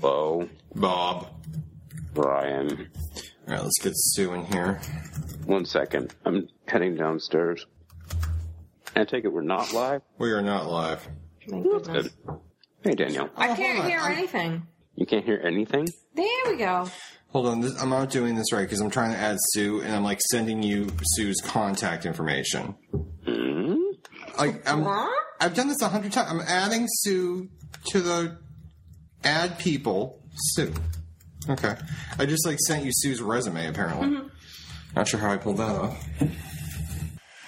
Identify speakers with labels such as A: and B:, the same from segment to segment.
A: Bo,
B: Bob.
A: Brian.
B: All right, let's get Stu in here.
A: One second. I'm heading downstairs. I take it we're not live?
B: We are not live.
A: Good. Hey, Danielle.
C: I can't
B: on.
C: hear anything.
A: You can't hear anything?
C: There we go.
B: Hold on, this, I'm not doing this right because I'm trying to add Sue, and I'm like sending you Sue's contact information.
C: Hmm?
B: Like I'm, I've done this a hundred times. I'm adding Sue to the add people Sue. Okay, I just like sent you Sue's resume apparently.
C: Mm-hmm.
B: Not sure how I pulled that off.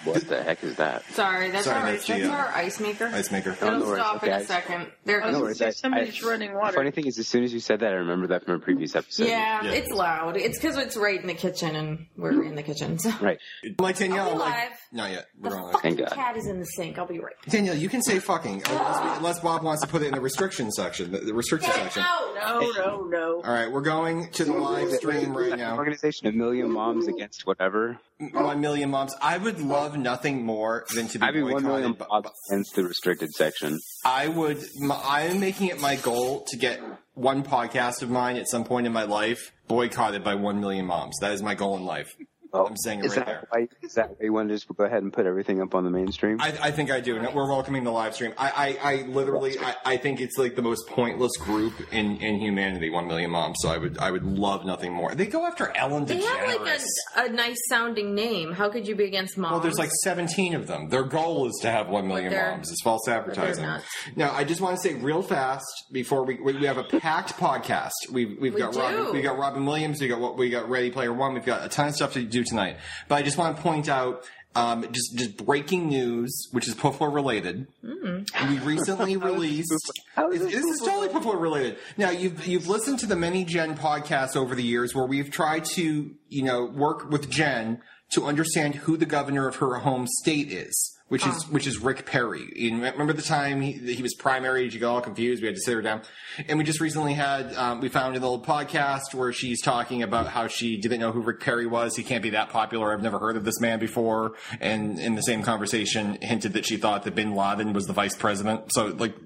A: What the heck is that?
C: Sorry, that's
B: Sorry,
C: our,
B: that's
C: that's
B: the, uh,
C: our ice maker.
B: Ice maker.
A: Oh, no
C: It'll
A: worries,
C: stop in
A: okay.
C: a second. There it
A: No
C: is.
A: worries. I-
D: somebody's
A: I-
D: running water.
A: The funny thing is, as soon as you said that, I remember that from a previous episode.
C: yeah,
B: Yeah.
C: it's loud. It's because it's right in the kitchen, and we're in the kitchen. So.
A: Right.
B: Like Danielle,
C: Are we
B: like
C: live?
B: not yet.
C: The
B: We're not live.
C: fucking
A: God.
C: cat is in the sink. I'll be right. back.
B: Danielle, you can say fucking unless, we- unless Bob wants to put it in the restriction section. The, the restriction section.
C: Oh
D: No, no, no.
B: All right, we're going to the live stream right now.
A: Organization, a million moms against whatever.
B: One million moms. I would love nothing more than to be
A: I mean, one million
B: boycotted.
A: moms against the restricted section.
B: I would. My, I'm making it my goal to get one podcast of mine at some point in my life boycotted by one million moms. That is my goal in life. Oh, I'm saying it
A: Is that
B: right there.
A: why, is that why you want to just go ahead and put everything up on the mainstream?
B: I, I think I do. and We're welcoming the live stream. I, I, I literally, I, I think it's like the most pointless group in, in humanity. One million moms. So I would, I would love nothing more. They go after Ellen DeGeneres.
C: They have like a, a nice sounding name. How could you be against mom?
B: Well, there's like 17 of them. Their goal is to have 1 million
C: they're-
B: moms. It's false advertising.
C: nuts.
B: Now, I just want to say real fast before we we, we have a packed podcast. We've we've
C: We
B: got Robin,
C: do.
B: we got Robin Williams, we got what we got Ready Player One. We've got a ton of stuff to do tonight. But I just want to point out um, just just breaking news, which is Puffler related.
C: Hmm.
B: We recently released.
A: How is
B: this
A: this
B: is totally Puffler related. Now you've you've listened to the many Gen podcasts over the years where we've tried to you know work with Jen to understand who the governor of her home state is, which is which is Rick Perry. You remember the time he, that he was primary? You got all confused. We had to sit her down, and we just recently had um, we found an old podcast where she's talking about how she didn't know who Rick Perry was. He can't be that popular. I've never heard of this man before. And in the same conversation, hinted that she thought that Bin Laden was the vice president. So like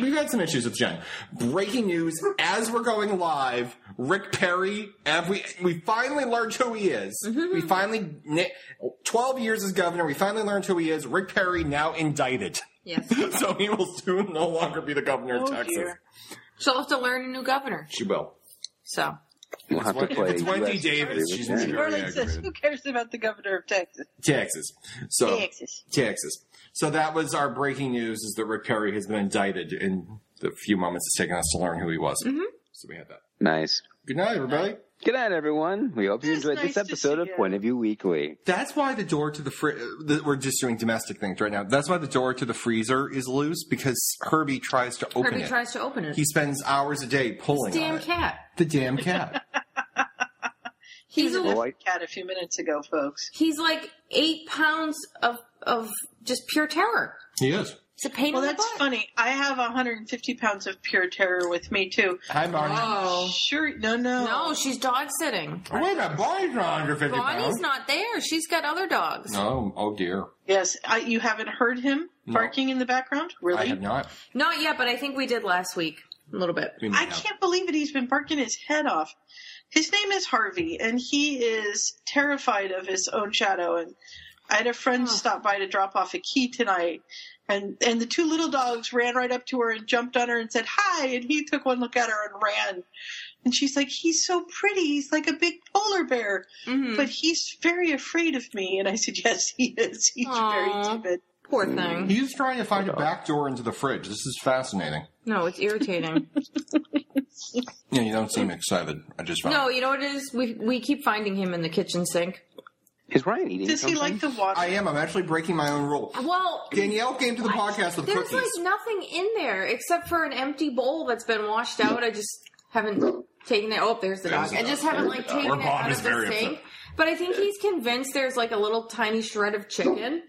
B: we've had some issues with Jen. Breaking news as we're going live: Rick Perry. Have we we finally learned who he is?
D: Mm-hmm.
B: We finally twelve years as governor. We finally learned who he is. Rick Perry now indicted,
C: yes.
B: so he will soon no longer be the governor of
D: Oh,
B: Texas.
D: dear.
C: She'll have to learn a new governor.
B: She will.
C: So
A: We'll have to
B: If
A: play.
B: it's Wendy
A: US
B: Davis, she's
A: with Jen.
B: very
D: Merlin says,
B: aggravated. Oh.
D: who cares about the governor of Texas?
B: Texas. So
D: Texas.
B: Texas. So that was our breaking news: is that Rick Perry has been indicted in the few moments it's taken us to learn who he was.
D: Mm-hmm.
B: So we had that.
A: Nice.
B: Good night, everybody.
A: Good night, everyone. We hope you
D: It is
A: enjoyed this
D: nice to see
A: episode of
D: you.
A: Point of View Weekly.
B: That's why the door to the fri- uh, the, we're just doing domestic things right now. That's why the door to the freezer is loose because Herbie tries to open
C: Herbie
B: it.
C: tries to open it.
B: he spends hours a day pulling on
C: damn
B: it.
C: cat.
B: The damn cat.
C: He's a
D: Left
A: Boy.
D: cat a few minutes ago, folks.
C: He's like eight pounds of of just pure terror.
B: he is.
C: It's a pain
D: Well,
C: in the
D: that's
C: butt.
D: funny. I have 150 pounds of pure terror with me, too.
B: Hi, Barney.
C: Oh
D: Sure. No, no.
C: no, she's dog sitting.
B: Wait, a Barney's not under fifty
C: Bonnie's
B: pounds.
C: not there. She's got other dogs.
B: oh, oh dear.
D: Yes. I, you haven't heard him barking in the background?
B: I
D: Really?
B: have not.
C: Not yet, but I think we did last week a little bit.
B: We
D: I
B: might have.
D: can't believe it. He's been barking his head off. His name is Harvey, and he is terrified of his own shadow. And I had a friend stop by to drop off a key tonight, and and the two little dogs ran right up to her and jumped on her and said hi. And he took one look at her and ran. And she's like, "He's so pretty. He's like a big polar bear,
C: Mhm.
D: but he's very afraid of me." And I said, "Yes, he is. He's very
C: Aw.
D: timid."
C: Poor thing.
B: He's trying to find a back door into the fridge. This is fascinating.
C: No, it's irritating.
B: Yeah, you don't seem excited. I just found.
C: no, you know what it is? We we keep finding him in the kitchen sink.
A: Is Ryan eating
D: Does he
A: something?
D: like the water?
B: I am. I'm actually breaking my own rule.
C: Well,
B: Danielle came to the podcast with
C: there's
B: cookies.
C: like nothing in there except for an empty bowl that's been washed out. I just haven't taken it. Oh, there's the
B: There's
C: dog.
B: the
C: I
B: dog.
C: just haven't like taken
B: Our
C: it
B: Bob
C: out
B: is
C: of the
B: very
C: sink.
B: upset.
C: But I think he's convinced there's like a little tiny shred of chicken.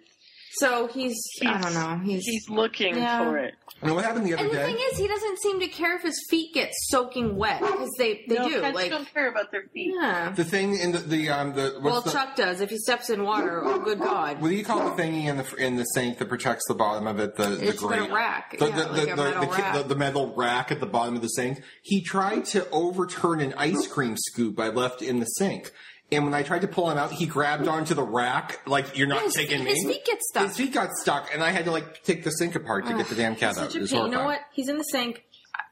C: So he's, I don't know. He's,
D: He's looking
C: Yeah.
D: for it.
B: And what happened the other
C: and the
B: day?
C: thing is, he doesn't seem to care if his feet get soaking wet because they they
D: no,
C: do.
D: Cats
C: Like,
D: don't care about their feet.
C: yeah.
B: the thing in the, the um the what's
C: Well,
B: the,
C: Chuck does. If he steps in water, oh good God,
B: What do you call the thingy in the in the sink that protects the bottom of it? The the
C: It's like a
B: grate.
C: rack.
B: The,
C: Yeah,
B: the,
C: like
B: the, the,
C: a metal
B: the, ki-
C: rack.
B: the- the metal rack at the bottom of the sink. He tried to overturn an ice cream scoop I left in the sink, and when I tried to pull him out, he grabbed onto the rack like you're not
C: his,
B: taking me.
C: his feet get stuck.
B: His feet got stuck, and I had to like take the sink apart to get the damn cat out.
C: Such a
B: It was
C: pain. You know
B: horrifying.
C: what? He's in the sink.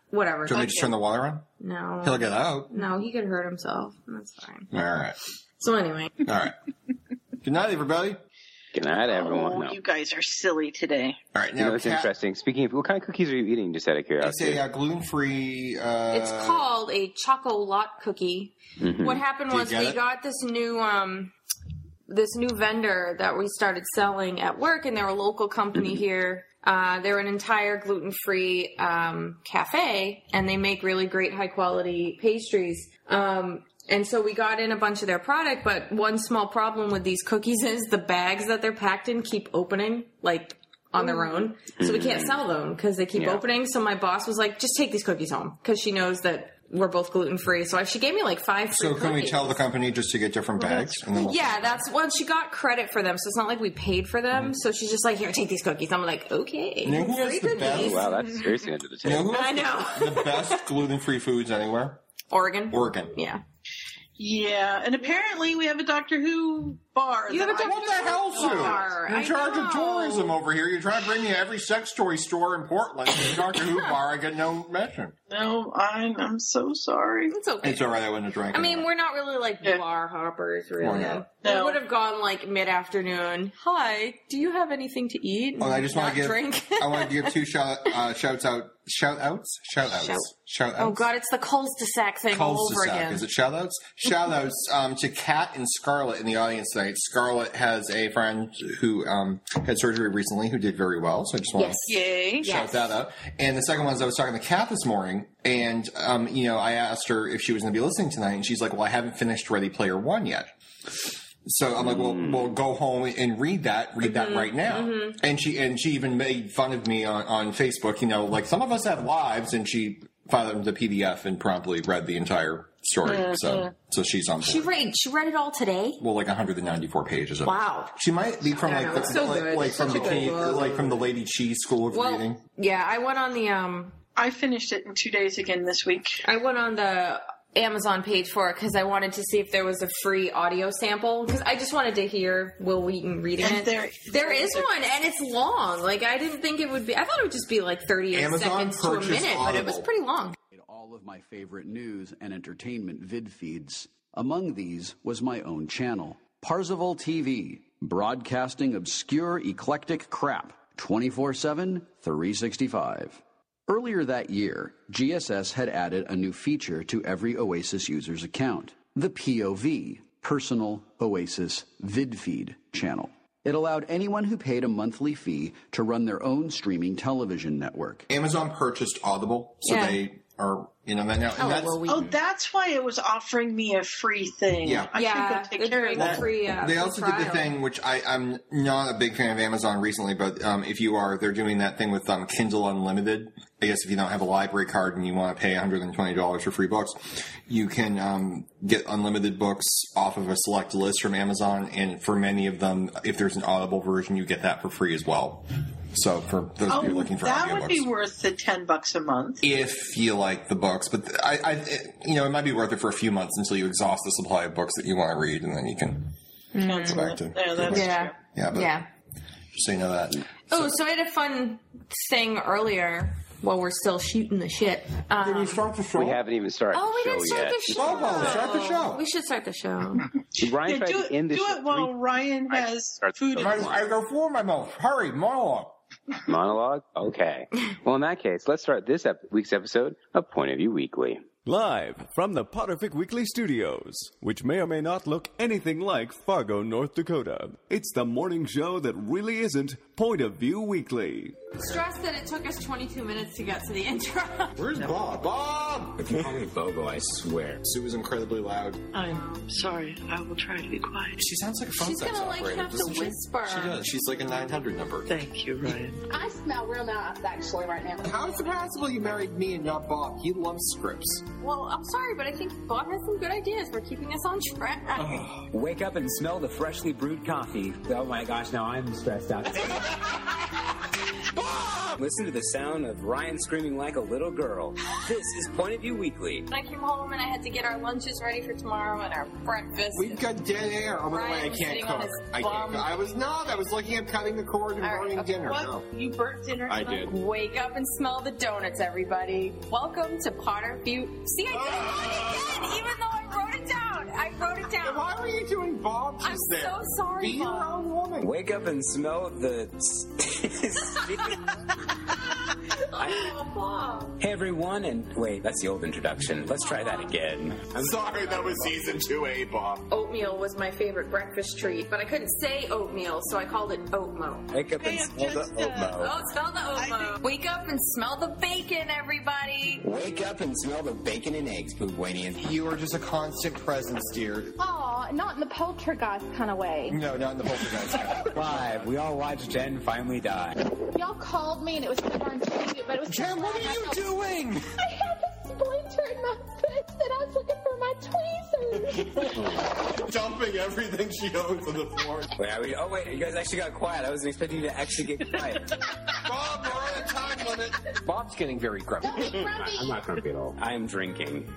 C: Whatever.
B: Do you want me to just turn the water on?
C: no.
B: He'll get out.
C: no, he could hurt himself. That's fine.
B: All right.
C: So anyway,
B: All right. Good night, everybody.
A: Good night, everyone.
D: Oh,
A: No.
D: you guys are silly today.
B: All right.
A: You know,
B: Now,
A: that's
B: cat,
A: interesting. Speaking of, what kind of cookies are you eating? Just out of
B: I
A: curiosity.
B: say uh, gluten free. Uh,
C: it's called a chocolate cookie.
A: Mhm.
C: What happened
B: Do you
C: was
B: get
C: we
B: it?
C: got this new um this new vendor that we started selling at work and they're a local company here. Uh, they're an entire gluten-free um, cafe and they make really great high quality pastries. Um, and so we got in a bunch of their product, but one small problem with these cookies is the bags that they're packed in keep opening like on their own. So we can't sell them because they keep
A: Yeah.
C: opening. So my boss was like, just take these cookies home because she knows that we're both gluten free. So she gave me like five free
B: So can we
C: cookies.
B: tell the company just to get different bags? And then we'll-
C: Yeah, that's when she got credit for them, so it's not like we paid for them.
B: Mm-hmm.
C: So she's just like, "Here, take these cookies." I'm like, "Okay."
B: You know who has
C: free
B: the best-
C: cookies."
A: Wow, that's seriously under the
B: You know
A: table.
B: who has
C: I know.
B: the best gluten-free foods anywhere?
C: Oregon.
B: Oregon.
C: Yeah.
D: Yeah, and apparently we have a Doctor Who bar.
C: You have
D: that
C: a
D: I-
C: Doctor
B: What the hell, Sue?
C: Bar,
B: You're
C: I
B: in charge of
C: know.
B: tourism over here. You're trying to bring me every sex toy store in Portland. The Doctor Who bar, I get no mention.
D: No, I'm, I'm so sorry.
C: It's okay.
B: It's all right. I wouldn't have drank.
C: I mean,
B: it.
C: we're not really like
D: Yeah.
C: bar hoppers,
B: Why
C: really.
B: not?
C: We
D: No.
C: would have gone like mid afternoon. Hi, do you have anything to eat?
B: Oh, I just want
C: Not
B: to give.
C: drink.
B: I want to give two shout uh, shouts out. Shout outs. Shout outs.
C: Shout-
B: Shout outs.
C: oh God, it's the cul-de-sac thing all over
B: Cul-de-sac.
C: again.
B: Is it shout outs? Shout outs um, to Kat and Scarlett in the audience tonight. Scarlett has a friend who um, had surgery recently who did very well. So I just want
C: Yes.
B: to
D: Yay.
C: Yeah. Yes.
B: shout that out. And the second one is I was talking to Kat this morning, and um, you know, I asked her if she was going to be listening tonight, and she's like, "Well, I haven't finished Ready Player One yet." So I'm like, "Well, well, go home and read that. Read
C: Mm-hmm.
B: that right now." And she and she even made fun of me on on Facebook. You know, like some of us have lives, and she found the PDF and promptly read the entire story. So so she's on board.
C: Mm-hmm. She read. She read it all today.
B: well, like 194 pages of it.
C: Wow.
B: She might be from like,
C: know, it's
B: the,
C: so
B: like,
C: good.
B: like from
C: Such
B: the
C: a good
B: Key-
C: book.
B: like from the Lady Chi School of
C: Well,
B: Reading.
C: yeah, I went on the um
D: I finished it in two days again this week.
B: Mm-hmm.
C: I went on the Amazon page for it because I wanted to see if there was a free audio sample because I just wanted to hear Will Wheaton reading
D: And
C: it.
D: there-
C: there is one, and it's long. Like I didn't think it would be. I thought it would just be like thirty eight
B: Amazon
C: seconds to a
B: purchased
C: minute, but it was
B: Audible.
C: pretty long.
E: all of my favorite news and entertainment vid feeds. Among these was my own channel, Parzival TV, broadcasting obscure, eclectic crap 24 7, 365. Earlier that year, GSS had added a new feature to every Oasis user's account the POV, Personal Oasis VidFeed channel. It allowed anyone who paid a monthly fee to run their own streaming television network.
B: Amazon purchased Audible, so
C: Yeah.
B: they are in on that now. And
C: Oh,
B: that's-
C: Will
D: Oh,
C: Wheaton.
D: that's why it was offering me a free thing.
B: Yeah.
D: I
C: yeah,
D: should go
C: it's
D: take care
C: very
D: of that.
C: free. Uh,
B: they
C: free
B: also did the
C: trial.
B: thing which I, I'm not a big fan of Amazon recently, but um, if you are, they're doing that thing with um, Kindle Unlimited. I guess if you don't have a library card and you want to pay $120 for free books, you can um, get unlimited books off of a select list from Amazon. And for many of them, if there's an Audible version, you get that for free as well. So for those of you
D: Oh,
B: looking for
D: that
B: audiobooks.
D: would be worth the 10 bucks a month.
B: if you like the books, but th- I, I, it- you know, it might be worth it for a few months until you exhaust the supply of books that you want to read, and then you can go back to.
D: Mm-hmm. Yeah, that's
C: Yeah.
D: true.
B: yeah, but
C: Yeah.
B: just so you know that.
C: Oh, so I had a fun thing earlier while we're still shooting the shit. Um,
B: we start the show?
A: We haven't even started
C: oh, we
A: the show
C: didn't
A: yet.
C: start the show.
B: start the show.
C: We should start the show.
A: Ryan
D: Yeah,
A: tried
D: do
A: to end
D: it,
A: this
D: do
A: show
D: it while
A: three-
D: Ryan has
A: Start the
D: food.
A: show.
D: in his-
B: I go for my mouth. Hurry, monologue.
A: monologue. Okay. Well, in that case, let's start this ep- week's episode of Point of View Weekly.
F: Live from the Potterfic Weekly Studios, which may or may not look anything like Fargo, North Dakota. It's the morning show that really isn't Point of View Weekly.
C: Stressed that it took us 22 minutes to get to the intro.
B: Where's Bob? Bob!
G: If you call me Bobo, I swear.
B: Sue is incredibly loud.
D: I'm sorry. I will try to be quiet.
B: She sounds like a phone
C: She's
B: sex
C: gonna like
B: operator,
C: have to
B: doesn't she?
C: whisper.
B: She does. She's like a 900 number.
D: Thank you, Ryan.
H: I smell real nice actually right now.
B: How is it possible you married me and not Bob? He loves scripts.
C: Well, I'm sorry, but I think Bob has some good ideas for keeping us on track.
B: Uh-huh.
G: Wake up and smell the freshly brewed coffee. Oh my gosh, now I'm stressed out. Listen to the sound of Ryan screaming like a little girl. This is Point of View Weekly.
C: When I came home and I had to get our lunches ready for tomorrow and our breakfast.
B: We've got dead air. Oh, by the way, I
C: Ryan was
B: can't
C: sitting
B: cook.
C: on his
B: I can't
C: bum.
B: cook. I was not. I was looking at cutting the cord and
C: All right,
B: burning
C: okay.
B: dinner.
D: What?
B: No.
D: You burnt dinner
B: I
D: tonight?
B: did.
C: Wake up and smell the donuts, everybody. Welcome to Potter View. See, I did it again, even though I wrote it down. I wrote it
B: And
C: down.
B: why were you doing Bob's
C: I'm
B: there?
C: so sorry,
B: Be your
C: Bob.
B: own woman.
G: Wake up and smell the.
C: Oh, Bob.
G: hey everyone, and wait, that's the old introduction. Let's try that again.
B: I'm sorry, that was season 2A, Bob.
C: Oatmeal was my favorite breakfast treat, but I couldn't say oatmeal, so I called it oatmo.
G: Wake up and
D: Hey, I'm
G: smell the
D: just, uh,
G: oatmeal.
C: Oh, smell the oatmo. Wake up and smell the bacon, everybody.
G: Wake up and smell the bacon and eggs, Boobwanian.
B: You are just a constant presence, dear.
H: Aw, not in the poltergeist kind of way.
B: No, not in the poltergeist. guy.
G: Five, we all watched Jen finally die.
H: Y'all called me and it was so darn cute, but it was.
B: Jen, what are you doing?
H: I had a splinter in my foot and I was looking for my tweezers.
B: Dumping everything she owns on the floor.
G: Wait, are we, oh wait, you guys actually got quiet. I wasn't expecting you to actually get quiet.
B: Bob, we're on a time limit.
G: Bob's getting very grumpy.
H: Don't be grumpy.
G: not grumpy at all. I'm drinking.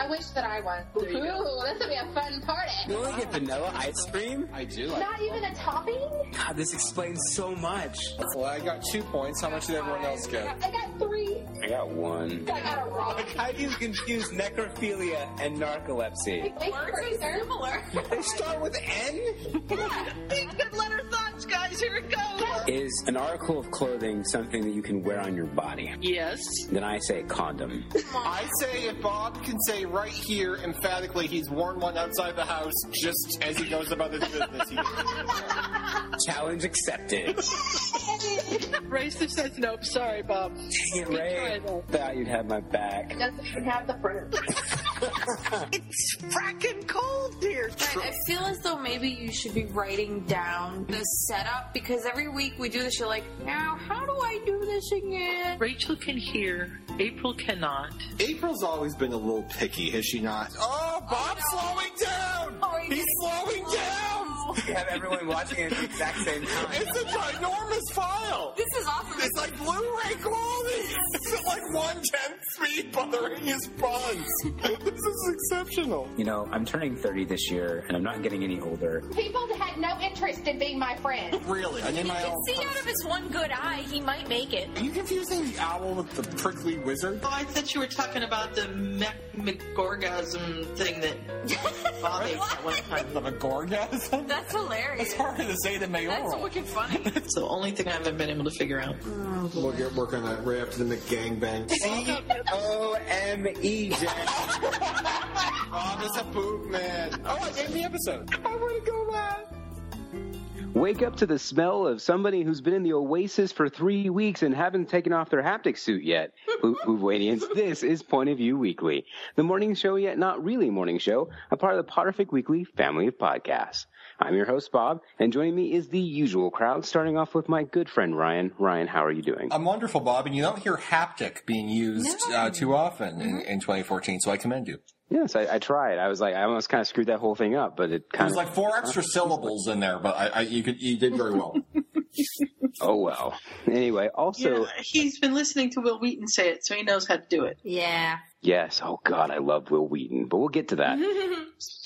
H: I wish that I won. Ooh, this would be a fun party.
G: You only get vanilla ice cream?
B: I do. I,
H: Not even a topping?
G: God, this explains so much.
B: well, I got two points. How much did everyone else get?
H: I got three.
G: I got one.
H: I got a rock.
G: How do you confuse necrophilia and narcolepsy?
H: They
C: Words
H: hurt,
C: are
H: sir.
C: similar.
G: They start with N?
D: Big good letter thoughts, guys. Here it goes.
G: Is an article of clothing something that you can wear on your body?
D: Yes.
G: Then I say condom.
B: I say if Bob can say right here emphatically he's worn one outside the house just as he goes about his business. He,
G: Challenge accepted.
D: Racist says nope. Sorry, Bob.
G: Dang it, Ray. Thought you'd have my back.
H: Doesn't even have the fruit.
D: It's fracking cold here.
C: I feel as though maybe you should be writing down the setup because every week we do this, you're like, now how do I do this again?
D: Rachel can hear. April cannot.
B: April's always been a little picky, has she not? Oh, Bob's slowing down!
C: Oh,
B: He's slowing down!
G: You have everyone watching at the exact same time.
B: It's a ginormous file!
C: This is awesome.
B: It's like Blu-ray quality! It's at like one-tenth speed bothering his buns! this is exceptional.
G: You know, I'm turning 30 this year, and I'm not getting any older.
H: People that had no interest in being my friend.
B: Really, I need my own...
C: See out of his one good eye, he might make it.
B: Are you confusing the owl with the prickly wizard?
D: Oh, I thought you were talking about the mech McGorgasm thing that Bob ate at one time.
B: The gorgasm?
C: That's hilarious.
B: harder to say than
C: That's wicked funny.
D: It's the only thing I haven't been able to figure out.
B: We'll get work on that right after the McGangbang.
G: O M E J.
B: Bob is a poop man. Oh, I named the episode. I want to go last.
I: Wake up to the smell of somebody who's been in the oasis for three weeks and haven't taken off their haptic suit yet. Bo- Boovanians, this is Point of View Weekly, the morning show yet not really morning show, a part of the Potterfic Weekly family of podcasts. I'm your host, Bob, and joining me is the usual crowd, starting off with my good friend Ryan. Ryan, how are you doing?
B: I'm wonderful, Bob, and you don't hear haptic being used uh, too often in,
C: Mm-hmm.
B: in 2014, so I commend you.
I: yes, I, I tried. I was like, I almost kind of screwed that whole thing up, but it kind
B: There's
I: of,
B: like four extra syllables in there, but I, I, you, could, you did very well.
I: oh well. Anyway, also,
D: yeah, he's been listening to Will Wheaton say it, so he knows how to do it.
C: Yeah.
I: Yes. Oh God, I love Will Wheaton, but we'll get to that.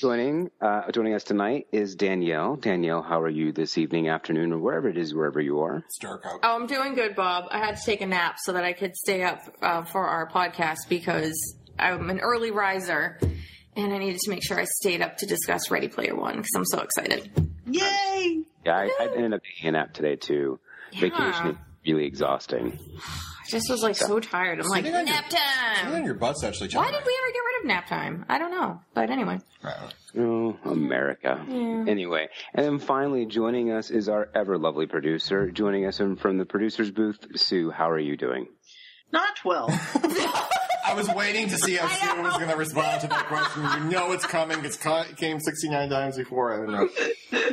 I: joining uh, joining us tonight is Danielle. Danielle, how are you this evening, afternoon, or wherever it is, wherever you are?
B: Stark out.
C: Oh, I'm doing good, Bob. I had to take a nap so that I could stay up uh, for our podcast because I'm an early riser and I needed to make sure I stayed up to discuss Ready Player One because I'm so excited.
D: Yay!
I: Yeah, I, I ended up taking a nap today too.
C: Yeah.
I: Vacationing
J: really exhausting.
C: I just was like so tired. I'm like
B: Sitting on your-
C: nap
B: Feel in
C: time.
B: your butt's actually.
C: Why
B: tight.
C: did we ever get rid of nap time? I don't know. But anyway,
B: Right.
J: Oh, America. Anyway, and then finally joining us is our ever lovely producer. Joining us in- from the producer's booth, Sue, how are you doing?
D: Not well.
B: I was waiting to see how Sue was going to respond to that question. You know it's coming. It's co- it came 69 times before. I don't know.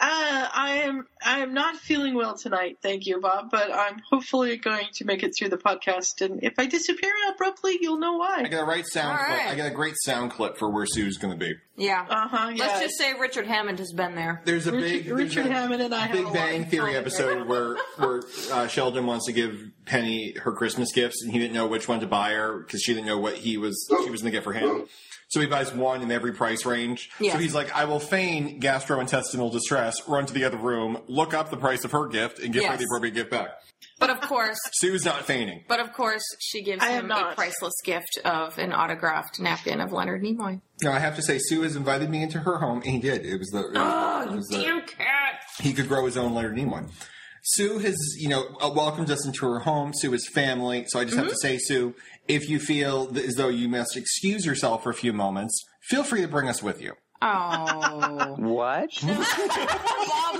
D: Uh, I am I am not feeling well tonight, thank you, Bob. But I'm hopefully going to make it through the podcast. And if I disappear abruptly, you'll know
B: I
D: why.
B: got a right sound
C: All
B: clip.
C: right.
B: I got a great sound clip for where Sue's going to be.
C: yeah.
D: Uh huh. Yeah.
C: Let's just say Richard Hammond has been there.
B: There's a
D: Richard,
B: big there's
D: Richard
B: a
D: Hammond and I have a
B: Big
D: lot
B: Bang
D: in
B: Theory
D: common.
B: episode where where uh, Sheldon wants to give Penny her Christmas gifts, and he didn't know which one to buy her because she didn't know what he was she was going to get for him. So he buys one in every price range.
C: Yeah.
B: So he's like, "I will feign gastrointestinal distress, run to the other room, look up the price of her gift, and give her
C: Yes.
B: the appropriate gift back."
C: But of course,
B: Sue's not feigning.
C: but of course, she gives
D: I am
C: him a
D: not.
C: priceless gift of an autographed napkin of Leonard Nimoy.
B: Now I have to say, Sue has invited me into her home, and he did. It was the it was the-
C: Oh, Damn cat.
B: he could grow his own Leonard Nimoy. Sue has, you know, uh, welcomed us into her home. Sue is family. So I just
C: Mm-hmm.
B: have to say, Sue, if you feel th- as though you must excuse yourself for a few moments, feel free to bring us with you.
C: Oh.
J: What?
C: Bob's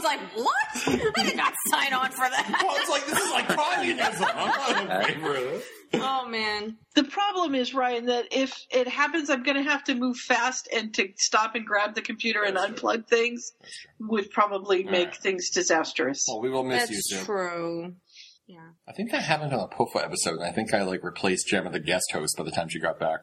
C: like, what? I did not sign on for that.
B: I was like, this is like communism. I'm not in favor of this.
C: Oh man.
D: the problem is, Ryan, that if it happens, I'm going to have to move fast and to stop and grab the computer and unplug things would probably make things disastrous.
B: Well, Oh, we will miss you,
C: That's
B: Sue.
C: true.
B: I think that happened on a Puffa episode, and I think I like replaced Gemma the guest host by the time she got back.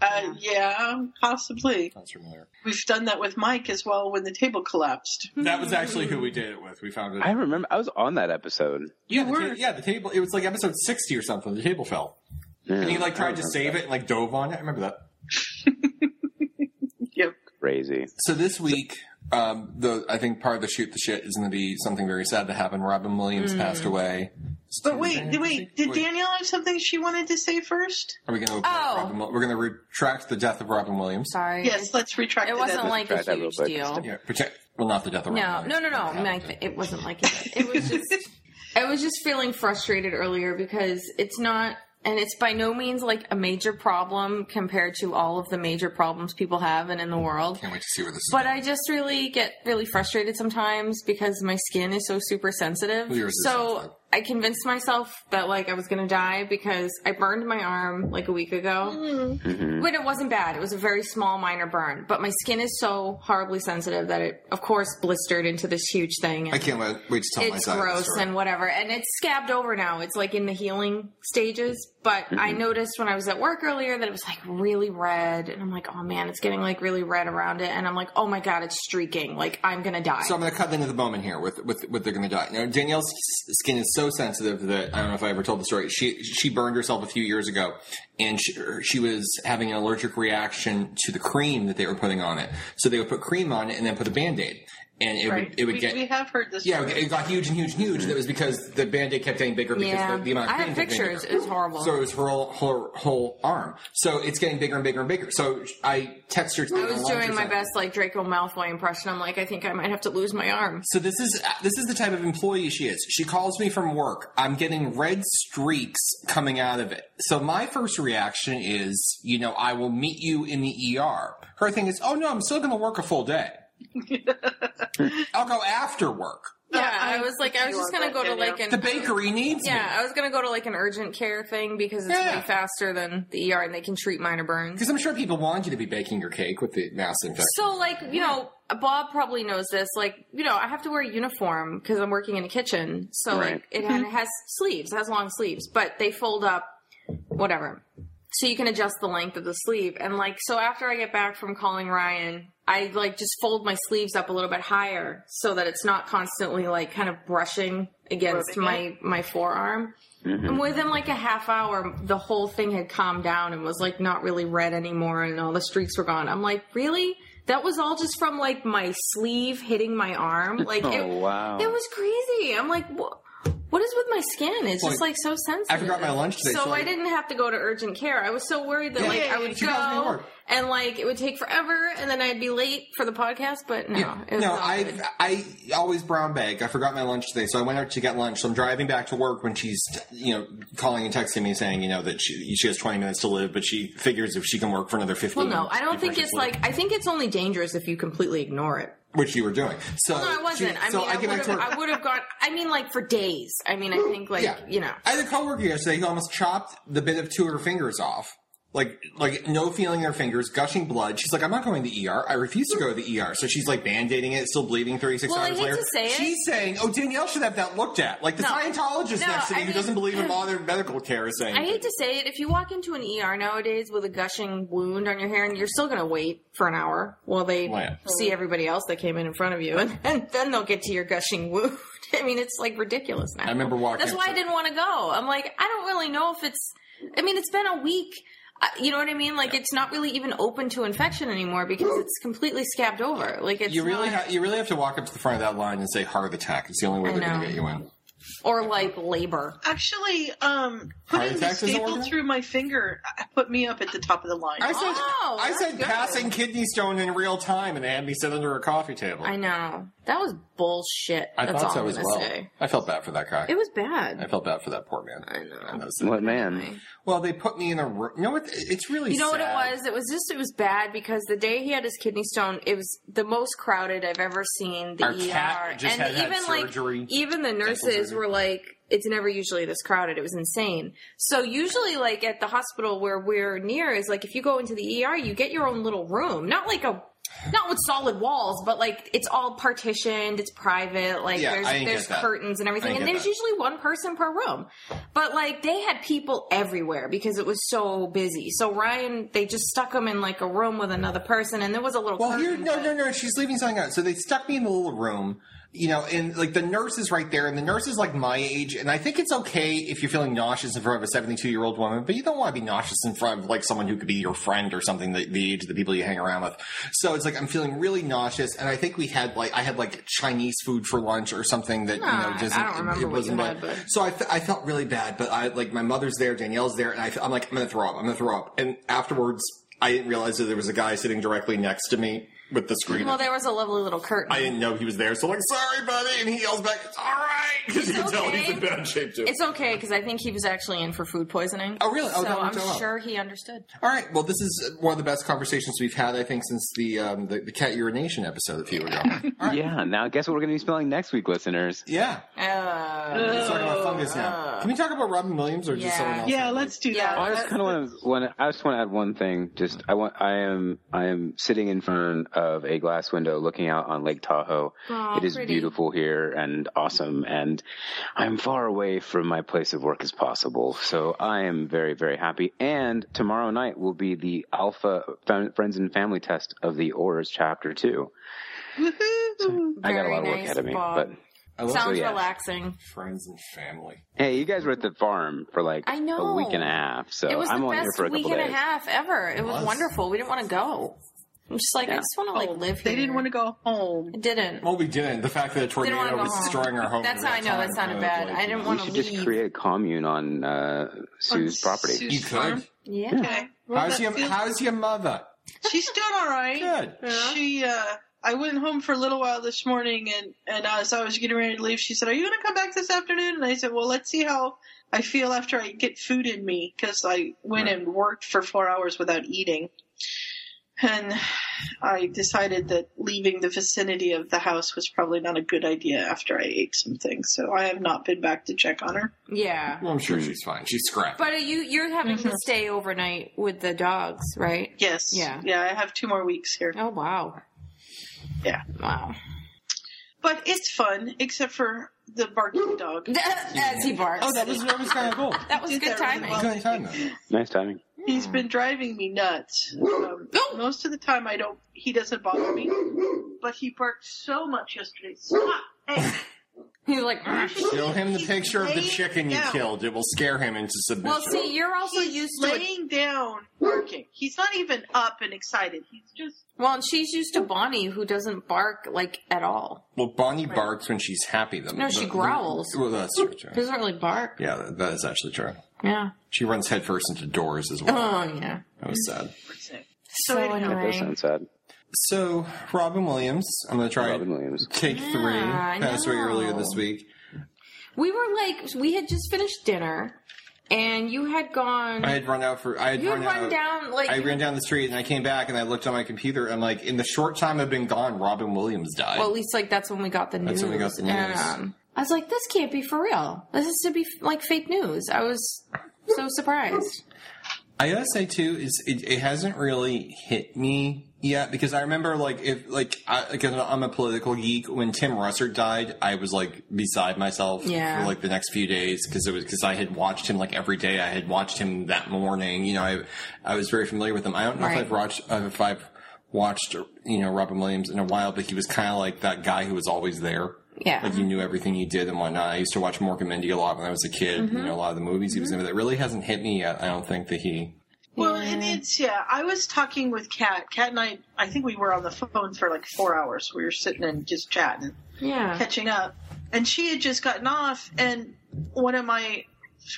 D: Uh, yeah, possibly.
B: That's familiar.
D: We've done that with Mike as well when the table collapsed.
B: That was actually who we did it with. We found it.
J: I remember I was on that episode.
B: yeah, the
D: were.
B: ta- yeah, the table. It was like episode sixty or something. The table fell, and he like tried to save it and like dove on it. I remember that.
D: Yep.
J: Crazy.
B: So this week, um, the I think part of the shoot the shit is going to be something very sad that happened. Robin Williams passed away.
D: But wait, did- wait, did
B: Wait.
D: Danielle have something she wanted to say first?
B: Are we going to?
C: Oh.
B: Robin, Wi- we're going to retract the death of Robin Williams.
C: Sorry.
D: Yes, let's retract
C: It
D: the
C: wasn't
D: deadline.
C: like
J: Try
C: a
J: that real
C: huge
J: quick.
C: deal.
B: Yeah, protect. Well, not the death of
C: No,
B: Robin.
C: no, no,
B: Williams.
C: no. Mike, it wasn't like that. It was just, I was just feeling frustrated earlier because it's not, and it's by no means like a major problem compared to all of the major problems people have and in the world.
B: Can't wait to see where this.
C: But
B: is
C: I just really get really frustrated sometimes because my skin is so super sensitive.
B: Well, yours is sensitive.
C: So I convinced myself that like I was gonna die because I burned my arm like a week ago. But it wasn't bad. It was a very small minor burn. But my skin is so horribly sensitive that it of course blistered into this huge thing.
B: I
C: And
B: can't wait, wait to tell my
C: it's
B: side. of the
C: gross
B: story.
C: and whatever. And it's scabbed over now. It's like in the healing stages. But I
B: Mm-hmm.
C: noticed when I was at work earlier that it was like really red. And I'm like, oh man, it's getting like really red around it. And I'm like, oh my God, it's streaking. Like I'm going to die.
B: So I'm going to cut into the moment here with with what they're going to die. Now Danielle's s- skin is so sensitive that I don't know if I ever told the story. She she burned herself a few years ago, and she, er, she was having an allergic reaction to the cream that they were putting on it. So they would put cream on it and then put a band aid, and it
D: Right.
B: would it would
D: we,
B: get
D: we have heard this.
B: yeah it would get- it got huge and huge and huge. And that was because the band aid kept getting bigger because
C: yeah.
B: the, the amount of
C: I
B: cream
C: have
B: kept getting
C: pictures.
B: bigger.
C: It's horrible.
B: So it was her whole, her whole arm. So it's getting bigger and bigger and bigger. So I text her.
C: I was doing my best like Draco Malfoy impression. I'm like, I think I might have to lose my arm.
B: So this is this is the type of employee she is. She calls me from work. I'm getting red streaks coming out of it. So my first reaction is, you know, I will meet you in the ER. Her thing is, oh no, I'm still going to work a full day. I'll go after work.
C: Yeah. I was like, I was just going to go to like an
B: The bakery needs me.
C: Yeah, I was gonna go to like an urgent care thing because it's
B: Yeah.
C: way faster than the ER and they can treat minor burns.
B: Because I'm sure people want you to be baking your cake with the mouse infection.
C: So like you know, Bob probably knows this. Like you know, I have to wear a uniform because I'm working in a kitchen. So
J: Right.
C: like it, and it has sleeves, it has long sleeves, but they fold up, whatever. So you can adjust the length of the sleeve. And like so, after I get back from calling Ryan, I like just fold my sleeves up a little bit higher so that it's not constantly like kind of brushing against
D: Rubbing
C: my my forearm.
J: Mm-hmm.
C: And within like a half hour, the whole thing had calmed down and was like not really red anymore, and all the streaks were gone. I'm like, really? That was all just from like my sleeve hitting my arm. Like,
J: Oh,
C: it,
J: wow.
C: it was crazy. I'm like, wha- What is with my skin? It's just
B: Like,
C: like so sensitive.
B: I forgot my lunch today,
C: so,
B: so
C: I,
B: I-
C: didn't have to go to urgent care. I was so worried that
B: Yeah,
C: like
B: yeah,
C: I would
B: she got me to
C: go
B: work.
C: and like it would take forever, and then I'd be late for the podcast. But no, it was
B: no,
C: all
B: I
C: good.
B: I always brown bag. I forgot my lunch today, so I went out to get lunch. So I'm driving back to work when she's you know calling and texting me saying you know that she she has 20 minutes to live, but she figures if she can work for another 15.
C: Well, no, I don't
B: before
C: think
B: she's
C: it's
B: late,
C: like. I think it's only dangerous if you completely ignore it.
B: which you were doing. So
C: No, I wasn't.
B: she-
C: I
B: so
C: mean, I,
B: get back
C: would
B: to
C: have.
B: work.
C: I would have gone. I mean, like for days. I mean, I think like
B: yeah.
C: you know.
B: I had a coworker yesterday who almost chopped the bit of two of her fingers off. Like, like no feeling in her fingers, gushing blood. She's like, I'm not going to the ER. I refuse to go to the ER. So she's like band-aiding it, still bleeding 36
C: Well, I
B: hours
C: hate
B: later.
C: to say it.
B: She's saying, oh, Danielle should have that looked at. Like the
C: No.
B: Scientologist
C: No,
B: next to
C: I
B: me who
C: mean-
B: doesn't believe in modern medical care is saying.
C: I hate to say it. If you walk into an ER nowadays with a gushing wound on your hand, you're still going to wait for an hour while they
B: Well, Oh, yeah.
C: see everybody else that came in in front of you, and, and then they'll get to your gushing wound. I mean, it's like ridiculous now.
B: I remember walking
C: That's why
B: up
C: I
B: to-
C: didn't want to go. I'm like, I don't really know if it's. I mean, it's been a week. I- You know what I mean? Like, it's not really even open to infection anymore because it's completely scabbed over. Like, it's
B: you really,
C: not-
B: ha- you really have to walk up to the front of that line and say heart attack. It's the only way
C: I
B: they're going
C: know.
B: to get you in.
C: or like labor.
D: Actually, um,
B: Heart
D: putting the
B: attacks is a
D: staple
B: word?
D: through my finger uh, put me up at the top of the line.
B: I said,
C: Oh,
B: I
C: that's
B: said
C: good.
B: passing kidney stone in real time, and they had me sit under a coffee table.
C: I know that was bullshit.
B: I
C: That's
B: thought
C: all
B: so
C: I'm
B: as
C: gonna
B: well.
C: say.
B: I felt bad for that guy.
C: It was bad.
B: I felt bad for that poor man.
C: I know.
B: was-
J: What man?
B: Well, they put me in a room. You know what? It's really
C: You know what it
B: sad.
C: was? It was just it was bad because the day he had his kidney stone, it was the most crowded I've ever seen the
B: Our
C: ER,
B: cat just
C: and
B: had had
C: even like
B: surgery,
C: even the nurses
B: surgery.
C: were like, "It's never usually this crowded." It was insane. So usually, like at the hospital where we're near, is like if you go into the ER, you get your own little room, not like a. Not with solid walls, but like it's all partitioned, it's private, like
B: Yeah,
C: there's
B: I didn't
C: there's
B: get that.
C: curtains and everything.
B: I
C: And
B: didn't
C: there's
B: get
C: usually one person per room. But like they had people everywhere because it was so busy. So Ryan, they just stuck him in like a room with another person, and there was a little.
B: Well, here,
C: curtain,
B: no,
C: but-
B: no, no. She's leaving something out. So they stuck me in the little room, you know, and like the nurse is right there, and the nurse is like my age, and I think it's okay if you're feeling nauseous in front of a 72 year old woman, but you don't want to be nauseous in front of like someone who could be your friend or something, the, the age of the people you hang around with. So it's like I'm feeling really nauseous, and I think we had like I had like Chinese food for lunch or something that you
C: Nah,
B: know
C: Ah, I
B: doesn't
C: don't remember
B: it
C: what
B: wasn't
C: you
B: like-
C: had, but-
B: So I, fe- I felt really bad, but I like my mother's there, Danielle's there, and I, fe- I'm like I'm gonna throw up, I'm gonna throw up, and afterwards I didn't realize that there was a guy sitting directly next to me with the screen.
C: Well, there was a lovely little curtain.
B: I didn't know he was there, so like sorry, buddy, and he yells back, "It's all right," because you can tell
C: okay.
B: he's in bad shape too.
C: it's okay because I think he was actually in for food poisoning.
B: Oh, really? Oh,
C: so
B: that would go
C: I'm
B: up.
C: sure he understood.
B: all right, well, this is one of the best conversations we've had, I think, since the um, the, the cat urination episode a few ago. All right,
J: Yeah. Now, guess what we're going to be smelling next week, listeners?
B: yeah.
C: Uh,
B: Let's talk about fungus now. Can we talk about Robin Williams or
C: Ah. Yeah.
B: just someone else?
D: yeah, let's do
C: Yeah.
D: that.
C: Oh,
J: I just kind of want to. Want I just want to add one thing. Just I want. I am. I am sitting in front of a glass window, looking out on Lake Tahoe.
C: Aw,
J: it is
C: pretty.
J: beautiful here and awesome, and I'm far away from my place of work as possible. So I am very, very happy. And tomorrow night will be the Alpha Fam- Friends and Family Test of the Oars Chapter Two.
D: Woohoo.
J: I got a
C: Very
J: lot of work
C: nice,
J: ahead of me,
C: Bob.
J: but
B: I love
C: sounds
J: yeah.
C: relaxing.
B: friends and family.
J: hey, you guys were at the farm for like
C: I know.
J: a week and a half, so
C: it was
J: I'm
C: the
J: only here
C: best
J: for a
C: week
J: couple
C: and
J: days.
C: a half ever. It was,
B: was. Oh,
C: wonderful. We didn't want to go. I'm just like I just want to like live here.
D: They didn't want to go home.
C: I didn't.
B: Well, we didn't. The fact that a
C: Didn't wanna
B: tornado
C: go
B: was
C: home.
B: destroying our home.
C: That's
B: at
C: how I know that
B: time,
C: sounded
B: uh,
C: bad.
B: like,
C: I didn't
J: We
C: want to
J: should
C: leave.
J: just create a commune on uh, Sue's property.
D: Sue's
B: You could.
D: farm.
C: Yeah.
D: Okay. Well,
B: How's
D: that
B: your
D: feels-
B: How's your mother?
D: She's doing all right.
B: Good.
D: She, uh, I went home for a little while this morning, and and uh, as I was getting ready to leave, she said, "Are you going to come back this afternoon?" And I said, "Well, let's see how I feel after I get food in me, because I went and worked for four hours without eating." And I decided that leaving the vicinity of the house was probably not a good idea after I ate some things. So I have not been back to check on her.
C: Yeah.
B: Well, I'm sure
J: Mm.
B: she's fine. She's scrapped.
C: But are you you're having to stay overnight with the dogs, right?
D: Yes.
C: Yeah.
D: Yeah, I have two more weeks here.
C: Oh wow.
D: Yeah.
C: Wow.
D: But it's fun, except for the barking dog.
C: As he barks.
B: oh, that was that was kind of cool.
C: that was
D: Did
C: good
D: that really
C: timing.
D: well.
B: Good time. though.
J: Nice timing.
D: He's been driving me nuts. Um, most of the time, I don't. He doesn't bother me, but he barked so much yesterday. Stop! Hey.
C: He's like, "Ugh."
B: Show him the picture of the
D: laying
B: chicken you
D: down.
B: killed. It will scare him into submission.
C: well, see, you're also
D: He's
C: used to it.
D: laying down, barking. He's not even up and excited. He's just
C: Well, and she's used to Bonnie, who doesn't bark like at all.
B: Well, Bonnie barks when she's happy. Though.
C: No, she growls.
B: well, that's true. Too.
C: She doesn't really bark.
B: Yeah, that- that is actually true.
C: Yeah.
B: She runs headfirst into doors as well.
C: Oh yeah.
B: That was sad.
D: sick.
C: So,
J: That
C: anyway.
J: does sound sad.
B: So, Robin Williams, I'm going to try
J: Robin Williams.
B: take three.
C: Ah, I
B: Passed away
C: know.
B: earlier this week.
C: We were like, we had just finished dinner, and you had gone.
B: I had run out for. I had
C: you
B: run,
C: had run
B: out.
C: down like
B: I ran down the street and I came back and I looked on my computer and like in the short time I've been gone, Robin Williams died.
C: Well, at least like that's when we got the news.
B: That's when we got the
C: And,
B: news.
C: um, I was like, this can't be for real. This is to be like fake news. I was so surprised.
B: I gotta say too is it, it hasn't really hit me yet because I remember like if like I, like I'm a political geek. When Tim Russert died, I was like beside myself
C: Yeah.
B: for like the next few days because it was because I had watched him like every day. I had watched him that morning. You know, I I was very familiar with him. I don't know
C: Right.
B: if I've watched uh, if I've watched you know Robin Williams in a while, but he was kind of like that guy who was always there.
C: Yeah.
B: Like you knew everything he did and whatnot. I used to watch Mork and Mindy a lot when I was a kid. You know, a lot of the movies he was in, but it really hasn't hit me yet. I don't think that he
D: Well, and it's yeah. I was talking with Kat. Kat and I. I think we were on the phone for like four hours. We were sitting and just chatting,
C: Yeah.
D: catching up. And she had just gotten off, and one of my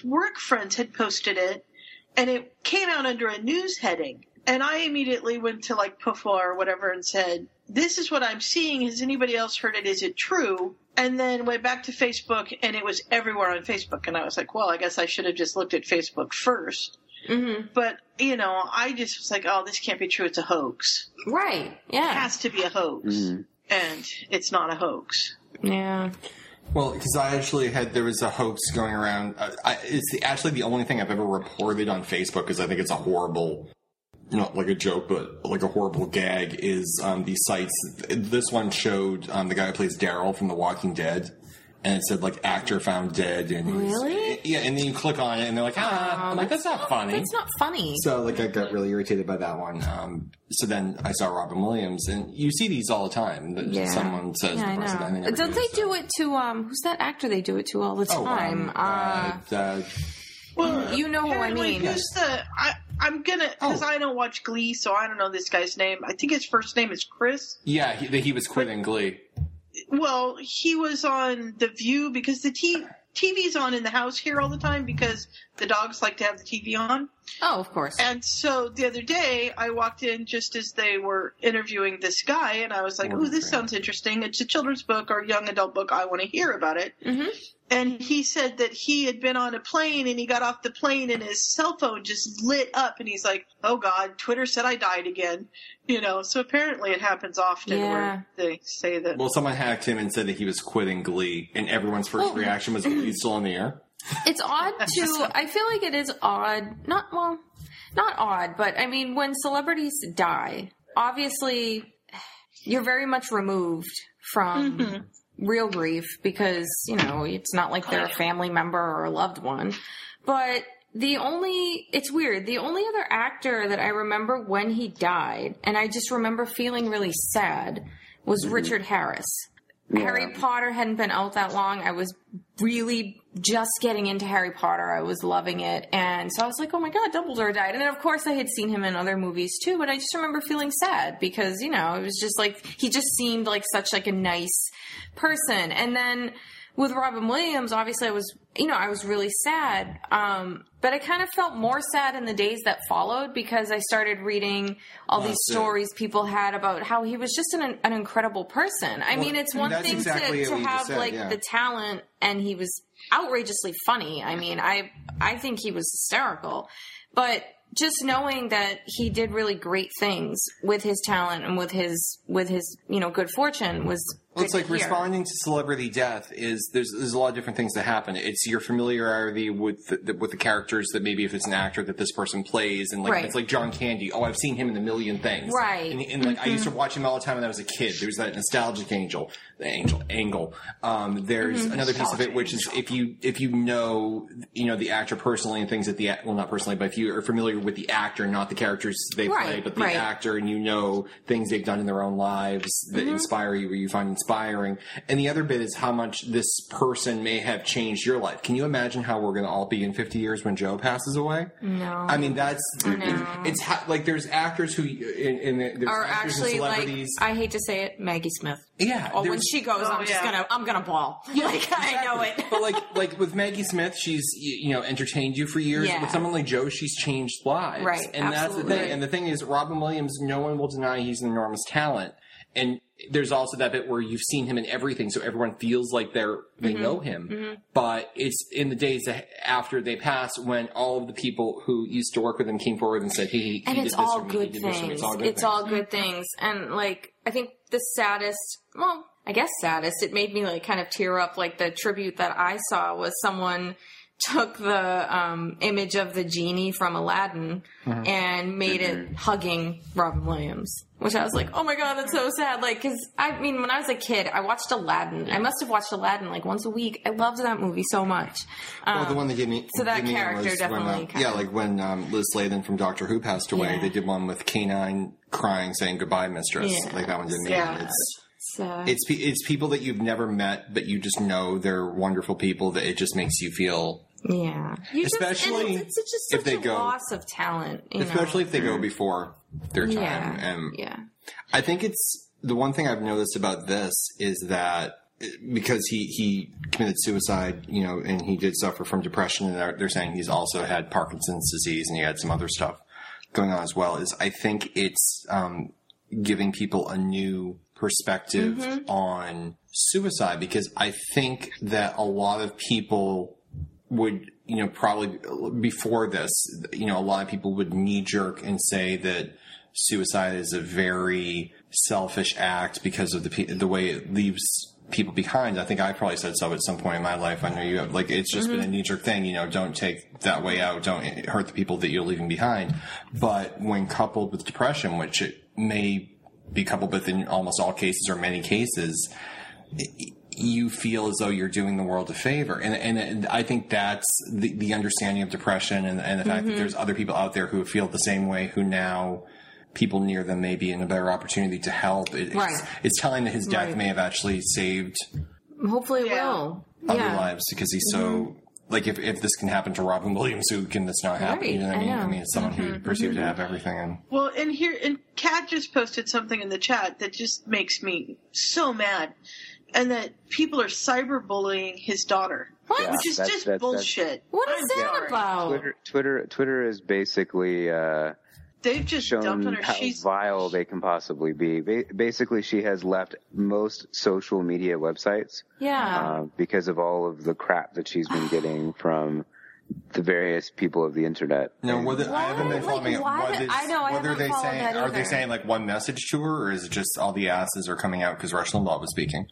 D: work friends had posted it, and it came out under a news heading. And I immediately went to like Puffwa or whatever and said, "This is what I'm seeing. Has anybody else heard it? Is it true?" And then went back to Facebook, and it was everywhere on Facebook. And I was like, "Well, I guess I should have just looked at Facebook first but you know, I just was like, oh, this can't be true. It's a hoax.
C: Right.
D: It
C: Yeah.
D: has to be a hoax, and it's not a hoax.
C: Yeah.
B: Well, because I actually had there was a hoax going around. I, I, it's the, actually the only thing I've ever reported on Facebook because I think it's a horrible, not like a joke, but like a horrible gag. Is um, these sites? This one showed um, the guy who plays Daryl from The Walking Dead, and it said like actor found dead, and he's-
C: Really?
B: yeah. And then you click on it, and they're like, ah, I'm like that's not funny.
C: That's not funny.
B: So like I got really irritated by that one. Um, so then I saw Robin Williams, and you see these all the time. that
C: Yeah.
B: Someone says
C: yeah,
B: the person
C: I
B: and
C: know.
B: never
C: Don't
B: do
C: they
B: it, so. Oh,
C: do it to um? Who's that actor? They do it to all the time. uh,
B: uh, uh,
C: you know who Oh, I
D: Apparently,
C: mean?
D: who's the? I, I'm gonna because
B: Oh.
D: I don't watch Glee, so I don't know this guy's name. I think his first name is Chris.
B: yeah, he, he was quitting Glee.
D: Well, he was on The View because the T. TV's on in the house here all the time because the dogs like to have the TV on.
C: Oh, of course.
D: And so the other day, I walked in just as they were interviewing this guy, and I was like, "Oh, this sounds interesting. It's a children's book or young adult book. I want to hear about it."
C: Mhm.
D: And he said that he had been on a plane, and he got off the plane, and his cell phone just lit up, and he's like, "Oh God, Twitter said I died again." You know, so apparently it happens often where they say that.
B: Well, someone hacked him and said that he was quitting Glee, and everyone's first
C: Well-
B: reaction was, "He's still on the air."
C: It's odd to. I feel like it is odd. Not well, not odd, but I mean, when celebrities die, obviously, you're very much removed from real grief because you know it's not like they're a family member or a loved one. But the only it's weird. The only other actor that I remember when he died, and I just remember feeling really sad, was Richard Harris. Harry Potter hadn't been out that long. I was really just getting into Harry Potter. I was loving it. And so I was like, oh my God, Dumbledore died. And then, of course, I had seen him in other movies too, but I just remember feeling sad because, you know, it was just like, he just seemed like such like a nice person. And then with Robin Williams, obviously I was, you know, I was really sad. Um, but I kind of felt more sad in the days that followed because I started reading all these
B: That's it.
C: stories people had about how he was just an, an incredible person. I mean, it's one
B: that's
C: thing
B: exactly
C: to,
B: what
C: to
B: you just
C: have
B: said,
C: like
B: yeah.
C: the talent, and he was outrageously funny. I mean, I I think he was hysterical, but just knowing that he did really great things with his talent and with his with his you know good fortune was
B: Well, it's
C: good
B: like
C: to hear.
B: responding to celebrity death is there's there's a lot of different things that happen. It's your familiarity with the, with the characters that maybe if it's an actor that this person plays and like
C: Right.
B: it's like John Candy. Oh, I've seen him in a million things.
C: Right. Mm-hmm.
B: And, and like I used to watch him all the time when I was a kid. There's that nostalgic angel, the angel angle. Um, there's
C: Mm-hmm.
B: another piece of it which is if you if you know you know the actor personally and things that the act- well not personally but if you are familiar with the actor not the characters they
C: Right,
B: play but the
C: right. Mm-hmm.
B: actor and you know things they've done in their own lives that inspire you or you find inspiring. And the other bit is how much this person may have changed your life. Can you imagine how we're going to all be in 50 years when Joe passes away?
C: No.
B: I mean, that's it's ha- like there's actors who in, in, there's
C: or
B: actors and
C: actually, like
B: celebrities.
C: I hate to say it, Maggie Smith.
B: yeah,
C: Oh, when
B: there's-
C: she goes, I'm just
D: yeah.
C: gonna, I'm gonna ball. like I know it.
B: but like like with Maggie Smith, she's y- you know entertained you for years.
C: Yeah.
B: With someone like Joe, she's changed lives.
C: Right,
B: and that's the
C: absolutely.
B: thing. And the thing is, Robin Williams, no one will deny he's an enormous talent. And there's also that bit where you've seen him in everything, so everyone feels like they're
C: Mm-hmm.
B: they know him. But it's in the days a- after they pass when all of the people who used to work with him came forward and said, "He, he, he
C: and
B: did this
C: it's
B: for
C: all
B: me, he
C: good
B: did this for me."
C: things.
B: It's all good things.
C: things. And like, I think the saddest, well, I guess saddest, it made me like kind of tear up. Like the tribute that I saw was someone took the um, image of the genie from Aladdin and made it hugging Robin Williams. Which I was like, oh my god, that's so sad. Like, cause I mean, when I was a kid, I watched Aladdin. I must have watched Aladdin like once a week. I loved that movie so much. Um,
B: Well, the one that gave me
C: so that
B: gave me
C: character
B: was when, uh,
C: definitely kinda-
B: yeah, like when um, Liz Lathan from Doctor Who passed away,
C: Yeah.
B: they did one with canine crying, saying goodbye, mistress.
C: Yeah.
B: Like that one did me.
D: Yeah.
B: It's
C: so-
B: it's pe- it's people that you've never met, but you just know they're wonderful people. That it just makes you feel,
C: Yeah, you
B: Especially
C: just, and it's, it's just
B: if
C: such
B: they
C: a
B: go-
C: loss of talent, you know?
B: especially if they go before their time.
C: yeah,
B: And
C: yeah,
B: I think it's the one thing I've noticed about this is that because he he committed suicide, you know, and he did suffer from depression, and they're, they're saying he's also had Parkinson's disease and he had some other stuff going on as well. Is I think it's um, giving people a new perspective on suicide because I think that a lot of people would you know probably before this you know a lot of people would knee jerk and say that suicide is a very selfish act because of the pe- the way it leaves people behind. I think I probably said so at some point in my life. I know you have. Like it's just been a knee jerk thing, you know. Don't take that way out. Don't hurt the people that you're leaving behind. But when coupled with depression, which it may be coupled with in almost all cases or many cases, you feel as though you're doing the world a favor. And, and, and I think that's the, the understanding of depression and, and the fact
C: Mm-hmm.
B: that there's other people out there who feel the same way who now people near them may be in a better opportunity to help. It,
C: Right.
B: it's, it's telling that his death may have actually saved
C: hopefully it
D: Yeah.
C: will.
B: other
C: yeah, Mm-hmm.
B: lives because he's so. Like if, if this can happen to Robin Williams, who can this not happen?
C: Right,
B: you know what I
C: I
B: mean? I,
C: know. Mm-hmm.
B: mean, it's someone who perceived to have everything, and
D: Well, and here, and Kat just posted something in the chat that just makes me so mad, and that people are cyberbullying his daughter,
C: What?
J: Yeah.
D: which is
J: that's-
D: just
J: that's- that's-
D: bullshit.
C: What is
D: I'm
C: that
D: sorry.
C: about?
J: Twitter, Twitter, Twitter is basically uh,
D: They've just dumped
J: shown
D: on her.
J: how
D: She's
J: vile they can possibly be. Ba- basically, she has left most social media websites
C: Yeah,
J: uh, because of all of the crap that she's been getting from the various people of the internet.
B: no, whether I haven't been
C: Why? Like,
B: following
C: why
B: it. What
C: did-
B: is,
C: I know, I
B: whether
C: haven't
B: they
C: followed
B: saying
C: that
B: are they
C: either.
B: saying like one message to her, or is it just all the asses are coming out because Rush Limbaugh was speaking?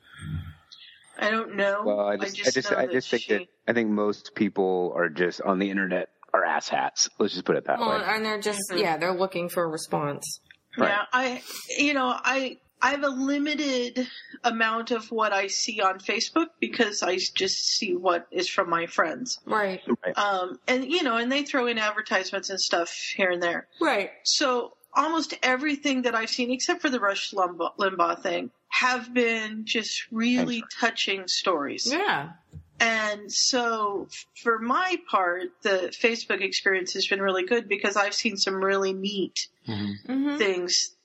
D: I don't know.
J: Well, I just, I just, I just,
D: know that
J: think
D: she,
J: that I think most people are just on the internet are asshats. Let's just put it that
C: well,
J: way.
C: and they're just
D: Mhm.
C: yeah, they're looking for a response.
D: Yeah, I, you know, I, I have a limited amount of what I see on Facebook because I just see what is from my friends.
C: Right,
D: Um, and you know, and they throw in advertisements and stuff here and there.
C: right.
D: So almost everything that I've seen, except for the Rush Limbaugh, Limbaugh thing, have been just really touching stories.
C: Yeah,
D: And so for my part, the Facebook experience has been really good because I've seen some really neat
B: Mm-hmm.
D: Mm-hmm.
C: Mhm.
D: things.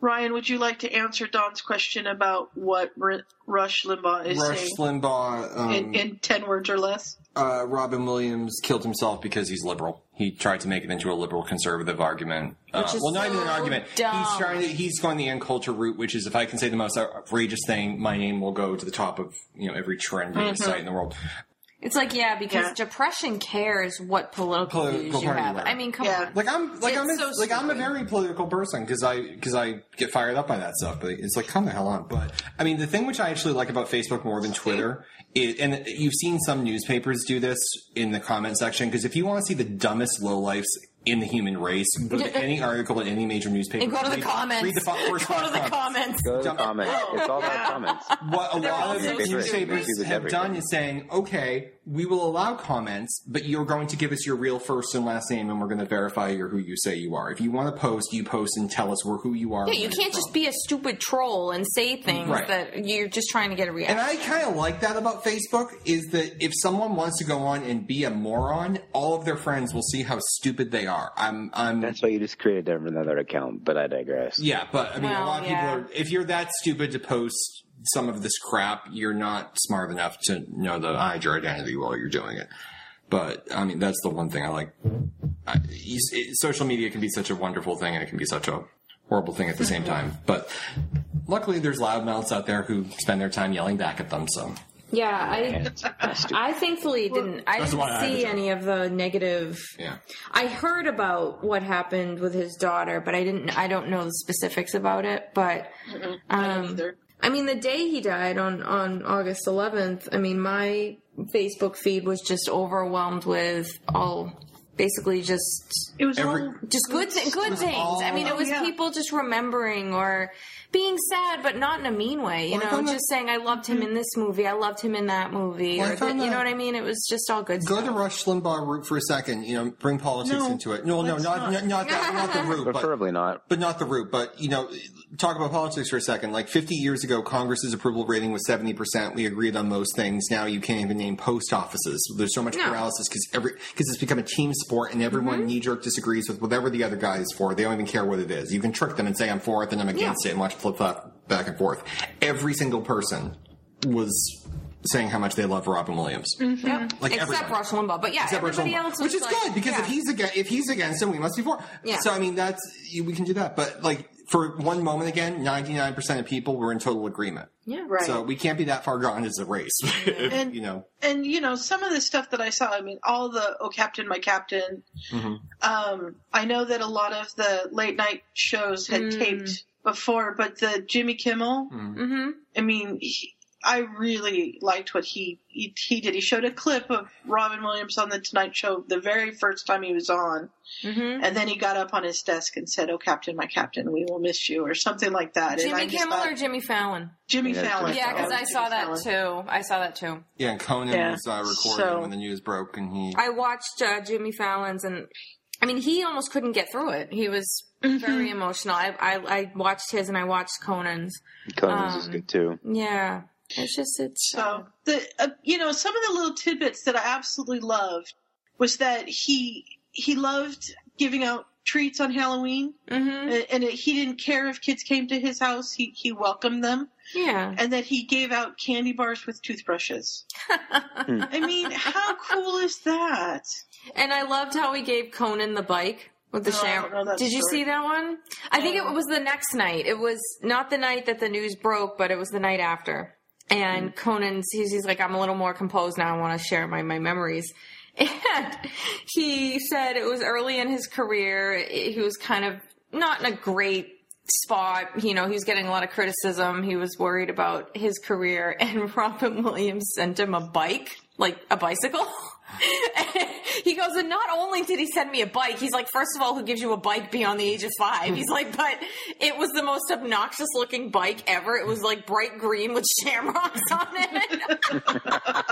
D: Ryan, would you like to answer Don's question about what R- Rush Limbaugh is
B: Rush
D: saying
B: Limbaugh, um,
D: in, in 10 words or less?
B: uh, Robin Williams killed himself because he's liberal. He tried to make it into a liberal conservative argument. Uh,
C: is
B: well, not even an
C: so
B: argument. He's
C: dumb.
B: trying to, he's going the end culture route, which is if I can say the most outrageous thing, my name will go to the top of, you know, every trending
C: Mm-hmm.
B: site in the world.
C: it's like yeah, because depression cares what political
B: Political
C: views you
B: party
C: have.
B: you are.
C: I mean, come
D: Yeah.
C: on.
B: Like I'm, like
C: It's
B: I'm, a,
C: so
B: like I'm a
C: stupid.
B: very political person because I, because I get fired up by that stuff. But it's like, come the hell on. But I mean, the thing which I actually like about Facebook more than Twitter, is, and you've seen some newspapers do this in the comment section, because if you want to see the dumbest lowlifes in the human race, go to any article in any major newspaper.
C: And go to the
B: read-
C: comments.
B: Read the fo- first
C: go to
B: five
C: the comments.
J: Go to the
B: Dumb-
J: comments. It's all about comments.
B: What a lot of
C: all so
B: newspapers
J: stupid. They do this
B: have
J: every
B: done
J: day.
B: is saying, okay, we will allow comments, but you're going to give us your real first and last name, and we're going to verify you're who you say you are. If you want to post, you post and tell us where who you are.
C: Yeah, you can't just be a stupid troll and say things
B: Right.
C: that you're just trying to get a reaction.
B: And I kind of like that about Facebook is that if someone wants to go on and be a moron, all of their friends will see how stupid they are. I'm, I'm,
J: That's why you just created another account, but I digress.
B: yeah, but I mean, a
C: Well,
B: lot of
C: yeah.
B: people are, if you're that stupid to post some of this crap, you're not smart enough to know the hide your identity while you're doing it. But I mean, that's the one thing I like. I, you- it, social media can be such a wonderful thing, and it can be such a horrible thing at the same
D: Mm-hmm.
B: time. But luckily, there's loudmouths out there who spend their time yelling back at them. So
C: yeah, I, I thankfully didn't. I
B: That's why I
C: didn't
B: have a
C: see
B: job.
C: any of the negative.
B: yeah.
C: I heard about what happened with his daughter, but I didn't. I don't know the specifics about it. But um,
D: either.
C: I mean, the day he died on on August 11th, I mean, my Facebook feed was just overwhelmed with all basically just
D: It was
B: Every-
D: all
C: just good thi- good things. I mean,
B: Oh,
C: it was
D: yeah.
C: people just remembering or being sad, but not in a mean way. You
B: Well, I
C: know,
B: found
C: just saying I loved him in this movie, I loved him in that movie,
B: Well, I
C: or
B: found
C: th- you
B: that-
C: know what I mean. It was just all good
B: Go
C: stuff.
B: to Rush Limbaugh route for a second. You know, bring politics
D: No,
B: into it. No, no,
D: let's
B: not
D: not.
B: not, not, that, not the route, but
J: Preferably not.
B: but not the root. But you know, talk about politics for a second. Like 50 years ago, Congress's approval rating was 70 percent. We agreed on most things. Now you can't even name post offices. There's so much
C: No. Mm-hmm.
B: paralysis because every because it's become a team sport, and everyone knee jerk disagrees with whatever the other guy is for. They don't even care what it is. You can trick them and say I'm for it, and I'm against it, and watch flip flop back and forth. Every single person was saying how much they love Robin Williams.
C: Yep.
B: Like
C: Mm-hmm. Except
B: everyone.
C: Rush Limbaugh, but yeah,
B: Except Rush
C: everybody
B: Limbaugh.
C: else, was
B: which is
C: like-
B: good because if
C: yeah.
B: he's against if he's against him, we must be for. him.
C: Yeah.
B: So I mean, that's we can do that. But like for one moment again, ninety nine percent of people were in total agreement.
C: yeah,
D: right.
B: So we can't be that far gone as a race, If,
D: And-
B: you know.
D: and you know some of the stuff that I saw. I mean, all the "Oh Captain, My Captain."
B: Mhm.
D: Um, I know that a lot of the late night shows had
C: Mm.
D: taped before, but the Jimmy Kimmel.
C: hmm
D: I mean, he, I really liked what he, he he did. He showed a clip of Robin Williams on the Tonight Show the very first time he was on,
C: hmm
D: and then he got up on his desk and said, "Oh Captain, My Captain, we will miss you," or something like that. and I
C: Jimmy
D: just
C: Kimmel
D: thought-
C: or Jimmy Fallon?
D: Jimmy
J: Yeah,
D: Fallon?
C: Yeah, because
D: Oh,
C: I saw
D: Jimmy
C: that
D: Fallon.
C: too. I saw that too.
B: Yeah, and Conan
D: Yeah.
B: was uh, recording
D: So-
B: when the news broke, and he.
C: I watched uh, Jimmy Fallon's, and I mean, he almost couldn't get through it. He was
D: Mm-hmm.
C: very emotional. I, I I watched his, and I watched Conan's.
J: Conan's is
C: Um,
J: good too.
C: Yeah, it's just it's
D: So the uh, you know some of the little tidbits that I absolutely loved was that he he loved giving out treats on Halloween,
C: hmm
D: and, and it, he didn't care if kids came to his house. He he welcomed them,
C: yeah.
D: and that he gave out candy bars with toothbrushes.
C: Hmm.
D: I mean, how cool is that?
C: And I loved how he gave Conan the bike with the
D: No, Oh, I don't know
C: sham.
D: that
C: Did you
D: story.
C: see that one? I think it was the next night. It was not the night that the news broke, but it was the night after.
D: Mm.
C: And Conan's he's, he's like, I'm a little more composed now. I want to share my my memories. And he said it was early in his career. He was kind of not in a great spot. You know, he was getting a lot of criticism. He was worried about his career, and Robin Williams sent him a bike, like a bicycle. he goes, and not only did he send me a bike, he's like, first of all, who gives you a bike beyond the age of five? He's like, but it was the most obnoxious looking bike ever. It was like bright green with shamrocks on it.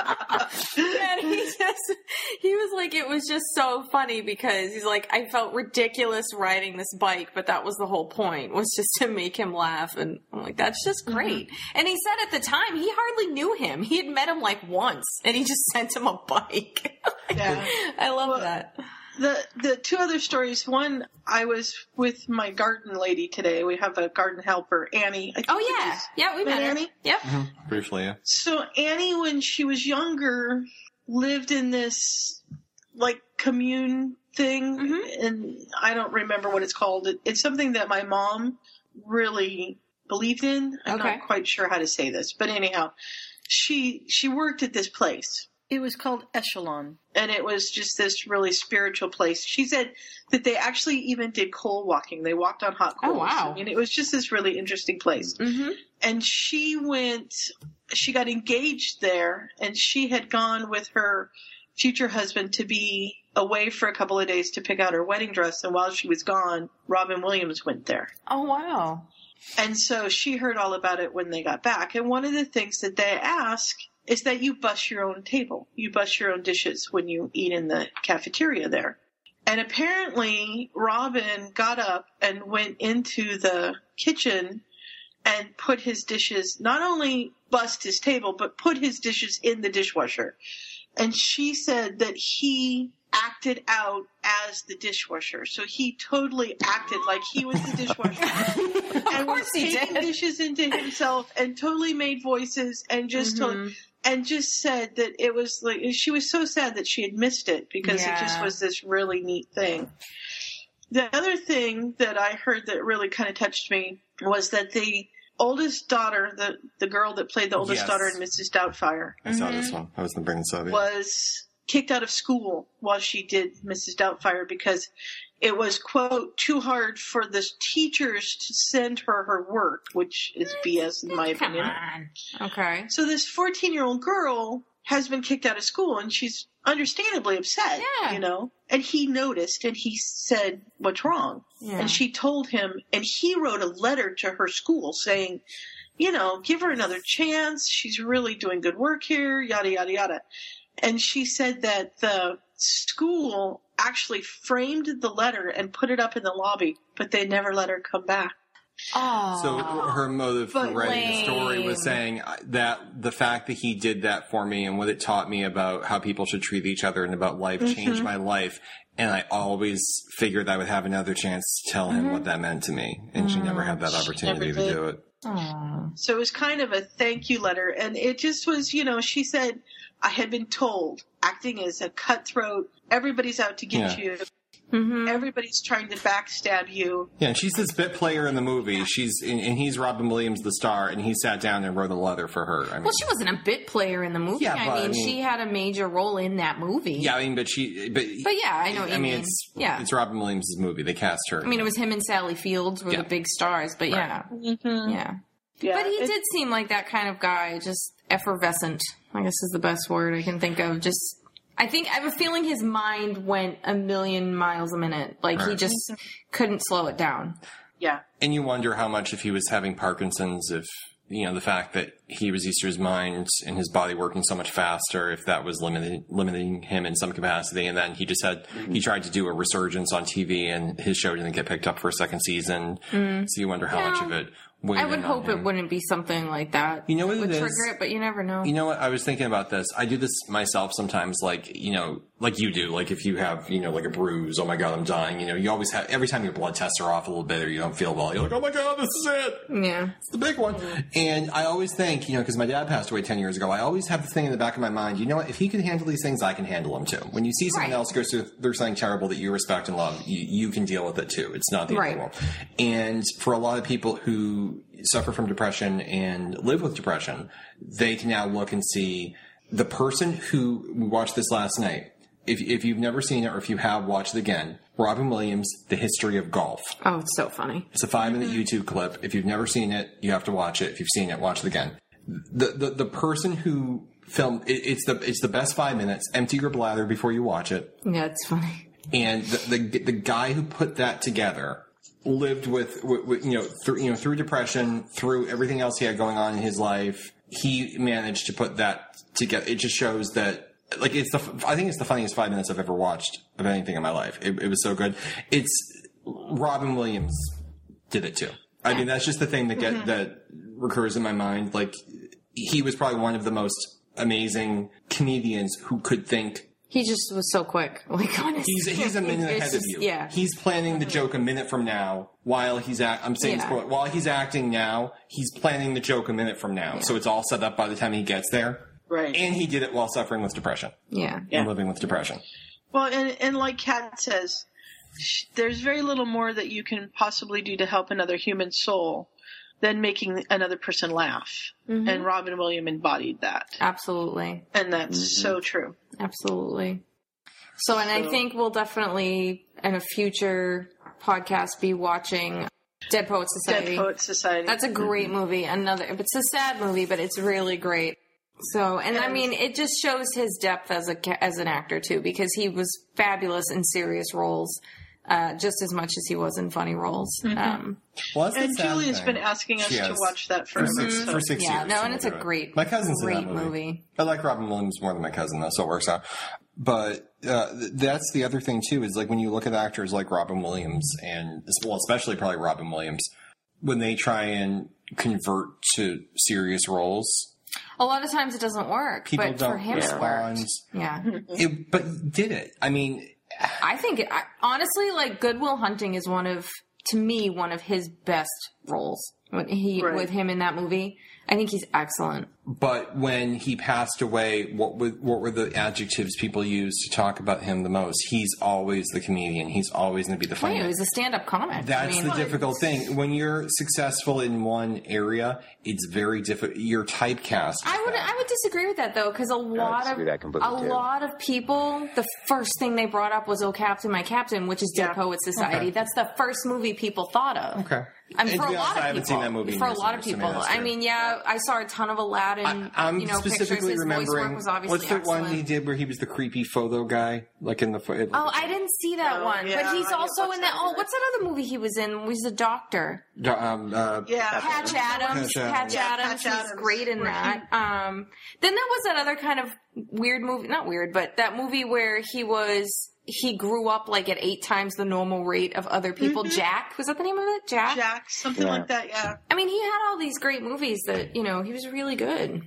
C: and he just, he was like, it was just so funny because he's like, I felt ridiculous riding this bike, but that was the whole point was just to make him laugh. And I'm like, that's just great. And he said at the time he hardly knew him. He had met him like once and he just sent him a bike.
D: Yeah.
C: I love that.
D: oh, the the two other stories. One, I was with my garden lady today. We have a garden helper, Annie. I think
C: Oh
D: it
C: yeah.
D: is.
C: Yeah, we met her.
D: Annie?
C: Yep.
B: Mm-hmm. Briefly, yeah.
D: So Annie, when she was younger, lived in this like commune thing,
K: Mm-hmm.
D: and I don't remember what it's called. It, it's something that my mom really believed in. I'm
C: Okay.
D: not quite sure how to say this, but anyhow, she she worked at this place.
K: It was called Echelon.
D: And it was just this really spiritual place. She said that they actually even did coal walking. They walked on hot
C: Oh,
D: coals.
C: wow.
D: I mean, it was just this really interesting place
C: Mm-hmm.
D: and she went she got engaged there and she had gone with her future husband to be away for a couple of days to pick out her wedding dress and while she was gone robin williams went there
C: Oh wow.
D: and so she heard all about it when they got back and one of the things that they ask is that you bus your own table. You bus your own dishes when you eat in the cafeteria there. And apparently, Robin got up and went into the kitchen and put his dishes, not only bust his table, but put his dishes in the dishwasher. And she said that he acted out as the dishwasher. So he totally acted like he was the dishwasher. and was
C: course he
D: taking
C: did.
D: dishes into himself and totally made voices and just
C: Mm-hmm.
D: told, and just said that it was like she was so sad that she had missed it because it just
C: Yeah.
D: was this really neat thing. The other thing that I heard that really kind of touched me was that the oldest daughter, the the girl that played the oldest
B: Yes.
D: daughter in Mrs. Doubtfire,
B: I saw
C: Mm-hmm.
B: this one. I was gonna bring this up. yeah.
D: was kicked out of school while she did Mrs. Doubtfire because it was quote too hard for the teachers to send her her work, which is BS in my
C: Come
D: opinion.
C: on. Okay.
D: So this 14 year old girl has been kicked out of school and she's understandably upset,
C: Yeah.
D: you know? And he noticed and he said, what's wrong?
C: Yeah.
D: And she told him and he wrote a letter to her school saying, you know, give her another chance. She's really doing good work here, yada, yada, yada. And she said that the school actually framed the letter and put it up in the lobby, but they never let her come back.
C: Oh.
B: So uh, her motive for
D: But
B: writing the story
C: lame.
B: was saying uh, that the fact that he did that for me and what it taught me about how people should treat each other and about life
C: Mm-hmm.
B: changed my life. And I always figured I would have another chance to tell him
C: Mm-hmm.
B: what that meant to me. And she never had that opportunity
D: never
B: to
D: did.
B: do it.
D: So it was kind of a thank you letter. And it just was, you know, she said, I had been told acting is a cutthroat. Everybody's out to get
B: Yeah.
D: you.
C: Mm-hmm.
D: Everybody's trying to backstab you.
B: Yeah, and she's this bit player in the movie. She's and, and he's Robin Williams, the star, and he sat down and wrote a letter for her. I mean,
C: well, she wasn't a bit player in the movie.
B: Yeah,
C: I,
B: but,
C: mean,
B: I mean-
C: she had a major role in that movie.
B: yeah, I mean, but she, but,
C: But yeah, I know what
B: I
C: you
B: mean,
C: mean.
B: it's
C: yeah.
B: it's Robin Williams' movie. They cast her.
C: I mean, it was him and Sally Fields were
B: Yeah.
C: the big stars, but yeah. Yeah.
D: Yeah.
C: But he
D: it-
C: did seem like that kind of guy, just effervescent, I guess is the best word I can think of. Just, I think, I have a feeling his mind went a million miles a minute. Like, he
B: Right.
C: just couldn't slow it down.
D: Yeah.
B: and you wonder how much if he was having Parkinson's, if you know the fact that he was used to his mind and his body working so much faster, if that was limiting limiting him in some capacity, and then he just had
C: Mm-hmm.
B: he tried to do a resurgence on TV and his show didn't get picked up for a second season, so you wonder how much
C: No.
B: of it. weighed
C: Mm. I would
B: in on
C: hope it
B: him.
C: wouldn't be something like that.
B: You know what
C: would
B: it is?
C: trigger it, but you never know.
B: You know what? I was thinking about this. I do this myself sometimes, like, you know, like you do. Like, if you have, you know, like a bruise, oh my God, I'm dying. You know, you always have, every time your blood tests are off a little bit or you don't feel well, you're like, oh my God, this is it.
C: yeah.
B: It's the big one. And I always think, you know, because my dad passed away 10 years ago, I always have the thing in the back of my mind, you know what? If he could handle these things, I can handle them too. When you see someone
C: Right.
B: else go through, through something terrible that you respect and love, you, you can deal with it too. It's not the end of
C: Right.
B: the world. And for a lot of people who suffer from depression and live with depression, they can now look and see the person who we watched this last night. If, if you've never seen it or if you have watched it again, Robin Williams, The History of Golf.
C: Oh, it's so funny.
B: It's a five minute YouTube clip. If you've never seen it, you have to watch it. If you've seen it, watch it again. The the, the person who filmed it, it's the it's the best five minutes. Empty your bladder before you watch it.
C: Yeah, it's funny.
B: And the the, the guy who put that together lived with, with, with you know through you know through depression, through everything else he had going on in his life. He managed to put that together. It just shows that. Like it's the, I think it's the funniest five minutes I've ever watched of anything in my life. It, it was so good. It's Robin Williams did it too. I mean, that's just the thing that get that recurs in my mind. Like he was probably one of the most amazing comedians who could think.
C: He just was so quick. Like, honestly.
B: He's he's a minute
C: it's
B: ahead
C: just-
B: of you.
C: Yeah.
B: he's planning the joke a minute from now. While he's act, I'm saying this
C: Yeah.
B: quote, while he's acting now, he's planning the joke a minute from now. So it's all set up by the time he gets there.
D: Right.
B: And he did it while suffering with depression
C: yeah.
B: and living with depression.
D: Well, and, and like Kat says, sh- there's very little more that you can possibly do to help another human soul than making another person laugh.
C: Mm-hmm.
D: And Robin Williams embodied that.
C: Absolutely.
D: And that's
B: Mm-hmm.
D: so true.
C: Absolutely. So, and I think we'll definitely, in a future podcast, be watching Dead Poet Society. Mm-hmm.
D: Dead Poet Society.
C: That's a great movie. Another, it's a sad movie, but it's really great. So, and I mean, it just shows his depth as a ca- as an actor too, because he was fabulous in serious roles. uh, just as much as he was in funny roles. Um,
B: Well, that's the
D: And
B: sad
D: Julia's
B: thing.
D: been asking us
B: She
D: to
B: has.
D: watch that
B: for
D: forever.
B: six,
C: Mm-hmm.
D: so-
B: for six
C: Yeah,
B: years.
C: no, and
B: we'll
C: it's a
B: do it.
C: great-
B: My cousin's in that
C: great movie.
B: I like Robin Williams more than my cousin, though, so it works out. But uh, th- that's the other thing too is like when you look at actors like Robin Williams and well, especially probably Robin Williams, when they try and convert to serious roles,
C: a lot of times it doesn't work,
B: people
C: but
B: don't
C: for him it
B: respond.
C: worked. Yeah,
B: It, but he did it? I mean,
C: I think it, I, honestly, like Goodwill Hunting is one of to me one of his best roles. When he
D: Right.
C: with him in that movie, I think he's excellent.
B: but when he passed away, what would, what were the adjectives people used to talk about him the most? He's always the comedian. He's always going to be the funny.
C: Wait, he was a stand-up comic. I
B: That's
C: mean,
B: the difficult thing. When you're successful in one area, it's very difficult. You're typecast.
C: I would I would disagree with that though because a lot of
J: disagree with that completely,
C: a
J: too.
C: lot of people the first thing they brought up was "Oh Captain, My Captain," which is
D: Yeah.
C: Dead Poets Society.
B: Okay.
C: That's the first movie people thought of.
B: okay.
C: I mean,
B: And
C: for
B: to
C: a
B: be honest,
C: lot of
B: I haven't
C: people,
B: seen that movie in
C: for a
B: years
C: lot
B: and
C: of
B: years, so
C: people.
B: maybe that's
C: I
B: fair.
C: mean, yeah, I saw a ton of Aladdin.
B: I, I'm
C: you know, pictures.
B: specifically
C: His voice
B: remembering
C: work was obviously
B: what's the
C: excellent.
B: one he did where he was the creepy photo guy, like in the. pho- It,
C: Oh, I didn't see that
D: Oh,
C: one.
D: yeah,
C: but he's
D: I didn't
C: also
D: watch
C: in
D: that
C: that. Oh,
D: either.
C: what's that other movie he was in? He was a doctor.
B: um, uh,
D: Yeah.
B: Patch
C: Patch Adams.
B: Adams.
C: Patch
D: Yeah,
C: Adams.
D: Patch
C: He's
D: Adams,
C: great in
D: where
C: that. Um, then there was that other kind of weird movie. Not weird, but that movie where he was. He grew up like at eight times the normal rate of other people. Jack was that the name of it? Jack.
D: Jack, something like that. Yeah,
C: I mean, he had all these great movies that you know he was really good.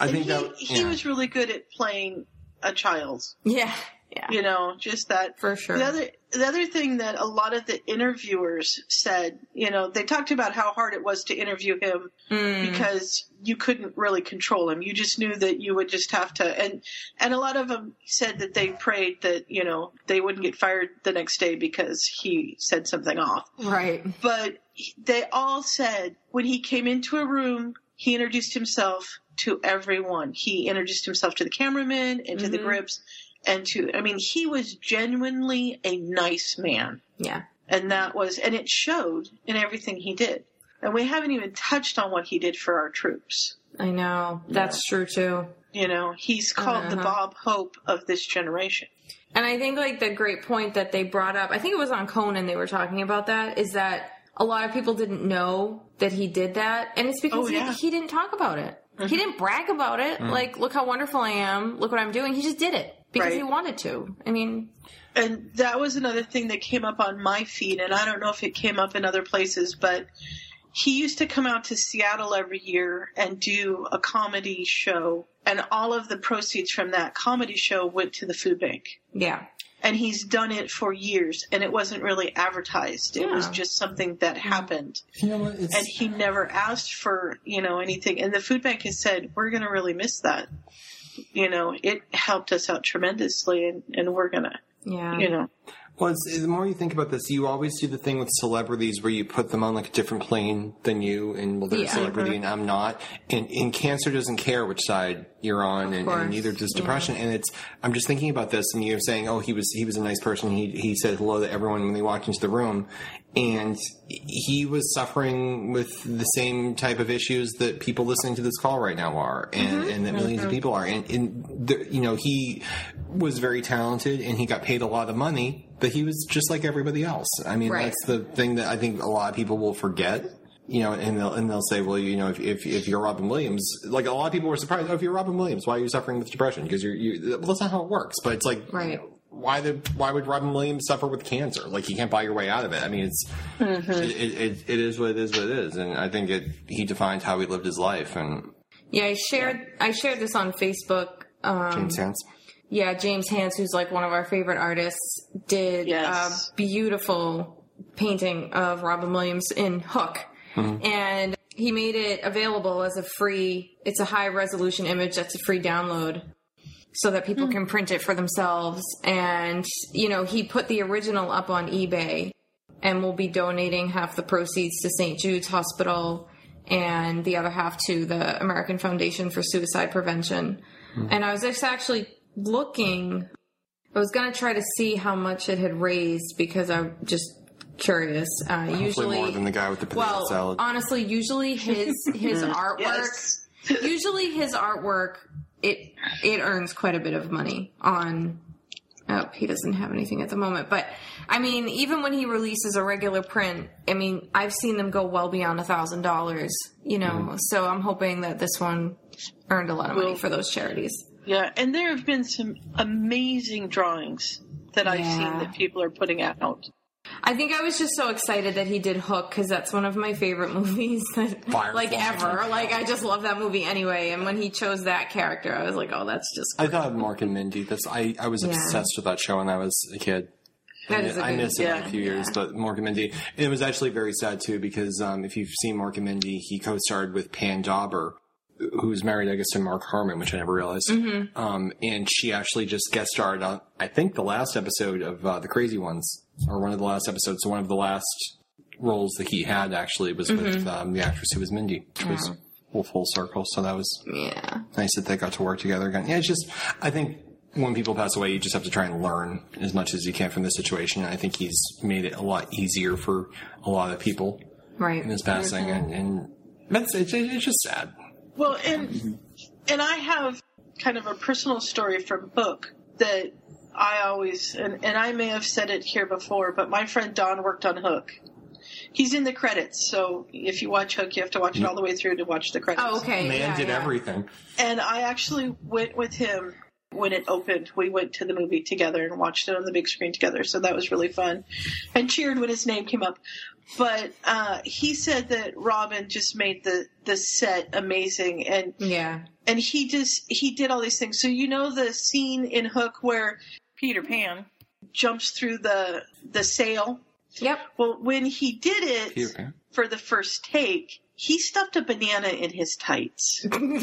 B: I
D: and
B: think
D: he,
B: that
D: he
B: yeah.
D: was really good at playing a child.
C: Yeah, yeah,
D: You know, just that
C: for sure.
D: The other the other thing that a lot of the interviewers said, you know, they talked about how hard it was to interview him
C: Mm.
D: because you couldn't really control him. You just knew that you would just have to and and a lot of them said that they prayed that, you know, they wouldn't get fired the next day because he said something off.
C: right.
D: But he- they all said when he came into a room, he introduced himself to everyone. He introduced himself to the cameraman and to the grips and to I mean, he was genuinely a nice man.
C: Yeah.
D: And that was and it showed in everything he did. And we haven't even touched on what he did for our troops.
C: I know. That's true too.
D: You know, he's called the Bob Hope of this generation.
C: And I think like the great point that they brought up, I think it was on Conan they were talking about that, is that a lot of people didn't know that he did that. And it's because
D: Oh, yeah. Mm-hmm.
C: he, he didn't talk about it. He didn't brag about it. Like, look how wonderful I am. Look what I'm doing. He just did it because
D: Right.
C: he wanted to. I mean,
D: and that was another thing that came up on my feed and i don't know if it came up in other places but he used to come out to seattle every year and do a comedy show and all of the proceeds from that comedy show went to the food bank
C: yeah.
D: and he's done it for years and it wasn't really advertised it was
C: Yeah.
D: just something that happened
B: You know what? It's,
D: and he never asked for you know anything and the food bank has said we're going to really miss that you know it helped us out tremendously and, and we're going to
C: Yeah.
D: you know
B: Well, it's, the more you think about this, you always do the thing with celebrities where you put them on like a different plane than you, and well, they're a
C: Yeah.
B: celebrity and I'm not. And, and cancer doesn't care which side you're on, and,
C: course.
B: and neither does depression. And it's I'm just thinking about this, and you're saying, oh, he was he was a nice person. He he said hello to everyone when they walked into the room, and he was suffering with the same type of issues that people listening to this call right now are, and, and that 1000000s of people are. And, and the, you know, he was very talented, and he got paid a lot of money. But he was just like everybody else. I mean,
C: Right.
B: that's the thing that I think a lot of people will forget. You know, and they'll and they'll say, well, you know, if, if if you're Robin Williams, like a lot of people were surprised. Oh, if you're Robin Williams, why are you suffering with depression? Because you're you. Well, that's not how it works. But it's like,
C: Right.
B: you know, why the why would Robin Williams suffer with cancer? Like you can't buy your way out of it. I mean, it's
C: Mm-hmm.
B: it, it, it it is what it is. What it is, and I think it he defined how he lived his life and
C: Yeah. I shared, I shared this on Facebook. Um,
B: makes sense.
C: yeah, James Hans, who's like one of our favorite artists, did
D: Yes.
C: a beautiful painting of Robin Williams in Hook. And he made it available as a free, it's a high resolution image that's a free download so that people can print it for themselves. And, you know, he put the original up on eBay and will be donating half the proceeds to St. Jude's Hospital and the other half to the American Foundation for Suicide Prevention.
B: Hmm.
C: And I was just actually looking, I was going to try to see how much it had raised because I'm just curious. Uh,
B: Hopefully
C: usually,
B: more than the guy with the potato
C: well,
B: salad.
C: honestly, usually his his artwork
D: Yes.
C: usually his artwork it it earns quite a bit of money on Oh, he doesn't have anything at the moment. But I mean, even when he releases a regular print, I mean, I've seen them go well beyond a thousand dollars. You know,
B: Mm-hmm.
C: so I'm hoping that this one earned a lot of money for those charities.
D: Yeah, and there have been some amazing drawings that I've seen
C: Yeah.
D: that people are putting out.
C: I think I was just so excited that he did Hook because that's one of my favorite movies, that,
L: Firefly.
C: like ever. Like I just love that movie anyway. And when he chose that character, I was like, oh, that's just
B: I thought Mark and Mindy. That's I, I was
C: Yeah.
B: obsessed with that show when I was a kid.
C: That
B: And
C: is a
B: I
C: good-
B: missed it by
C: yeah,
B: a few years, but Mark and Mindy. And it was actually very sad too because um, if you've seen Mark and Mindy, he co-starred with Pan Dauber, who's married, I guess, to Mark Harmon, which I never realized.
C: Mm-hmm.
B: Um, and she actually just guest starred on, I think, the last episode of uh, The Crazy Ones, or one of the last episodes, one of the last roles that he had actually was with
C: Mm-hmm.
B: um, the actress who was Mindy, which was well, full circle. So that was
C: yeah.
B: nice that they got to work together again. Yeah, it's just I think when people pass away, you just have to try and learn as much as you can from the situation. And I think he's made it a lot easier for a lot of people
C: Right.
B: in his passing,
C: Mm-hmm.
B: and, and that's it's, it's just sad.
D: Well, and and I have kind of a personal story from book that I always and, and I may have said it here before, but my friend Don worked on Hook. He's in the credits, so if you watch Hook, you have to watch it all the way through to watch the credits.
C: Mm-hmm. Oh, okay.
B: Man
C: yeah,
B: did
C: yeah.
B: everything.
D: And I actually went with him when it opened. We went to the movie together and watched it on the big screen together. So that was really fun and cheered when his name came up. But uh, he said that Robin just made the, the set amazing and
C: Yeah.
D: and he just he did all these things. So you know the scene in Hook where
M: Peter Pan.
D: jumps through the the sail?
C: Yep.
D: Well, when he did it
B: Peter Pan.
D: for the first take, he stuffed a banana in his tights. and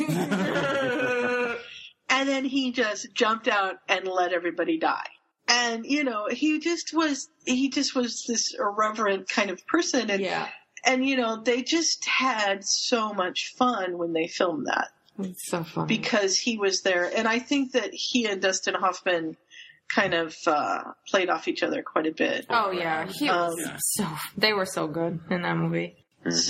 D: then he just jumped out and let everybody die. And you know, he just was he just was this irreverent kind of person and
C: Yeah.
D: and you know, they just had so much fun when they filmed that
C: It's so funny.
D: because he was there. And I think that he and Dustin Hoffman kind of uh, played off each other quite a bit.
C: oh yeah, he was
D: Um,
C: so they were so good in that movie.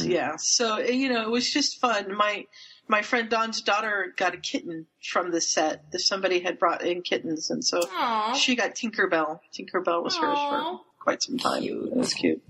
D: Yeah. So you know, it was just fun. My my friend Don's daughter got a kitten from the set. That somebody had brought in kittens, and so
C: Aw.
D: she got Tinkerbell. Tinkerbell was hers
C: Aw.
D: for quite some time.
C: Cute.
D: It was cute.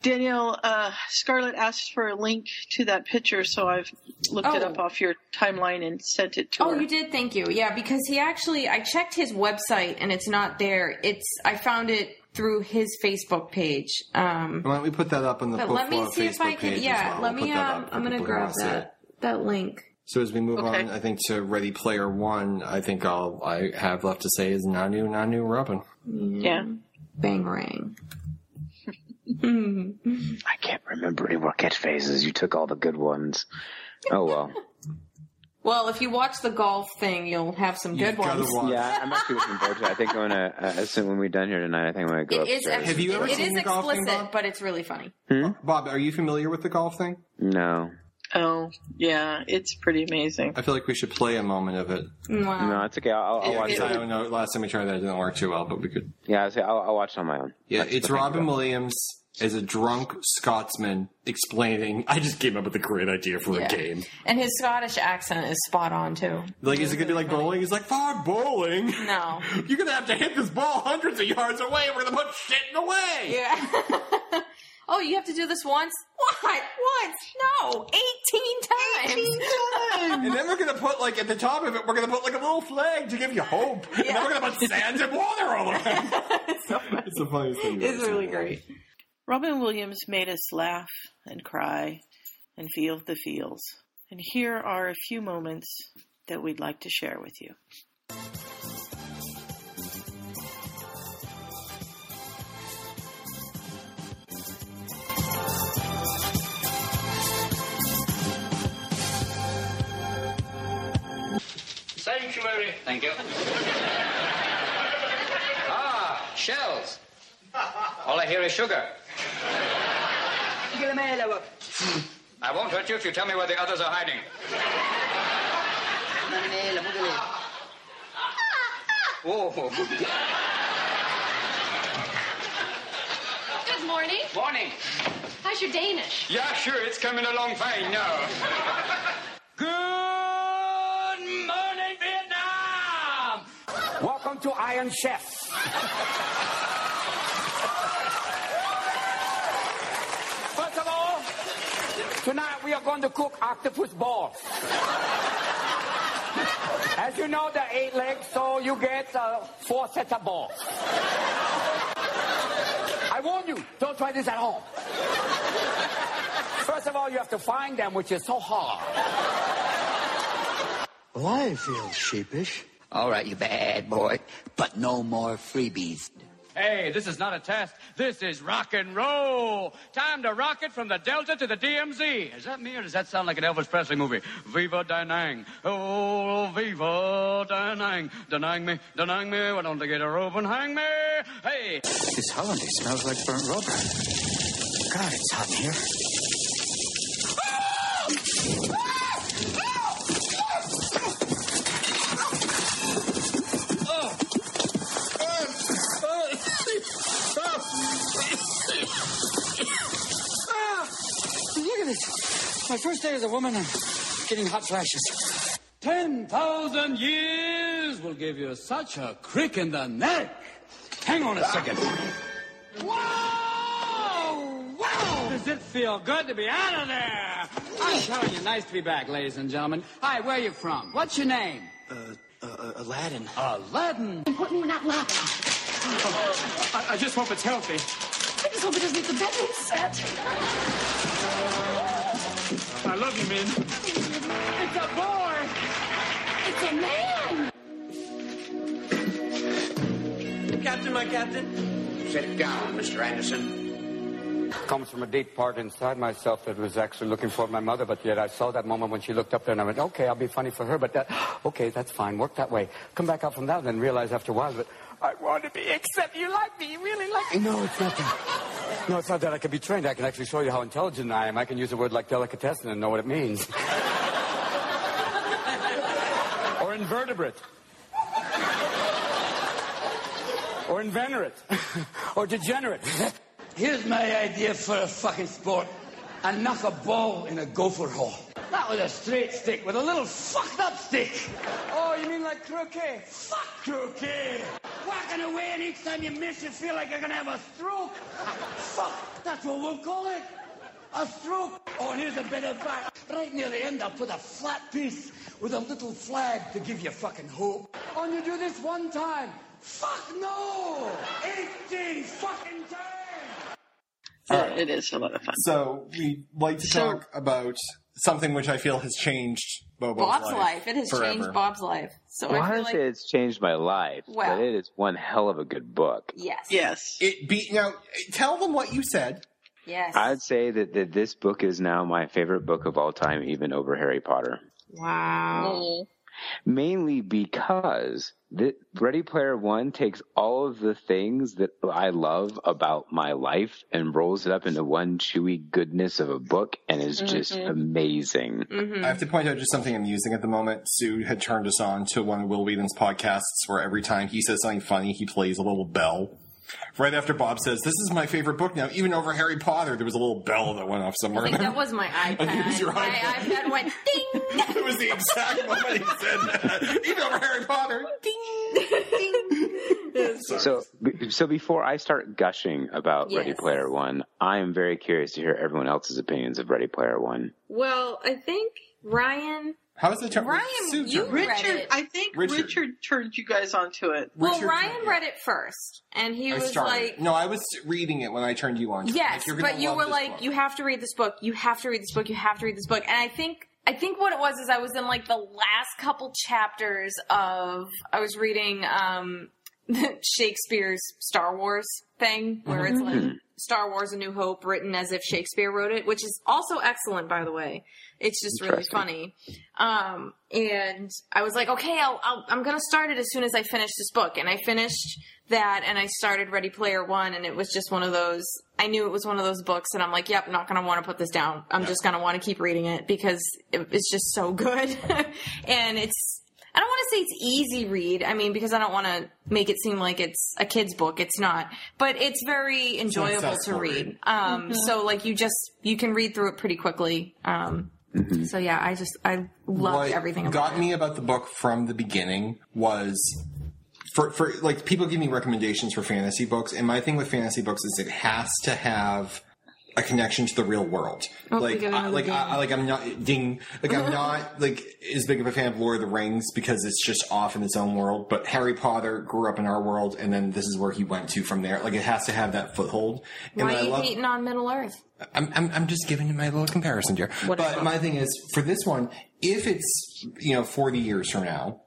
D: Danielle, uh, Scarlett asked for a link to that picture, so I've looked it
C: Oh.
D: up off your timeline and sent it to
C: Oh,
D: her.
C: you did. Thank you. Yeah, because he actually I checked his website and it's not there. It's I found it through his Facebook page. Um,
B: Why don't we put that up on the
C: but let me
B: Book Law
C: see if
B: Facebook
C: I can.
B: page
C: Yeah,
B: as well.
C: let
B: We'll
C: me.
B: put that
C: Um,
B: up for
C: I'm gonna
B: people who
C: grab
B: wanna see it.
C: that that link.
B: So as we move
D: Okay.
B: on, I think to Ready Player One, I think all I have left to say is Nanu Nanu Robin.
D: yeah.
C: Bang rang.
G: I can't remember any more catchphrases. You took all the good ones. Oh well.
C: Well, if you watch the golf thing, you'll have some good
B: Gotta
C: ones.
B: watch.
G: Yeah, I'm actually looking forward to it. I think I'm gonna uh, as soon when we're done here tonight, I think I'm gonna go
C: It is.
G: upstairs.
C: ex-
B: Have you ever
C: it, it
B: seen
C: is
B: the golf thing,
C: explicit,
B: Bob?
C: but it's really funny.
B: Bob, are you familiar with the golf thing?
G: No.
D: Oh, yeah. It's pretty amazing.
B: I feel like we should play a moment of it.
C: Wow.
G: No, it's okay. I'll, I'll watch
B: Because Oh, I
G: it.
B: don't know. Last time we tried that, it didn't work too well, but we could.
G: Yeah, I'll, say- I'll, I'll watch it on my own.
B: Yeah,
G: That's
B: it's
G: the thing
B: Robin
G: about
B: Williams as a drunk Scotsman explaining. I just came up with a great idea for
C: Yeah.
B: a game.
C: And his Scottish accent is spot on too.
B: Like, is it gonna be like bowling? He's like, "Far bowling.
C: No.
B: You're gonna have to hit this ball hundreds of yards away. We're gonna put shit in the way."
C: Yeah. oh, you have to do this once? What? Once? No. 18 times.
B: And then we're gonna put like at the top of it, we're gonna put like a little flag to give you hope. And then we're gonna put sand and water all around. it's the funniest thing. you've
C: It's
B: ever seen.
C: really great.
M: Robin Williams made us laugh and cry and feel the feels. And here are a few moments that we'd like to share with you.
N: Sanctuary. Thank you. ah, shells. All I hear is sugar. I won't hurt you if you tell me where the others are hiding. Whoa.
O: Good morning.
N: Morning.
O: How's your Danish?
N: Yeah, sure, it's coming along fine now. Good morning, Vietnam! Welcome to Iron Chef.
F: First of all, tonight we are going to cook octopus balls. As you know, they're eight legs, so you get uh, four sets of balls. I warn you, don't try this at home. First of all, you have to find them, which is so hard.
E: Well, I feel sheepish. All right, you bad boy, but no more freebies.
N: Hey, this is not a test. This is rock and roll. Time to rock it from the Delta to the DMZ. Is that me or does that sound like an Elvis Presley movie? Viva Da Nang. Oh, Viva Da Nang. Da Nang me, Da Nang me. Why don't they get a rope and hang me? Hey.
E: This holiday smells like burnt rubber. God, it's hot in here.
F: Look at this. My first day as a woman, I'm getting hot flashes.
N: Ten thousand years will give you such a crick in the neck. Hang on a second. Wow! Wow! Does it feel good to be out of there? I'm telling you, nice to be back, ladies and gentlemen. Hi, where are you from? What's your name? Uh, uh Aladdin. Aladdin?
H: Important we're not laughing.
N: I, I just hope it's healthy.
H: I just hope it doesn't eat the bedroom set.
N: I love you, man. It's a boy!
H: It's a man!
F: Captain, my captain.
P: Sit down, Mr. Anderson.
F: Comes from a deep part inside myself that was actually looking for my mother, but yet I saw that moment when she looked up there and I went, okay, I'll be funny for her, but that, okay, that's fine, work that way. Come back out from that and then realize after a while that I want to be, except you like me, you really like me. No, it's not that. No, it's not that I can be trained. I can actually show you how intelligent I am. I can use a word like delicatessen and know what it means. or invertebrate. or inveterate. or degenerate.
P: Here's my idea for a fucking sport. I knock a ball in a gopher hole. Not with a straight stick, with a little fucked up stick.
F: Oh, you mean like croquet?
P: Fuck croquet! Whacking away, and each time you miss, you feel like you're gonna have a stroke. Fuck, that's what we'll call it. A stroke. Oh, and here's a bit of back. Right near the end, I'll put a flat piece with a little flag to give you fucking hope. Oh, and you do this one time. Fuck no! 18 fucking times!
D: Uh, It is a lot of fun.
B: So we like to
D: So-
B: talk about something which I feel has changed Bobo's
C: Bob's
B: life.
C: life. It has
B: forever.
C: changed Bob's life. So
G: well,
C: I feel
G: honestly,
C: like
G: it's changed my life.
C: Wow.
G: But it is one hell of a good book.
C: yes,
D: Yes.
B: It be now. Tell them what you said.
C: yes.
G: I'd say that, that this book is now my favorite book of all time, even over Harry Potter.
C: Wow.
G: Mainly because the, Ready Player One takes all of the things that I love about my life and rolls it up into one chewy goodness of a book and is just
C: Mm-hmm.
B: Mhm.
G: amazing.
B: I have to point out just something amusing at the moment. Sue had turned us on to one of Will Whedon's podcasts where every time he says something funny, he plays a little bell. Right after Bob says, This is my favorite book now, even over Harry Potter, there was a little bell that went off somewhere.
C: I think that was my iPad.
B: it was your
C: my iPad went ding.
B: it was the exact moment he said that. Even over Harry Potter. Ding, ding.
G: So, b- so before I start gushing about Ready
C: Yes.
G: Player One, I am very curious to hear everyone else's opinions of Ready Player One.
C: Well, I think Ryan.
G: How is it turn-
C: Ryan,
G: Sue
C: you
G: turned-
C: read
D: Richard,
C: it.
D: I think Richard. turned you guys on to it.
C: Well, Ryan read it first, and he
B: I
C: was
B: started.
C: like,
B: no, I was reading it when I turned you on. to it.
C: Yes,
B: Like, you're gonna
C: but you
B: love
C: were
B: this
C: like, you have to read this book. You have to read this book. You have to read this book. And I think, I think what it was is I was in like the last couple chapters of, I was reading, um, Shakespeare's Star Wars thing where it's like
B: Mm-hmm.
H: Mhm.
C: Star Wars A New Hope written as if Shakespeare wrote it, which is also excellent, by the way. It's just really funny. Um, and I was like, okay, I'll, I'll, I'm going to start it as soon as I finish this book. And I finished that and I started Ready Player One and it was just one of those, I knew it was one of those books and I'm like, yep, not going to want to put this down. I'm just going to want to keep reading it because it, it's just so good. and it's, I don't want to say it's easy read. I mean, because I don't want to make it seem like it's a kid's book. It's not, but it's very
H: not
C: enjoyable to
H: accessible
C: read.
H: read.
C: Um,
H: Mhm.
C: so like you just you can read through it pretty quickly. Um,
B: Mm-hmm.
C: So yeah, I just I
B: What
C: loved everything about
B: got me about the book from the beginning was for for like people give me recommendations for fantasy books, and my thing with fantasy books is it has to have a connection to the real world.
Q: Oh, we
B: like
Q: got
B: I,
Q: another
B: like
Q: ding.
B: I, I- like I'm not ding like I'm not like as big of a fan of Lord of the Rings because it's just off in its own world. But Harry Potter grew up in our world, and then this is where he went to from there. Like it has to have that foothold. And
C: Why
B: I
C: are you
B: love-
C: hating on Middle Earth?
B: I'm, I'm, I'm just giving you my little comparison here. But my thing is, for this one, if it's, you know, 40 years from now,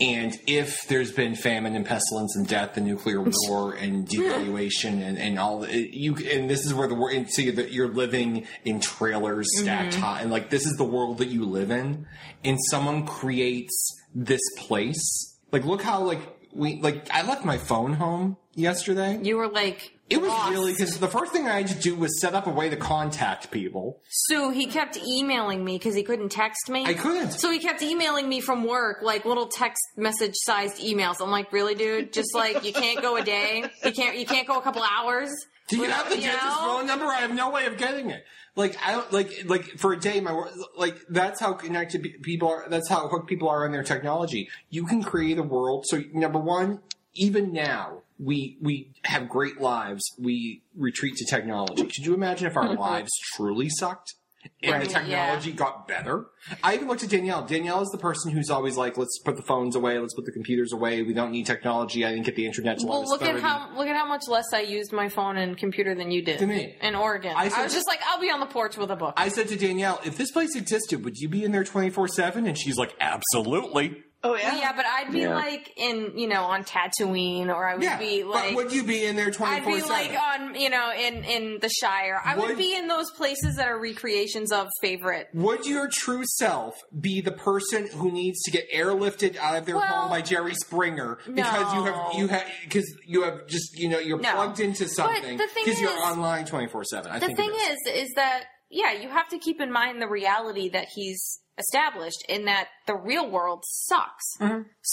B: and if there's been famine and pestilence and death and nuclear war and devaluation and, and all the, you and this is where the world and see that you're living in trailers stacked
Q: Mhm.
B: high and like this is the world that you live in and someone creates this place like look how like we like I left my phone home yesterday
C: you were like
B: it was really because the first thing I had to do was set up a way to contact people
C: So he kept emailing me because he couldn't text me.
B: I couldn't.
C: So he kept emailing me from work, like little text message sized emails. I'm like, really, dude? Just like you can't go a day. You can't. You can't go a couple hours.
B: Do you have the
C: you
B: dentist's
C: know?
B: phone number? I have no way of getting it. Like I don't like like for a day. My wor- like that's how connected pe- people are. That's how hooked people are on their technology. You can create a world. So number one, even now we we have great lives. We retreat to technology. Could you imagine if our lives truly sucked? And
Q: Right,
B: the technology got better. I even looked at Danielle. Danielle is the person who's always like, "Let's put the phones away. Let's put the computers away. We don't need technology. I didn't get the internet till I
C: Well,
B: was
C: look
B: 30.
C: at how look at how much less I used my phone and computer than you did.
B: To me.
C: in Oregon,
B: I
C: I,
B: said-
C: was just like, I'll be on the porch with a book.
B: I said to Danielle, if this place existed, would you be in there 24 7? And she's like, absolutely.
C: Oh yeah, yeah, but I'd be
B: Yeah.
C: like in you know on Tatooine, or I would
B: Yeah,
C: be
B: but
C: like.
B: would you be in there
C: I'd
B: 24
C: be like uh, on you know in in the Shire. I would,
B: Would-
C: be in those places that are recreations of favorite.
B: Would your true self be the person who needs to get airlifted out of their home by Jerry Springer because you have you have because you have just you know you're
C: No.
B: plugged into
C: But
B: something
C: the thing
B: because you're
C: is-
B: online 24 7. I
C: the
B: think
C: thing
B: it is.
C: is, is that yeah, you have to keep in mind the reality that he's established in that the real world sucks.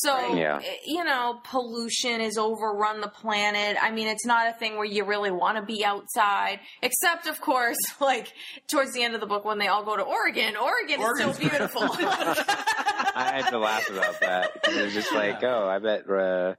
C: So
H: Yeah.
C: eh, you know, pollution has overrun the planet. I mean, it's not a thing where you really want to be outside, except of course, like towards the end of the book when they all go to Oregon. Oregon is
J: Oregon's-
C: so beautiful.
J: I had to laugh about that because it was just like, oh, I bet uh,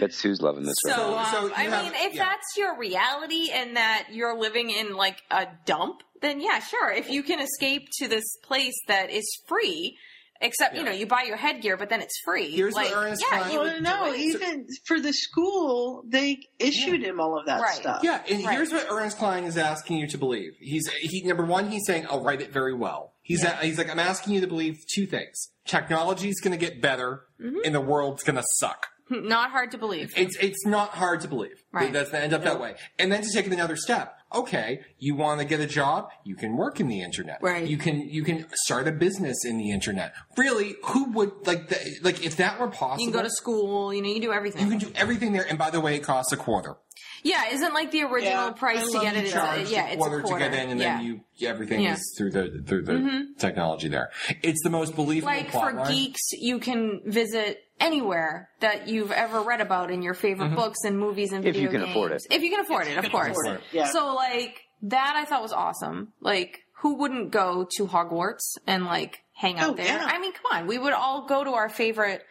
J: bet Sue's loving this.
C: So,
J: right now.
C: um, I
B: have-
C: mean, if
B: yeah.
C: that's your reality and that you're living in like a dump, then yeah, sure. If you can escape to this place that is free, except you know you buy your headgear, but then it's free. like, yeah, you
D: well,
C: would
D: no,
C: do it.
D: even for the school, they issued him all of that stuff.
B: Yeah, and here's what Ernest Klein is asking you to believe. He's he number one, he's saying I'll write it very well. He's a- he's like I'm asking you to believe two things: technology's going to get better,
C: Mhm.
B: and the world's going to suck.
C: not hard to believe.
B: It's it's not hard to believe.
C: Right.
B: That's going to end up that way. And then to take it another step. Okay, you want to get a job? You can work in the internet. Right. You can you can start a business in the internet. Really, who would like the, like if that were possible?
C: You can go to school. You know, you can do everything.
B: You can do everything there, and by the way, it costs a quarter.
C: yeah, isn't like the original price to get it? It's a,
B: charge
C: Uh, yeah,
B: a
C: it's
B: quarter
C: a quarter
B: to get in, and
C: yeah.
B: then you everything
C: Yeah.
B: is through the through the
C: Mhm.
B: technology there. It's the most believable
C: like
B: plot
C: for
B: line.
C: geeks, you can visit anywhere that you've ever read about in your favorite
B: Mhm.
C: books and movies and
J: If
C: video
J: you can
C: games.
J: afford it.
C: If you can afford it, of course.
J: afford it, yeah.
C: So like that, I thought was awesome. Like who wouldn't go to Hogwarts and like hang out
K: Oh,
C: there?
K: yeah.
C: I mean, come on, we would all go to our favorite,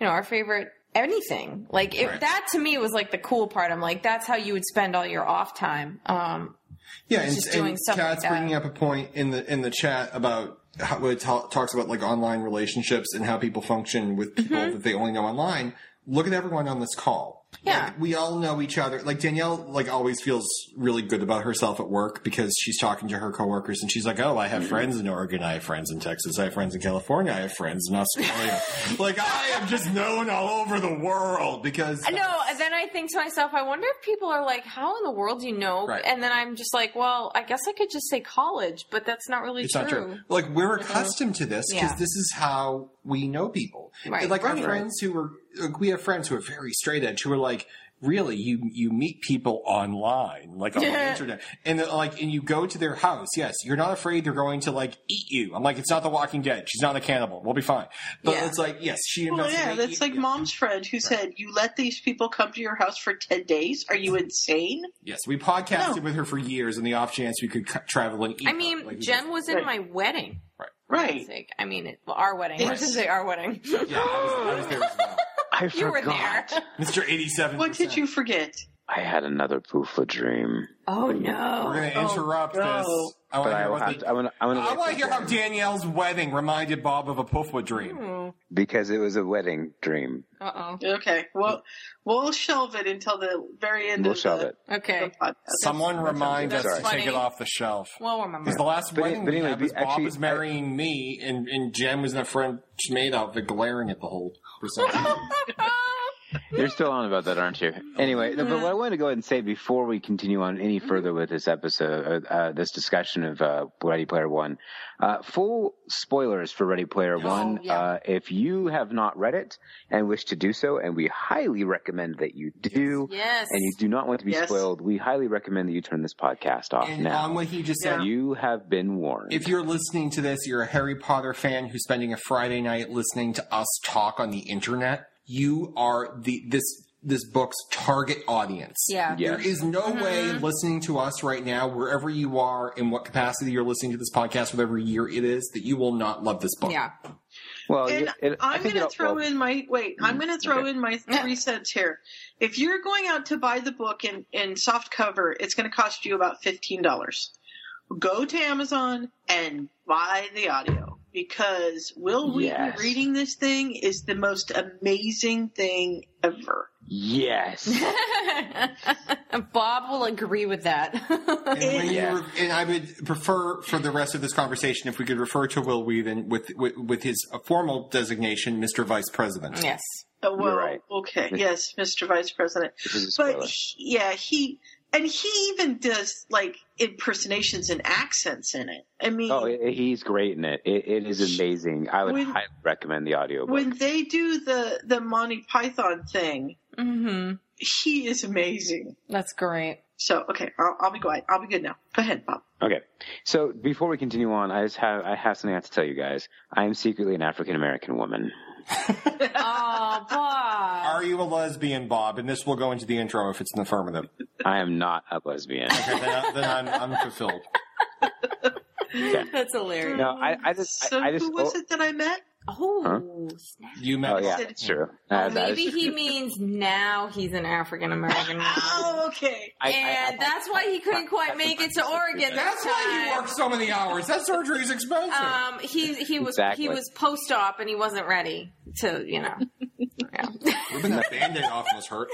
C: you know, our favorite anything. Like if
B: Right.
C: that to me was like the cool part. I'm like, that's how you would spend all your off time. Um,
B: Yeah,
C: it's
B: and,
C: just
B: and
C: doing stuff like
B: Kat's
C: that.
B: bringing up a point in the in the chat about how it ta- talks about like online relationships and how people function with people
C: Mm-hmm.
B: that they only know online. Look at everyone on this call. Yeah, we all know each other. Like Danielle, like always feels really good about herself at work because she's talking to her coworkers and she's like, "Oh, I have
C: Mm-hmm.
B: friends in Oregon. I have friends in Texas. I have friends in California. I have friends in Australia. like I am just known all over the world because
C: No, and then I think to myself, I wonder if people are like, how in the world do you know?
B: Right.
C: And then I'm just like, well, I guess I could just say college, but that's not really
B: it's
C: true. Uh-huh.
B: not true. Like we're accustomed to this because
C: Yeah.
B: this is how we know people.
C: Right,
B: Like our
C: right.
B: friends who were, like we have friends who are very straight edge who are like, really, you you meet people online, like on the
Q: Yeah.
B: internet, and they're like, and you go to their house. Yes, you're not afraid they're going to like eat you. I'm like, it's not The Walking Dead. She's not a cannibal. We'll be fine. But it's like, yes, she
D: Well,
B: invested.
D: yeah, that's like mom's friend who said, "You let these people come to your house for ten days? Are you insane?"
B: Yes, we podcasted with her for years, on the off chance we could c- travel and eat.
C: I
B: her,
C: mean,
B: like we
C: Jen was in
B: Right.
C: my wedding.
B: Right.
C: Right. I mean, it, well, our wedding. I
B: Right.
C: should say our wedding.
B: did. yeah, I was, I was there as well.
G: I
C: you were there.
G: forgot.
Q: Mr. 87.
D: What did you forget?
G: I had another Poofa dream.
C: Oh no!
B: We're going to interrupt this. I
G: But
B: want to
G: I
B: hear,
G: will
B: what
G: have
B: Oh, the-
G: to, I wanna, I wanna
B: I
G: wait
B: wanna
G: for
B: hear how
G: Jen,
B: Danielle's wedding reminded Bob of a Pufwa dream.
G: because it was a wedding dream.
C: Uh
D: oh. Okay. Well, we'll shelve it until the very end.
G: We'll
D: of
G: shelve
D: the,
G: it.
C: Okay.
B: Someone remind us
G: That's
B: to
G: funny.
B: take it off the shelf.
C: Well, remember.
B: Because the last
G: But-
B: wedding
G: but
B: we
G: anyway,
B: had was
G: we- actually,
B: Bob was marrying me, and, and Jen was in a French maid outfit glaring at the whole reception.
G: You're still on about that, aren't you?
J: Anyway,
G: But what I wanted to go ahead and say before we continue on any further with this episode, uh, uh, this discussion of uh, Ready Player One, uh, full spoilers for Ready Player
D: Oh,
G: One. Uh, if you have not read it and wish to do so, and we highly recommend that you do,
C: Yes.
G: and you do not want to be
B: Yes.
G: spoiled, we highly recommend that you turn this podcast off
B: And
G: now.
B: on what he just said- Yeah.
G: you have been warned.
B: If you're listening to this, you're a Harry Potter fan who's spending a Friday night listening to us talk on the internet. You are the this this book's target audience.
Q: Yeah.
B: There
Q: Yes.
B: is no way listening to us right now, wherever you are, in what capacity you're listening to this podcast, whatever year it is, that you will not love this book.
C: Yeah.
G: Well,
D: And I'm going to throw in my wait. I'm going to throw in my three cents here. If you're going out to buy the book in in soft cover, it's going to cost you about fifteen dollars. Go to Amazon and buy the audio because Will Wheaton
G: Yes.
D: reading this thing is the most amazing thing ever.
G: yes.
C: Bob will agree with that.
B: And, when you re- and I would prefer for the rest of this conversation if we could refer to Will Wheaton with with, with his formal designation, Mr. Vice President.
C: Yes.
D: Uh, well,
B: You're right.
D: okay, yes, Mr. Vice President. But he- yeah, he and he even does like impersonations and accents in it. I mean,
G: Oh, i- he's great in it. It, it is amazing. I would
D: When-
G: highly recommend the audiobook.
D: when they do the the Monty Python thing,
C: mm-hmm.
D: he is amazing.
C: That's great.
D: So okay, I'll, I'll be quiet. I'll be good now. Go ahead, Bob.
G: Okay. So before we continue on, I just have I have something I have to tell you guys. I am secretly an African American woman.
C: oh, Bob.
B: Are you a lesbian, Bob? And this will go into the intro if it's an affirmative.
G: I am not a lesbian.
B: Okay, then, I, then I'm, I'm fulfilled.
C: That's hilarious.
G: No, I, I just
D: So
G: I, I just
D: who was
G: oh,
D: it that I met?
C: Oh,
G: Huh?
C: snap.
B: You
G: Oh
B: met
G: yeah,
D: Said-
G: that's true.
C: Oh,
G: Uh, that is
C: maybe
G: true.
C: he means now he's an African American. oh,
D: okay.
G: I- I-
C: and that's why he couldn't quite make it to Oregon.
B: That's
C: that
B: why you
C: time.
B: work so many hours. That surgery is expensive.
C: Um, he he was
B: Exactly.
C: he was post op and he wasn't ready to you know.
B: Ripping that band-aid off must hurt.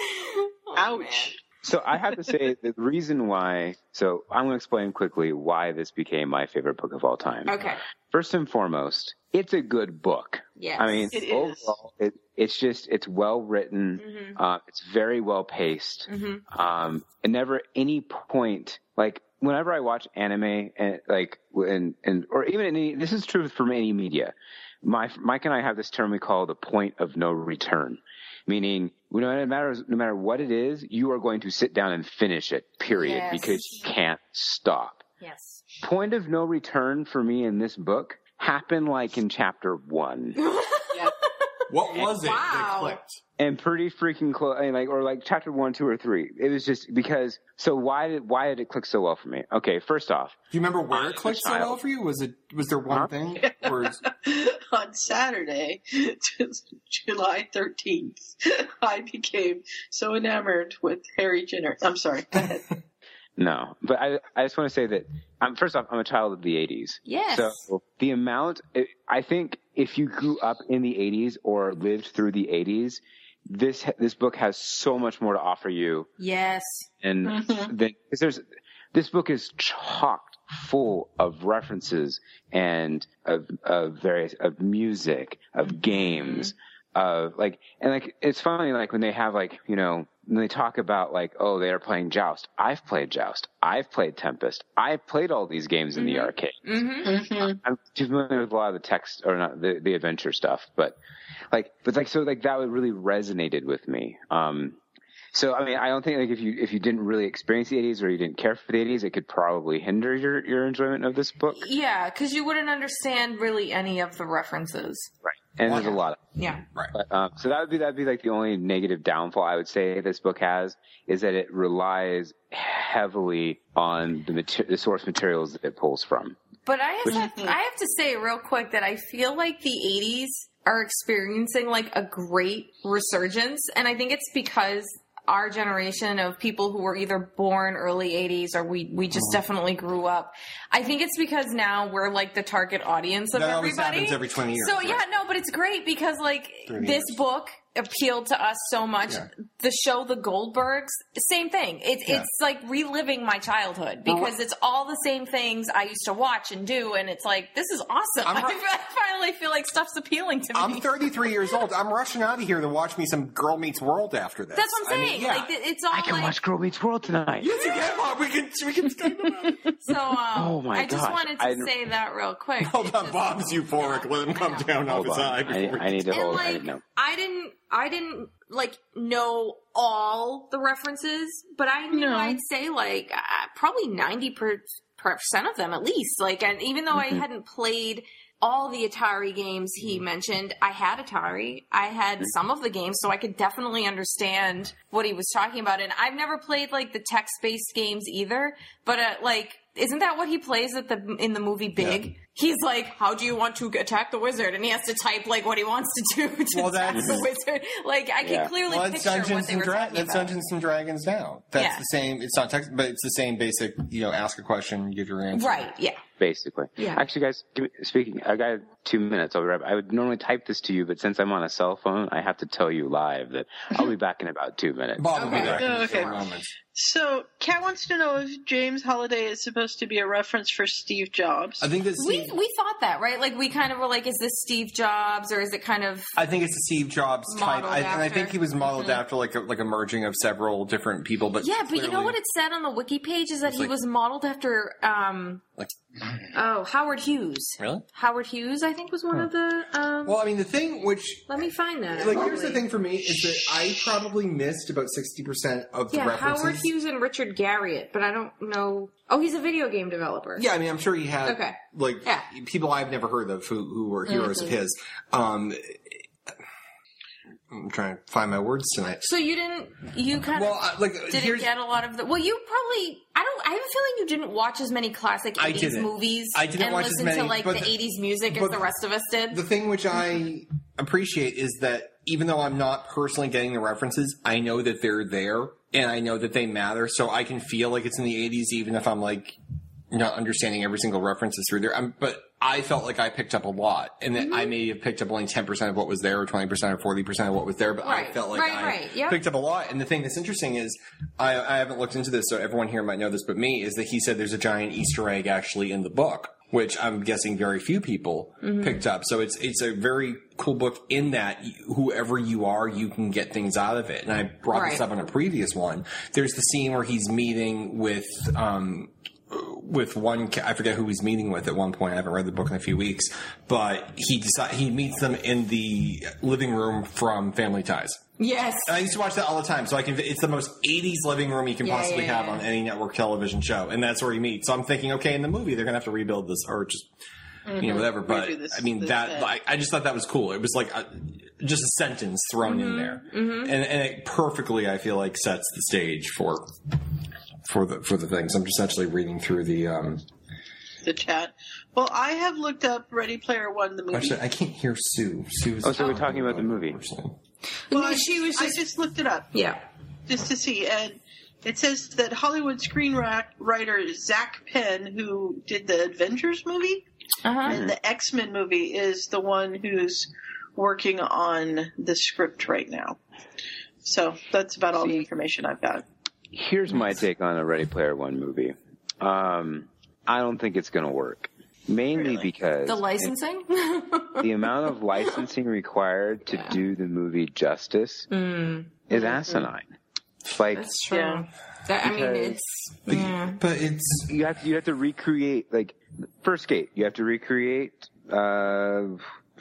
D: Ouch.
G: So I have to say the reason why. So I'm going to explain quickly why this became my favorite book of all time.
C: Okay.
G: First and foremost, it's a good book.
C: Yes.
G: I mean,
C: It is.
G: overall, it, it's just it's well written.
C: Mhm.
G: Uh, it's very well paced.
C: Mhm.
G: Um, and never at any point, like whenever I watch anime and like, and, and, or even any, this is true from any media. My, Mike and I have this term we call the point of no return, meaning no matter, no matter what it is, you are going to sit down and finish it, period,
J: Yes.
G: because you can't stop.
C: Yes.
G: Point of no return for me in this book happened like in chapter one.
B: What was it that
G: Wow.
B: clicked?
G: and pretty freaking close. I mean, like or like chapter one, two, or three. It was just because. So why did why did it click so well for me? Okay, first off,
B: Do you remember where it
G: a
B: clicked so
G: child.
B: well for you? Was it was there one thing? Or is-
D: on Saturday, July 13th, I became so enamored with Harry Jenner. I'm sorry. Go ahead.
G: no, but I I just want to say that I'm first off I'm a child of the '80s.
D: Yes.
G: So the amount I think if you grew up in the '80s or lived through the '80s, this this book has so much more to offer you
C: Yes.
G: and
C: Mhm.
G: the, 'cause there's this book is chocked full of references and of of various of music of games of like and like it's funny like when they have like you know when they talk about like oh they are playing joust i've played joust i've played tempest i've played all these games in the arcade I'm too familiar with a lot of the text or not the, the adventure stuff, but like, but like, so like that would really resonated with me. Um, so I mean, I don't think like if you if you didn't really experience the '80s or you didn't care for the '80s, it could probably hinder your your enjoyment of this book.
C: Yeah, because you wouldn't understand really any of the references.
G: Right. And there's a lot. Of,
C: Yeah.
B: Right.
G: But, um, so that would be that'd be like the only negative downfall I would say this book has is that it relies heavily on the mater- the source materials that it pulls from.
C: But I have,
B: Mm-hmm.
C: to, I have to say real quick that I feel like the 80s are experiencing like a great resurgence, and I think it's because our generation of people who were either born early 80s or we we just
B: Uh-huh.
C: definitely grew up. I think it's because now we're like the target audience of
B: That always
C: everybody.
B: happens every 20 years,
C: So
B: right.
C: yeah, no, but it's great because like
B: 30
C: this
B: years.
C: book appealed to us so much.
B: Yeah.
C: The show The Goldbergs, same thing. It,
B: Yeah.
C: It's like reliving my childhood
B: Well,
C: because it's all the same things I used to watch and do, and it's like this is awesome.
B: I'm
C: I
B: right.
C: finally feel like stuff's appealing to me.
B: I'm 33 years old. I'm rushing out of here to watch me some Girl Meets World after this.
C: That's what I'm
B: I mean,
C: saying.
B: yeah.
C: Like it- it's all
G: I can
C: like
G: watch Girl Meets World tonight.
B: Yes, you can. Bob. We can. We can.
C: so. Um,
G: Oh my
C: I just
G: gosh.
C: wanted to
G: I- Oh
C: say that real quick.
B: Hold on, Bob's euphoric. Let him come down off
G: Hold
B: his
G: on.
B: eye.
G: I,
B: before
G: I
B: he-
G: need to
C: And,
G: hold. I
C: like,
G: didn't know.
C: I didn't I didn't like know all the references, but I knew
D: No.
C: I'd say like uh, probably ninety percent of them at least. Like, and even though I hadn't played all the Atari games he mentioned, I had Atari. I had some of the games, so I could definitely understand what he was talking about. And I've never played like the text based games either, but uh, like. Isn't that what he plays at the in the movie Big? He's like, "How do you want to attack the wizard?" And he has to type like what he wants to do to
B: Well,
C: attack
B: that's-
C: the wizard. Like I can
B: Yeah.
C: clearly
B: well, it's
C: picture what
B: Dungeons
C: they were
B: and Dra-
C: talking
B: That's
C: about.
B: Dungeons and Dragons now. That's
C: Yeah.
B: the same. It's not text, but it's the same basic. You know, ask a question, give your answer.
C: Right? Yeah.
G: basically.
C: Yeah.
G: Actually, guys, give me, speaking, I got two minutes. I'll be right. back. I would normally type this to you, but since I'm on a cell phone, I have to tell you live that I'll be back in about two minutes.
B: Bob will be back in a
D: Okay.
B: few moments.
D: So, Kat wants to know if James Holiday is supposed to be a reference for Steve Jobs.
B: I think it's.
C: We we thought that right? Like we kind of were like, "Is this Steve Jobs or is it kind of?"
B: I think it's a Steve Jobs type,
C: Modeled
B: I, and I
C: after. Mm-hmm.
B: think he was modeled after like a, like a merging of several different people. But
C: yeah, but you know
B: clearly,
C: what it said on the wiki page is that
B: It's
C: he
B: like-
C: was modeled after um
B: Like,
C: oh Howard Hughes.
B: really?
C: Howard Hughes, I think, was one of the. Um,
B: Well, I mean, the thing which
C: let me find that.
B: Like, here's the
C: actually.
B: thing for me is that I probably missed about 60% of the
C: Yeah,
B: references.
C: Howard Hughes and Richard Garriott, but I don't know. Oh, he's a video game developer.
B: Yeah, I mean, I'm sure he had,
C: Okay.
B: like,
C: Yeah.
B: people I've never heard of who, who were heroes
C: Mhm.
B: of his. Um, I'm trying to find my words tonight.
C: So you didn't. You kind
B: Well,
C: of.
B: I, like,
C: didn't
B: here's,
C: get a lot of the. Well, you probably. I don't. I have a feeling you didn't watch as many classic
B: I
C: eighties
B: didn't.
C: movies.
B: I didn't
C: and
B: watch as
C: listen to
B: many,
C: like
B: but
C: the
B: the-
C: eighties music as
B: but
C: the rest of us did.
B: the thing which I appreciate is that even though I'm not personally getting the references, I know that they're there and I know that they matter. So I can feel like it's in the 80s, even if I'm like not understanding every single reference that's through there. Um but I felt like I picked up a lot and that
C: Mm-hmm.
B: I may have picked up only 10% of what was there or 20% or 40% of what was there, but
C: Right,
B: I felt like
C: right,
B: I
C: right, yep.
B: picked up a lot. And the thing that's interesting is I, I haven't looked into this, so everyone here might know this, but me is that he said there's a giant Easter egg actually in the book. Which I'm guessing very few people picked up. So it's it's a very cool book in that you- whoever you are, you can get things out of it. And I brought this
C: Right.
B: up on a previous one. There's the scene where he's meeting with um, with one ca- I forget who he's meeting with at one point. I haven't read the book in a few weeks, but he decide, he meets them in the living room from Family Ties.
C: yes.
B: And I used to watch that all the time, so I can. It's the most '80s living room you can
C: Yeah,
B: possibly
C: yeah,
B: have
C: yeah.
B: on any network television show, and that's where he meets. So I'm thinking, okay, in the movie they're gonna have to rebuild this or just you
C: Mm-hmm.
B: know whatever. But
D: Redo this-
B: I mean
D: this
B: that
D: set.
B: I, I just thought that was cool. It was like a, just a sentence thrown
C: Mm-hmm.
B: in there, and and it perfectly I feel like sets the stage for for the for the things. I'm just actually reading through the. um
D: The chat. Well, I have looked up Ready Player One, the movie.
B: Actually, I can't hear Sue. Sue's.
G: Oh, so we're talking about the movie.
D: well,
C: I
D: I,
C: mean, she was
D: I
C: just-
D: just looked it up.
C: Yeah.
D: just to see. And it says that Hollywood screenwriter Zach Penn, who did the Avengers movie
C: Uh-huh.
D: and the X Men movie, is the one who's working on the script right now. So that's about all the information I've got.
G: Here's my take on a Ready Player One movie. Um, I don't think it's going to work, mainly because
C: The licensing.
G: the amount of licensing required to do the movie justice
C: mm, Mm-hmm.
G: is asinine. Like
C: that's true.
D: Yeah.
C: That, I mean,
G: Because-
C: it's. Yeah.
B: But it's
G: you have to, you have to recreate like first gate. You have to recreate uh,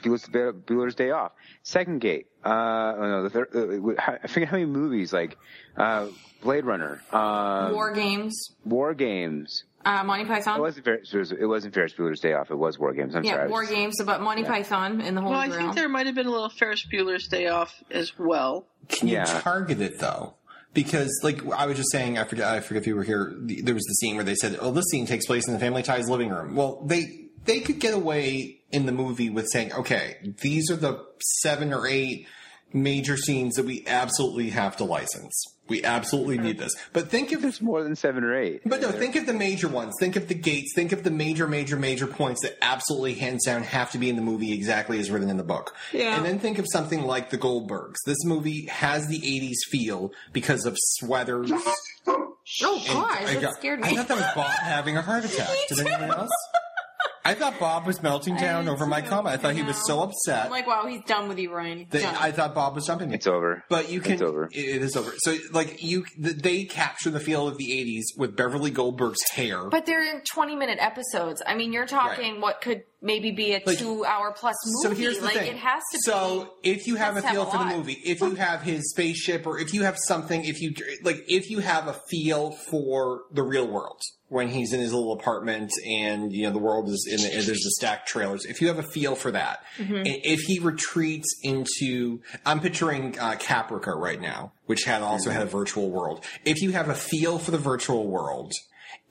G: Bueller's, Bueller's Day Off. Second gate. Uh, oh no, the third. Uh, how- I forget how many movies like uh, Blade Runner, um,
C: War games.
G: War Games.
C: Uh, Monty Python.
G: It wasn't Ferris. It wasn't Ferris Bueller's Day Off. It was War Games. I'm
C: yeah,
G: sorry. I was
C: War
G: just-
C: games about Monty
G: Yeah.
C: Python and the Holy
D: Well, I
C: Grail.
D: think there might have been a little Ferris Bueller's Day Off as well.
B: can
G: Yeah.
B: you target it though? because like I was just saying, I forget, I forget if you were here. the- There was the scene where they said, "Oh, this scene takes place in the Family Ties living room." Well, they they could get away in the movie with saying, "Okay, these are the seven or eight major scenes that we absolutely have to license. We absolutely need this." But think if
G: it's more than seven or eight.
B: But no, think of the major ones. Think of the gates. Think of the major, major, major points that absolutely, hands down, have to be in the movie exactly as written in the book.
C: Yeah.
B: And then think of something like the Goldbergs. This movie has the 80s feel because of sweaters.
C: Oh gosh,
B: I
C: that
B: got-
C: scared me.
B: I thought that was Bob having a heart attack. Did anyone else? I thought Bob was melting down over my comment. I thought he was so upset.
C: I'm like, wow, he's done with you, Ryan. He's
B: They,
C: done.
B: I thought Bob was jumping. It's
G: over.
B: But you can.
G: It's over.
B: It, it is over. So like you, th- they capture the feel of the '80s with Beverly Goldberg's hair.
C: but they're in 20 minute episodes. I mean, you're talking what could maybe be a
B: Like-
C: two hour plus
B: so
C: movie.
B: here's the
C: like,
B: thing.
C: it has to be.
B: so if you have a
C: has to have
B: feel
C: a
B: for the
C: lot.
B: movie, if you have his spaceship, or if you have something, if you like, if you have a feel for the real world when he's in his little apartment and you know the world is in the, there's the stacked trailers. If you have a feel for that,
C: Mm-hmm.
Q: Mhm.
B: and if he retreats into, I'm picturing uh, Caprica right now, which had also
C: Mm-hmm.
B: had a virtual world. If you have a feel for the virtual world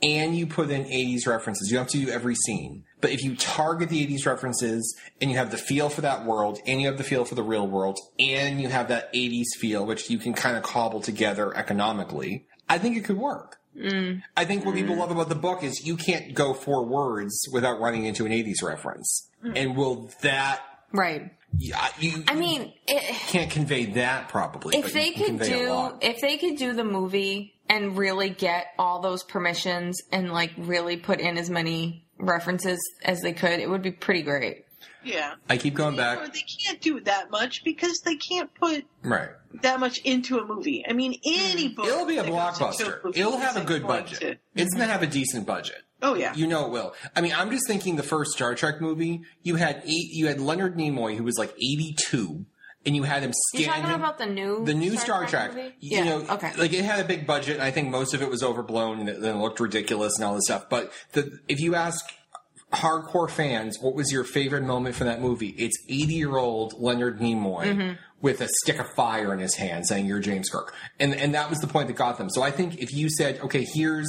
B: and you put in 80s references, you don't have to do every scene. But if you target the 80s references and you have the feel for that world and you have the feel for the real world and you have that 80s feel, which you can kind of cobble together economically, I think it could work.
C: Mm.
B: I think what people love about the book is you can't go four words without running into an 80s reference.
C: Mm.
B: And will that
C: Right.
B: yeah, you
C: I mean, it,
B: Mm. can't convey that probably.
C: if
B: but
C: they
B: you can
C: could
B: convey a
C: do
B: lot.
C: if they could do the movie and really get all those permissions and like really put in as many references as they could, it would be pretty great.
D: Yeah.
B: I keep going back.
D: But they can't do that much because they can't put
B: Right.
D: that much into a movie. I mean, any book.
B: Mm-hmm. It'll be a
D: that goes into
B: blockbuster.
D: movie
B: It'll have a
D: isn't
B: good
D: going
B: budget.
D: to-
B: It's going to have a decent budget.
D: Oh, yeah.
B: You know it will. I mean, I'm just thinking the first Star Trek movie, you had eight, you had Leonard Nimoy who was like 82 and you had him
C: You
B: standing
C: talking about the new
B: the new Star, Trek,
C: movie?
B: you
C: yeah.
B: know,
C: okay.
B: like it had a big budget, and I think most of it was overblown and it, and it looked ridiculous and all this stuff. But the, if you ask hardcore fans, what was your favorite moment from that movie? It's eighty-year-old Leonard Nimoy
C: Mm-hmm.
Q: Mhm.
B: with a stick of fire in his hand, saying, "You're James Kirk," and and that was the point that got them. So I think if you said, "Okay, here's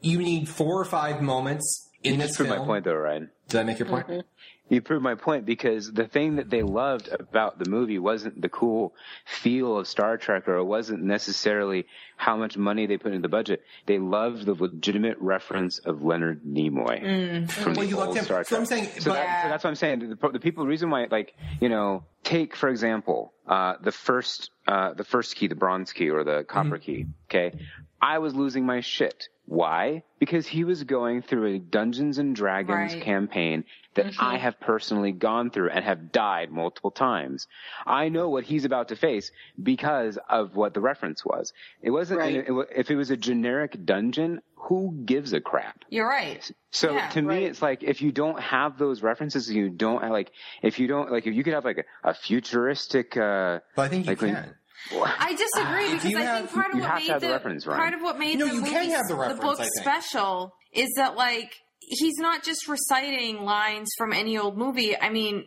B: you need four or five moments in
G: you
B: this
G: just proved
B: film,"
G: my point, though, Ryan.
B: Did I make your point?
C: Mm-hmm.
G: You proved my point because the thing that they loved about the movie wasn't the cool feel of Star Trek, or it wasn't necessarily how much money they put into the budget. They loved the legitimate reference of Leonard Nimoy
C: Mm-hmm.
B: Mm.
G: from
B: Well,
G: the
B: you
G: old
B: looked at-
G: Star Trek.
B: so I'm saying-
G: So
B: but-
G: that- so that's what I'm saying. The, the people, the reason why, like, you know, take for example uh, the first, uh, the first key, the bronze key or the copper key. Okay, I was losing my shit. Why? Because he was going through a Dungeons and Dragons
J: Right.
G: campaign that I have personally gone through and have died multiple times. I know what he's about to face because of what the reference was. It wasn't it wa- if it was a generic dungeon. Who gives a crap?
C: You're right.
G: So
C: Yeah,
G: to me,
C: right.
G: it's like if you don't have those references, you don't have, like if you don't like if you could have like a, a futuristic. Uh,
B: but I think
G: you
B: can.
C: I disagree because
G: you
C: I
G: have-
C: think part of
G: you
C: what
G: have to
C: made
G: have
C: the,
G: the reference, Ryan.
C: part of what made
B: No,
C: the
B: you
C: movie,
B: can have the
C: the,
B: reference,
C: book
B: I think.
C: special is that like he's not just reciting lines from any old movie. I mean,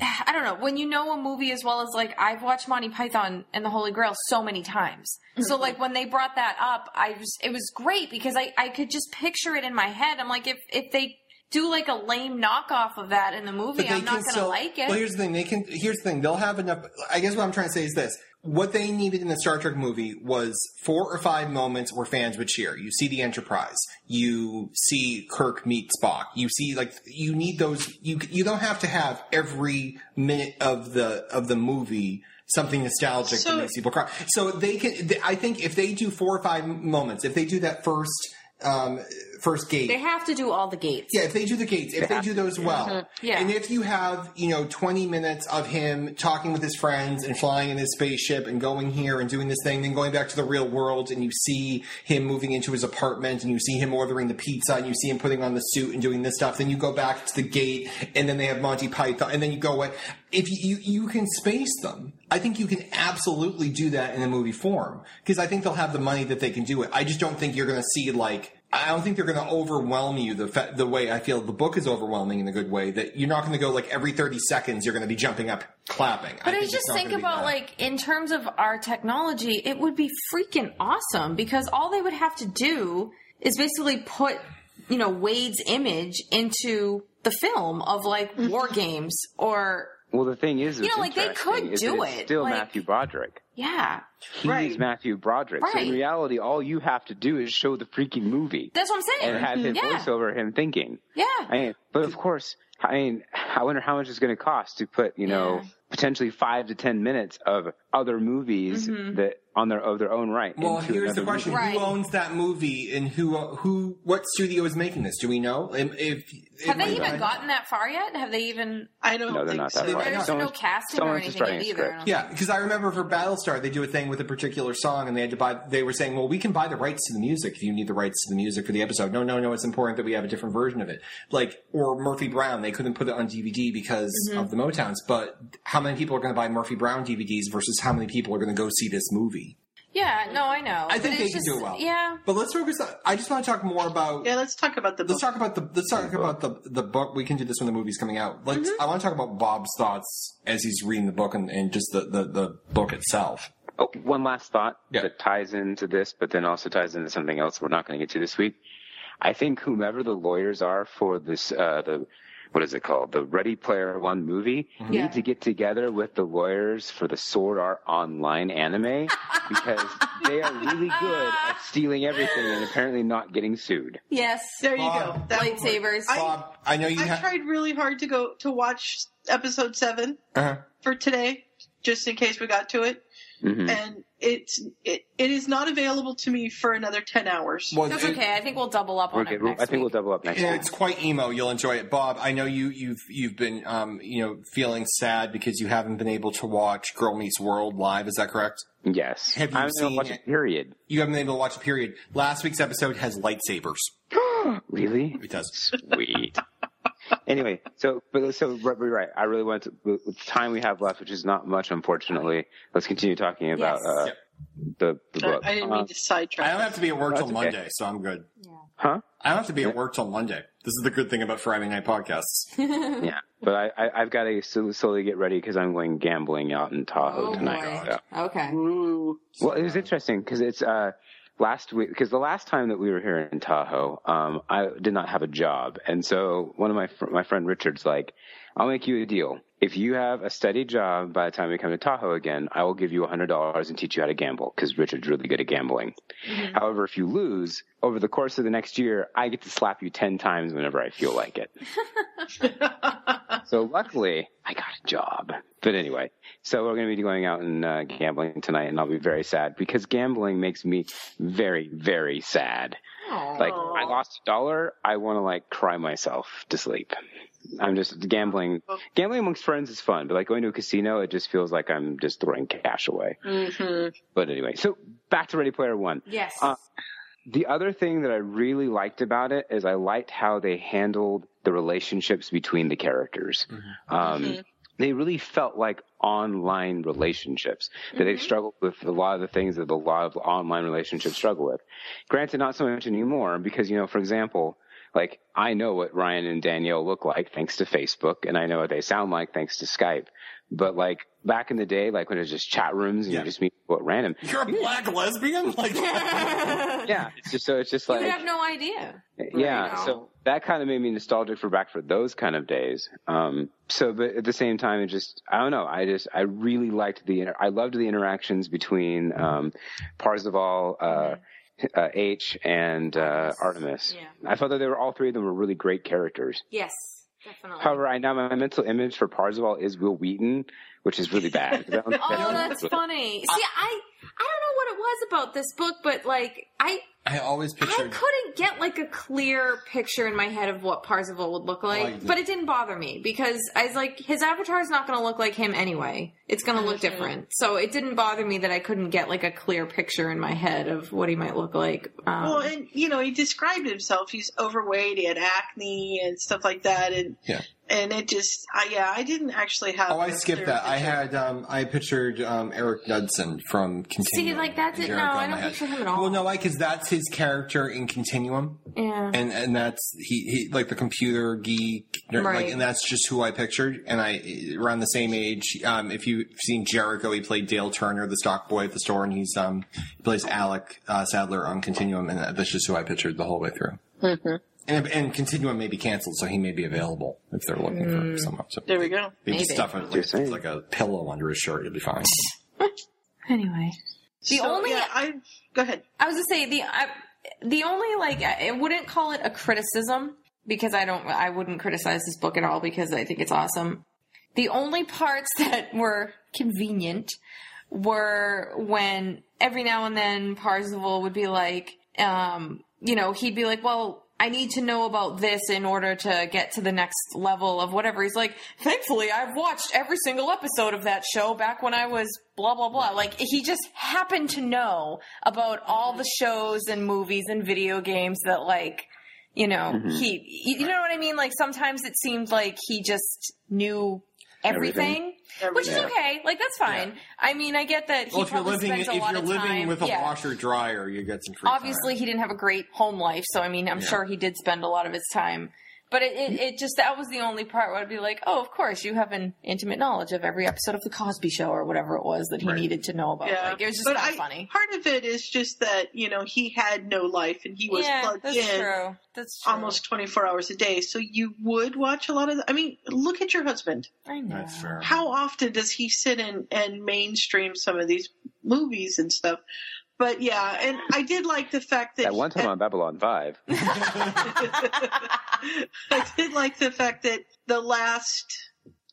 C: I, I don't know when you know a movie as well as like I've watched Monty Python and the Holy Grail so many times. So like when they brought that up, I was it was great because I I could just picture it in my head. I'm like if if they do like a lame knockoff of that in the movie, I'm not gonna like it.
B: Well, here's the thing. They can. Here's the thing. They'll have enough. I guess what I'm trying to say is this: what they needed in the Star Trek movie was four or five moments where fans would cheer. You see the Enterprise. You see Kirk meet Spock. You see like you need those. You you don't have to have every minute of the of the movie. Something nostalgic that makes people cry. So they can. They, I think if they do four or five moments, if they do that first um, first gate,
C: they have to do all the gates.
B: yeah, if they do the gates, if they do those well,
C: Mhm. Yeah.
B: and if you have you know twenty minutes of him talking with his friends and flying in his spaceship and going here and doing this thing, then going back to the real world, and you see him moving into his apartment, and you see him ordering the pizza, and you see him putting on the suit and doing this stuff, then you go back to the gate, and then they have Monty Python, and then you go away. If you you you can space them, I think you can absolutely do that in a movie form because I think they'll have the money that they can do it. I just don't think you're going to see like I don't think they're going to overwhelm you the fa- the way I feel the book is overwhelming in a good way. That you're not going to go like every 30 seconds you're going to be jumping up clapping.
C: But I,
B: think
C: just
B: it's not
C: think
B: gonna be
C: about
B: that.
C: like in terms of our technology, it would be freaking awesome because all they would have to do is basically put, you know, Wade's image into the film of like
G: Mm-hmm.
C: war games or
G: Well, the thing is,
C: You know,
G: it's
C: like, they
G: interesting
C: could
G: is
C: do
G: that it's
C: it,
G: Still
C: like-
G: Matthew Broderick.
C: yeah.
G: He's Matthew Broderick. So
C: Right.
G: in reality, all you have to do is show the freaking movie.
C: That's what I'm saying.
G: and have him
C: yeah.
G: voice over him thinking.
C: Yeah.
G: I mean, but of course, I mean, I wonder how much it's going to cost to put, you know, potentially five to ten minutes of other movies
C: Mm-hmm.
B: Mhm.
G: that on their of their own right.
B: Well,
G: into
B: here's the
G: another
B: question:
G: movie.
B: Who owns that movie, and who who what studio is making this? Do we know? And If, if
C: Have they even gotten that far yet? Have they even?
D: I don't.
G: No, they're not that far.
C: There's no
G: Someone's-
C: casting or
G: someone's just
C: anything yet
G: writing a
C: either. I don't
B: Yeah, because I remember for Battlestar, they do a thing with a particular song, and they had to buy. They were saying, "Well, we can buy the rights to the music if you need the rights to the music for the episode." No, no, no. It's important that we have a different version of it. Like, or Murphy Brown, they couldn't put it on DVD because
C: Mm-hmm.
Q: Mhm.
B: of the Motowns. But how many people are going to buy Murphy Brown DVDs versus how many people are going to go see this movie?
C: Yeah, no, I know.
B: I think
C: But
B: they
C: it's
B: can
C: just,
B: do it well.
C: Yeah,
B: But let's focus on. I just want to talk more about.
D: Yeah, let's talk about the.
B: Let's talk about the. Let's talk about the the book. We can do this when the movie's coming out. Let's.
C: Mm-hmm.
B: I want to talk about Bob's thoughts as he's reading the book and, and just the, the the book itself.
G: Oh, one last thought that ties into this, but then also ties into something else we're not going to get to this week. I think whomever the lawyers are for this, uh, the what is it called, the Ready Player One movie,
C: Yeah.
G: need to get together with the lawyers for the Sword Art Online anime because they are really good at stealing everything and apparently not getting sued.
C: yes.
D: There you
B: Bob,
D: go. That
C: lightsabers.
B: Bob, I know you
D: I
B: have.
D: tried really hard to go to watch episode seven
B: Uh-huh.
D: for today, just in case we got to it,
G: Mhm.
D: and it's it, it is not available to me for another ten hours.
B: Well,
C: That's
B: it-
C: okay. I think we'll double up
G: We're
C: on it
G: good. I
C: next
G: think we'll double up next
B: Yeah,
G: week.
B: it's quite emo. You'll enjoy it, Bob. I know you. You've you've been um you know feeling sad because you haven't been able to watch Girl Meets World live. Is that correct?
G: Yes,
B: Have you
G: I'm
B: seen
G: watch
B: it?
G: it. Period.
B: You haven't been able to watch a period. Last week's episode has lightsabers.
G: Really?
B: It does.
G: Sweet. anyway, so but so right, right, right. I really want to. With the time we have left, which is not much, unfortunately, let's continue talking about
C: Yes.
G: uh,
B: Yep.
G: the the
D: I,
G: book. Uh,
D: I didn't mean to sidetrack.
B: I don't have to be at work
G: That's
B: till
G: okay.
B: Monday, so I'm good.
G: Huh?
B: I don't have to be at work till Monday. This is the good thing about Friday night podcasts.
G: Yeah, but I, I I've got to slowly get ready because I'm going gambling out in Tahoe
C: Oh,
G: tonight.
C: boy.
G: so.
C: Okay.
G: Well, it was interesting because it's uh, last week because the last time that we were here in Tahoe, um, I did not have a job, and so one of my fr- my friend Richard's like, "I'll make you a deal. If you have a steady job by the time we come to Tahoe again, I will give you hundred dollars and teach you how to gamble because Richard's really good at gambling. However, if you lose over the course of the next year, I get to slap you ten times whenever I feel like it." So luckily, I got a job. But anyway, so we're going to be going out and uh, gambling tonight, and I'll be very sad because gambling makes me very, very sad. Like I lost a dollar, I want to like cry myself to sleep. I'm just gambling. Gambling amongst friends is fun, but like going to a casino, it just feels like I'm just throwing cash away. But anyway, so back to Ready Player One.
C: Yes.
G: Uh, the other thing that I really liked about it is I liked how they handled the relationships between the characters. Um,
C: Mm-hmm.
G: They really felt like online relationships that
C: Mm-hmm.
G: they struggled with a lot of the things that a lot of online relationships struggle with. Granted, not so much anymore because, you know, for example, like I know what Ryan and Danielle look like thanks to Facebook, and I know what they sound like thanks to Skype. But like back in the day, like when it was just chat rooms and you just meet people at random,
B: You're a black lesbian? Like,
G: yeah, it's just so it's just
C: you
G: like
C: would have no idea.
G: yeah, so that kind of made me nostalgic for back for those kind of days. Um, so, but at the same time, it just I don't know. I just I really liked the inter- I loved the interactions between um, Parzival, uh,
C: Mm-hmm.
G: uh, H, and uh, Artemis. I felt that they were all three of them were really great characters.
C: Yes, definitely.
G: However, I now my mental image for Parzival is Will Wheaton, which is really bad.
C: Oh, that's funny. See, I I don't know what it was about this book, but like I
B: I always
C: I
B: pictured.
C: couldn't get like a clear picture in my head of what Parzival would look like,
B: Like the-
C: but it didn't bother me because I was like, his avatar is not going to look like him anyway. It's going to look different, so it didn't bother me that I couldn't get like a clear picture in my head of what he might look like. Um,
D: Well, and you know, he described himself. He's overweight. He had acne and stuff like that. And
B: Yeah.
D: and it just, I, yeah, I didn't actually have.
B: Oh, I
D: a
B: skipped
D: clear
B: that. I
D: picture.
B: had um, I pictured um, Eric Dudson from Continuum.
C: See, like that's it.
B: Jared
C: No,
B: got
C: I
B: in my
C: don't
B: head.
C: picture him at all.
B: Well, no, I can because that's his character in Continuum.
C: Yeah.
B: and and that's he, he like the computer geek nerd,
C: Right.
B: like and that's just who I pictured and I around the same age um if you've seen Jericho he played Dale Turner the stock boy at the store and he's um he plays Alec uh, Sadler on Continuum and that's just who I pictured the whole way through
C: Mm-hmm.
D: Mhm.
B: and and Continuum may be canceled so he may be available if they're looking for
D: Mm.
B: someone so
D: There we go.
B: they just stuff it like, like a pillow under his shirt you'll be fine
C: Anyway, the only
D: I go ahead.
C: I was gonna say the I, the only like I I wouldn't call it a criticism because I don't I wouldn't criticize this book at all because I think it's awesome. The only parts that were convenient were when every now and then Parzival would be like, um, you know, he'd be like, well. I need to know about this in order to get to the next level of whatever. He's like, thankfully, I've watched every single episode of that show back when I was blah, blah, blah. Like, he just happened to know about all the shows and movies and video games that, like, you know,
B: Mm-hmm.
H: Mhm.
C: he, you you know what I mean? Like, sometimes it seemed like he just knew everything,
D: Everything.
C: which is
B: Yeah.
C: okay. Like, that's fine. I mean, I get that he
B: well if you're
C: probably
B: living
C: spends
B: if
C: a lot
B: you're
C: of
B: living
C: time.
B: with a
C: yeah
B: washer dryer you get some free time.
C: obviously he didn't have a great home life so i mean i'm
B: Yeah.
C: sure he did spend a lot of his time but it, it, it just that was the only part where i'd be like oh of course you have an intimate knowledge of every episode of the cosby show or whatever it was that he needed to know about Oh, like it was just
D: but
C: kind
D: I-
C: of funny
D: Part of it is just that you know he had no life and he was
C: Yeah,
D: plugged
C: that's
D: in
C: true. That's
D: almost twenty four hours a day. So you would watch a lot of. The, I mean, look at your husband.
C: I know.
B: That's fair.
D: How often does he sit in and mainstream some of these movies and stuff? But yeah, and I did like the fact that
G: At one time on Babylon 5.
D: I did like the fact that the last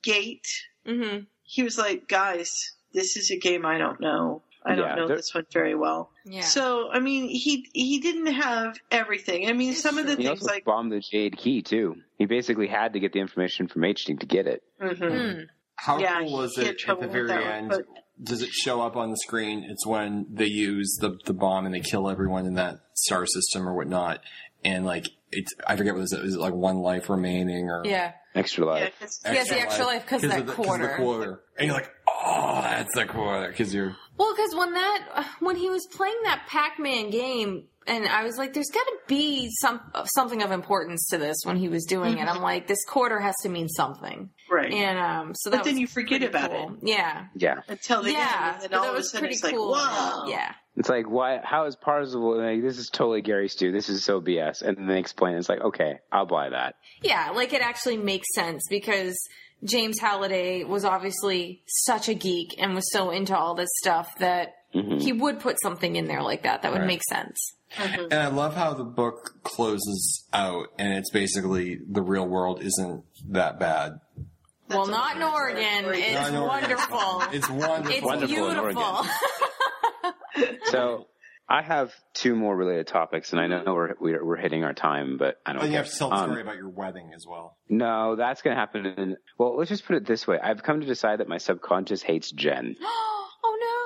D: gate,
C: Mm-hmm.
D: he was like, guys, this is a game I don't know. I don't
G: Yeah,
D: know
G: there-
D: this one very well.
C: Yeah.
D: So, I mean, he he didn't have everything. I mean, some of the
G: He
D: things
G: also
D: like,
G: bombed the Jade Key, too. He basically had to get the information from HD to get it.
C: Mm.
D: Mhm.
B: How
D: Yeah,
B: cool was
D: he had
B: it at
D: trouble
B: the
D: with
B: very
D: that one,
B: end?
D: but-
B: Does it show up on the screen? It's when they use the the bomb and they kill everyone in that star system or whatnot, and like it's I forget what it is. Is it like one life remaining or
C: Yeah.
G: extra life?
C: Yeah, it's the extra life 'cause that
B: of the, 'cause of the
C: quarter.
B: quarter. And you're like, oh, that's the quarter because you're
C: Well, because when that when he was playing that Pac-Man game, and I was like, "There's got to be some something of importance to this." When he was doing it, I'm like, "This quarter has to mean something."
D: Mm-hmm. right.
C: And um, so
D: But
C: that
D: then
C: was
D: you forget
C: pretty
D: about
C: cool. Yeah.
G: Yeah.
D: until the
C: yeah,
D: end, and
C: but
D: then all
C: that
D: of a
C: was
D: sudden
C: pretty
D: it's like,
C: cool.
D: whoa.
C: Yeah.
G: It's like, why? How is Parzival? Like, this is totally Gary Stu. This is so BS. And then they explain. it. It's like, okay, I'll buy that.
C: Yeah, like it actually makes sense because James Halliday was obviously such a geek and was so into all this stuff that
B: Mhm.
C: he would put something in there like that that would
B: Right.
C: make sense.
B: And I love how the book closes out, and it's basically the real world isn't that bad.
C: well, not in Oregon. It's
B: Not in Oregon.
C: wonderful.
B: It's wonderful.
C: It's
G: Wonderful in Oregon.
C: beautiful.
G: So I have two more related topics, and I know we're we're, we're hitting our time, but I don't.
B: And Oh, you
G: care.
B: have to tell the
G: Um,
B: story about your wedding as well.
G: No, that's going to happen. In, well, let's just put it this way. I've come to decide that my subconscious hates Jen.
C: oh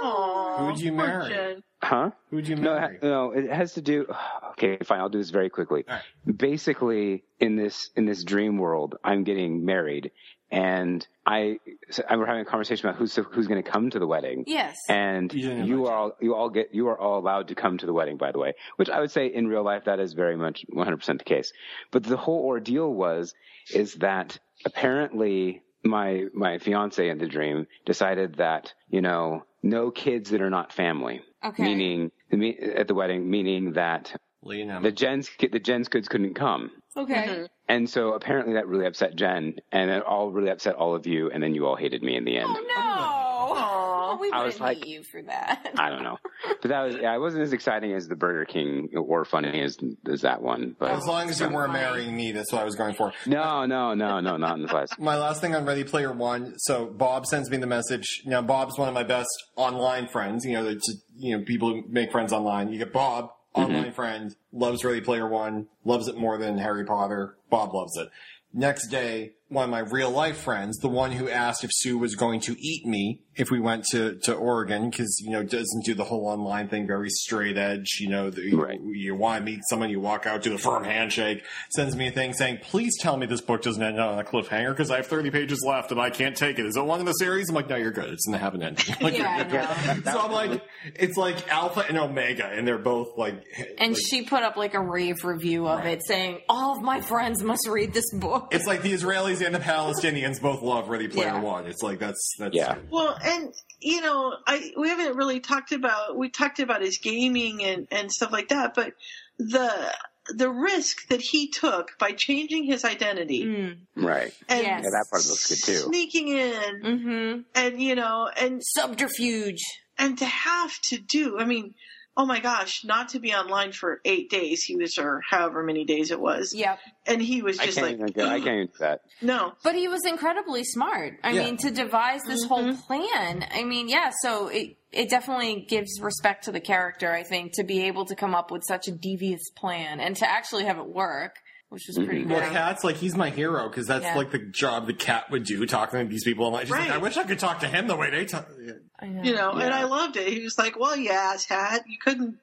B: no! Who'd you
D: poor
B: marry?
D: Jen.
G: Huh?
B: Who'd you
G: No, it
B: marry?
G: ha- no, it has to do. Okay, fine. I'll do this very quickly.
B: All
G: Basically, in this in this dream world, I'm getting married, and I so I- we're having a conversation about who's who's going to come to the wedding.
C: Yes.
G: And you, are all you all get you are all allowed to come to the wedding, by the way. Which I would say in real life that is very much 100 percent the case. But the whole ordeal was is that apparently my my fiance in the dream decided that you know no kids that are not family.
C: Okay.
G: Meaning me- at the wedding, meaning that the Jens the Jens kids couldn't come.
C: Okay.
G: And so apparently that really upset Jen, and it all really upset all of you, and then you all hated me in the end.
C: Oh no! We
G: I
C: wouldn't
G: was like-
C: hate you for that.
G: I don't know, but that was yeah, it wasn't as exciting as the Burger King or funny as as that one. But
B: As long as you weren't marrying me, that's what I was going for.
G: no, no, no, no, not in the class.
B: My last thing on Ready Player One. So Bob sends me the message. Now Bob's one of my best online friends. You know, the, you know, people who make friends online. You get Bob, online friend, loves Ready Player One, loves it more than Harry Potter. Bob loves it. Next day, one of my real life friends, the one who asked if Sue was going to eat me if we went to, to Oregon, because, you know, doesn't do the whole online thing, very straight edge. You know, the, you, you want to meet someone, you walk out, do the firm handshake, sends me a thing saying, please tell me this book doesn't end on a cliffhanger because I have 30 pages left and I can't take it. Is it one in the series? I'm like, no, you're good. It's going to have an ending. Like,
C: Yeah,
B: you're good. So I'm like, it's like Alpha and Omega, and they're both like,
C: And she put up like a rave review of it saying, All of my friends must read this book.
B: it's like the Israelis and the Palestinians both love Ready Player
C: Yeah.
B: One. It's like, that's, that's,
D: Well, and you know, I we haven't really talked about we talked about his gaming and and stuff like that, but the the risk that he took by changing his identity
G: Right.
D: And-
G: yeah,
D: Yes.
G: that part looks good too.
D: sneaking in and you know and
C: subterfuge
D: and to have to do i mean oh my gosh not to be online for eight days he was or however many days it was
C: Yep.
D: and he was
G: I
D: just
G: can't
D: like
G: even. Go, I can't even do that.
D: no
C: But he was incredibly smart. I
G: Yeah.
C: mean, to devise this whole plan. I mean, yeah, so it it definitely gives respect to the character, I think, to be able to come up with such a devious plan and to actually have it work, which was
G: Mm-hmm.
C: pretty
B: Well,
C: good.
B: Cat's like he's my hero because that's
C: Yeah.
B: like the job the cat would do, talking to these people. I'm like, she's like,
D: Right.
B: I wish I could talk to him the way they talk. Yeah.
D: you know and
B: Yeah.
D: i loved it he was like well you asshat you couldn't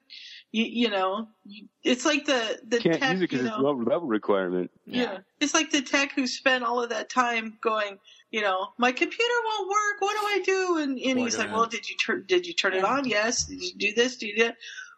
D: you, you know you, it's like the the
G: Can't
D: tech
G: use it because
D: you
G: it's
D: know
G: level, level requirement.
D: yeah. it's like the tech who spent all of that time going you know my computer won't work what do i do and, and
G: Plug
D: he's
G: it
D: like
G: in.
D: well did you turn did you turn it on yes did you do this do you that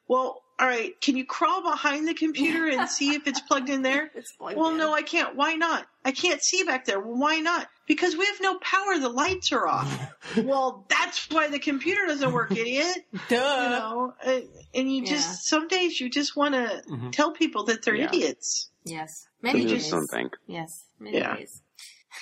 D: well all right can you crawl behind the computer and see if it's plugged in there well no i can't why not i can't see back there well, why not because we have no power the lights are off well that's why the computer doesn't work idiot
K: Duh.
D: you know Mm-hmm. uh, and you
C: Yeah.
D: just some days you just want to tell people that they're
G: Yeah.
D: idiots
C: Yes. Many
G: This is
C: days.
G: something.
C: Yes. Many
G: Yeah.
C: days.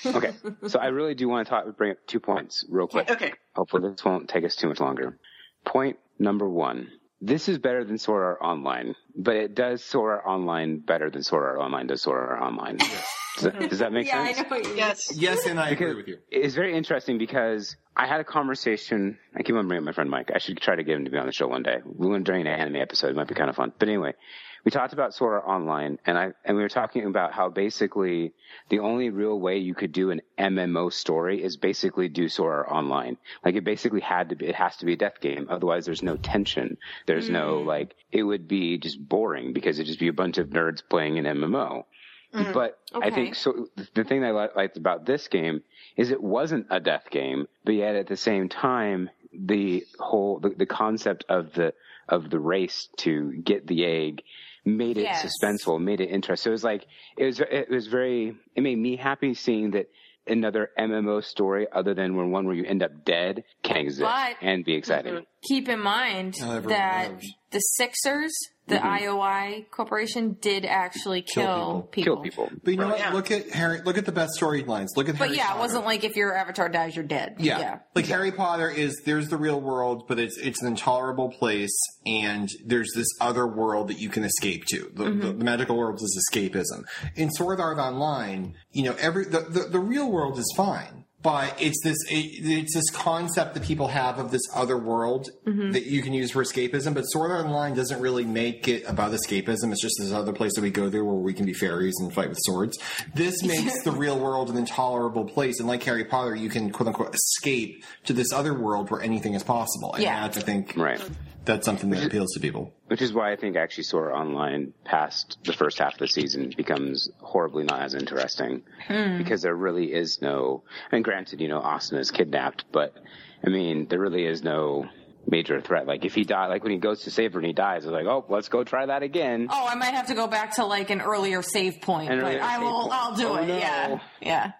G: Okay. so I really do want to talk, bring up two points real quick.
D: Okay.
G: Hopefully this won't take us too much longer. Point number one. This is better than Sword Art Online, but it does Sword Art Online better than Sword Art Online does Sword Art Online. Does that, does that make sense?
C: I know what you mean.
B: Yes, and I agree with you.
G: It's very interesting because I had a conversation. I keep on bringing up my friend Mike. I should try to get him to be on the show one day. We went during an anime episode. It might be kind of fun. But anyway, we talked about Sword Art Online, and I and we were talking about how basically the only real way you could do an MMO story is basically do Sword Art Online. Like it basically had to be. It has to be a death game. Otherwise, there's no tension. There's no like. It would be just boring because it'd just be a bunch of nerds playing an MMO. But I
R: Okay.
G: think so. The thing that I li- liked about this game is it wasn't a death game, but yet at the same time, the whole the, the concept of the of the race to get the egg made it
R: Yes.
G: suspenseful, made it interesting. So it was like it was it was very it made me happy seeing that another MMO story other than when one where you end up dead can exist
C: But-
G: and be exciting.
C: Keep in mind
G: Oh, everyone
C: that the Sixers, the
G: Mm-hmm.
C: IOI Corporation, did actually kill, people.
B: But you know what? Look at Harry. Look at the best storylines. Look at
C: But
B: Harry
C: yeah,
B: Potter.
C: it wasn't like if your avatar dies, you're dead.
B: Yeah. Like Harry Potter is there's the real world, but it's it's an intolerable place and there's this other world that you can escape to. The, the,
C: Mm-hmm.
Q: Mhm.
B: the magical world is escapism. In Sword Art Online, you know, every the, the, the real world is fine. But it's this it, it's this concept that people have of this other world
C: Mm-hmm.
Q: Mhm.
B: that you can use for escapism. But Sword Art Online doesn't really make it about escapism. It's just this other place that we go through where we can be fairies and fight with swords. This makes the real world an intolerable place. And like Harry Potter, you can quote unquote escape to this other world where anything is possible. And
G: Yeah.
B: that I think
G: right.
B: that's something that appeals to people.
G: Which is why I think actually Sora Online past the first half of the season becomes horribly not as interesting
R: Hmm.
G: because there really is no. And granted, you know, Austin is kidnapped, but I mean, there really is no major threat. Like if he die, like when he goes to save her and he dies, it's like, oh, let's go try that again.
C: Oh, I might have to go back to like an earlier save point,
G: An
C: but
G: earlier
C: I
G: save
C: will.
G: point.
C: I'll do
G: Oh,
C: it.
G: no.
C: Yeah. Yeah.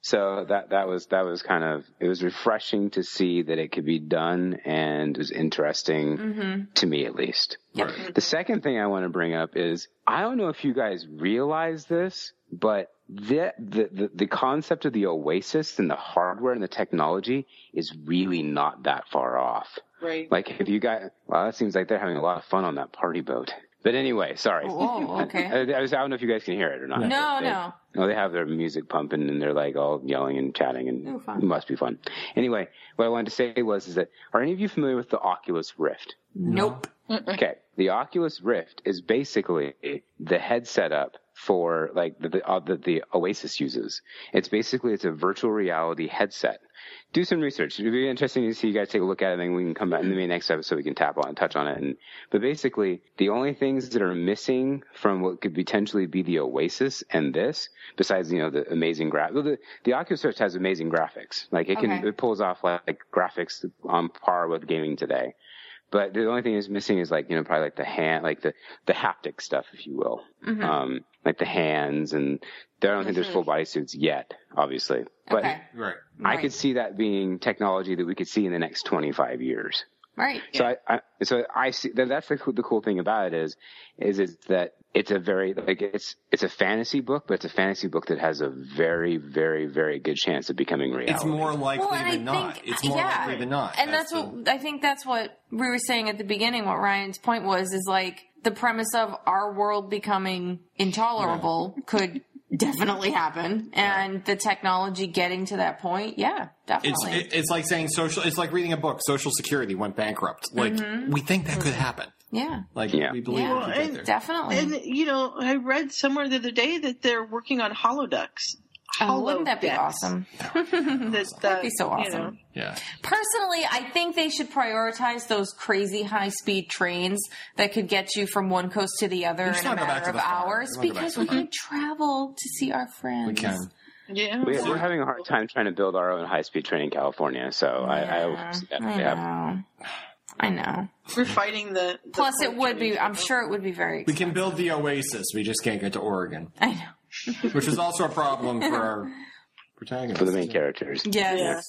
G: So that that was that was kind of it was refreshing to see that it could be done and it was interesting
R: Mm-hmm.
G: to me at least. The second thing I want to bring up is I don't know if you guys realize this, but the, the the the concept of the Oasis and the hardware and the technology is really not that far off.
D: Right.
G: Like if you guys, well, that seems like they're having a lot of fun on that party boat. But anyway, sorry.
C: Whoa, okay.
G: I, I was, I don't know if you guys can hear it or not.
C: No,
G: They-
C: no.
G: no, they have their music pumping and they're like all yelling and chatting and
C: Ooh, Oh, fun.
G: it must be fun. Anyway, what I wanted to say was is that are any of you familiar with the Oculus Rift?
C: Nope.
G: Okay, the Oculus Rift is basically the headset up for like the, the, uh, that the Oasis uses. It's basically it's a virtual reality headset. Do some research. It'd be interesting to see you guys take a look at it, and then we can come back in the next episode. We can tap on, touch on it, and but basically the only things that are missing from what could potentially be the Oasis and this, besides you know the amazing graph, well, the the Oculus Rift has amazing graphics. Like it can
C: Okay.
G: it pulls off like, like graphics on par with gaming today. But the only thing that's missing is like you know probably like the hand, like the the haptic stuff, if you will,
C: Mhm.
G: um, like the hands, and I don't think there's
C: Mhm.
G: full body suits yet, obviously. But
C: Okay.
B: Right.
G: I
C: Right.
G: could see that being technology that we could see in the next 25 years.
C: Right.
G: So I, I so I see that that's the cool, the cool thing about it is is it's that it's a very like it's it's a fantasy book, but it's a fantasy book that has a very very very good chance of becoming reality.
B: It's more likely than not. it's more
C: yeah.
B: likely than not.
C: And that's, what I think that's what we were saying at the beginning. What Ryan's point was is like the premise of our world becoming intolerable could definitely happen, and the technology getting to that point, yeah,
B: It's
C: definitely.
B: it- it's like saying social. It's like reading a book. Social Security went bankrupt. Like
C: Mhm.
B: we think that could happen.
C: yeah,
B: Like we believe
C: yeah,
B: it could get there.
C: definitely.
D: And you know, I read somewhere the other day that they're working on holoducks.
C: Oh, wouldn't that be awesome?
D: That, That'd
C: be so awesome.
B: Yeah.
C: Personally, I think they should prioritize those crazy high speed trains that could get you from one coast to the other
D: We
C: in
D: just
C: a
D: wanna go back
C: matter
D: to
C: of
D: the farm.
C: hours
D: We wanna go back
C: because
D: to
C: we
D: the farm.
C: can travel to see our friends.
G: We can.
D: Yeah.
G: We, we're having a hard time trying to build our own high speed train in California, so I, I hope to see that
C: I
G: they have.
C: know. I know.
D: We're fighting the.
C: Plus, it would be. I'm sure it would be very.
B: We can build the Oasis. We just can't get to Oregon.
C: I know.
B: Which is also a problem for our protagonist.
G: For the main characters.
C: Yes.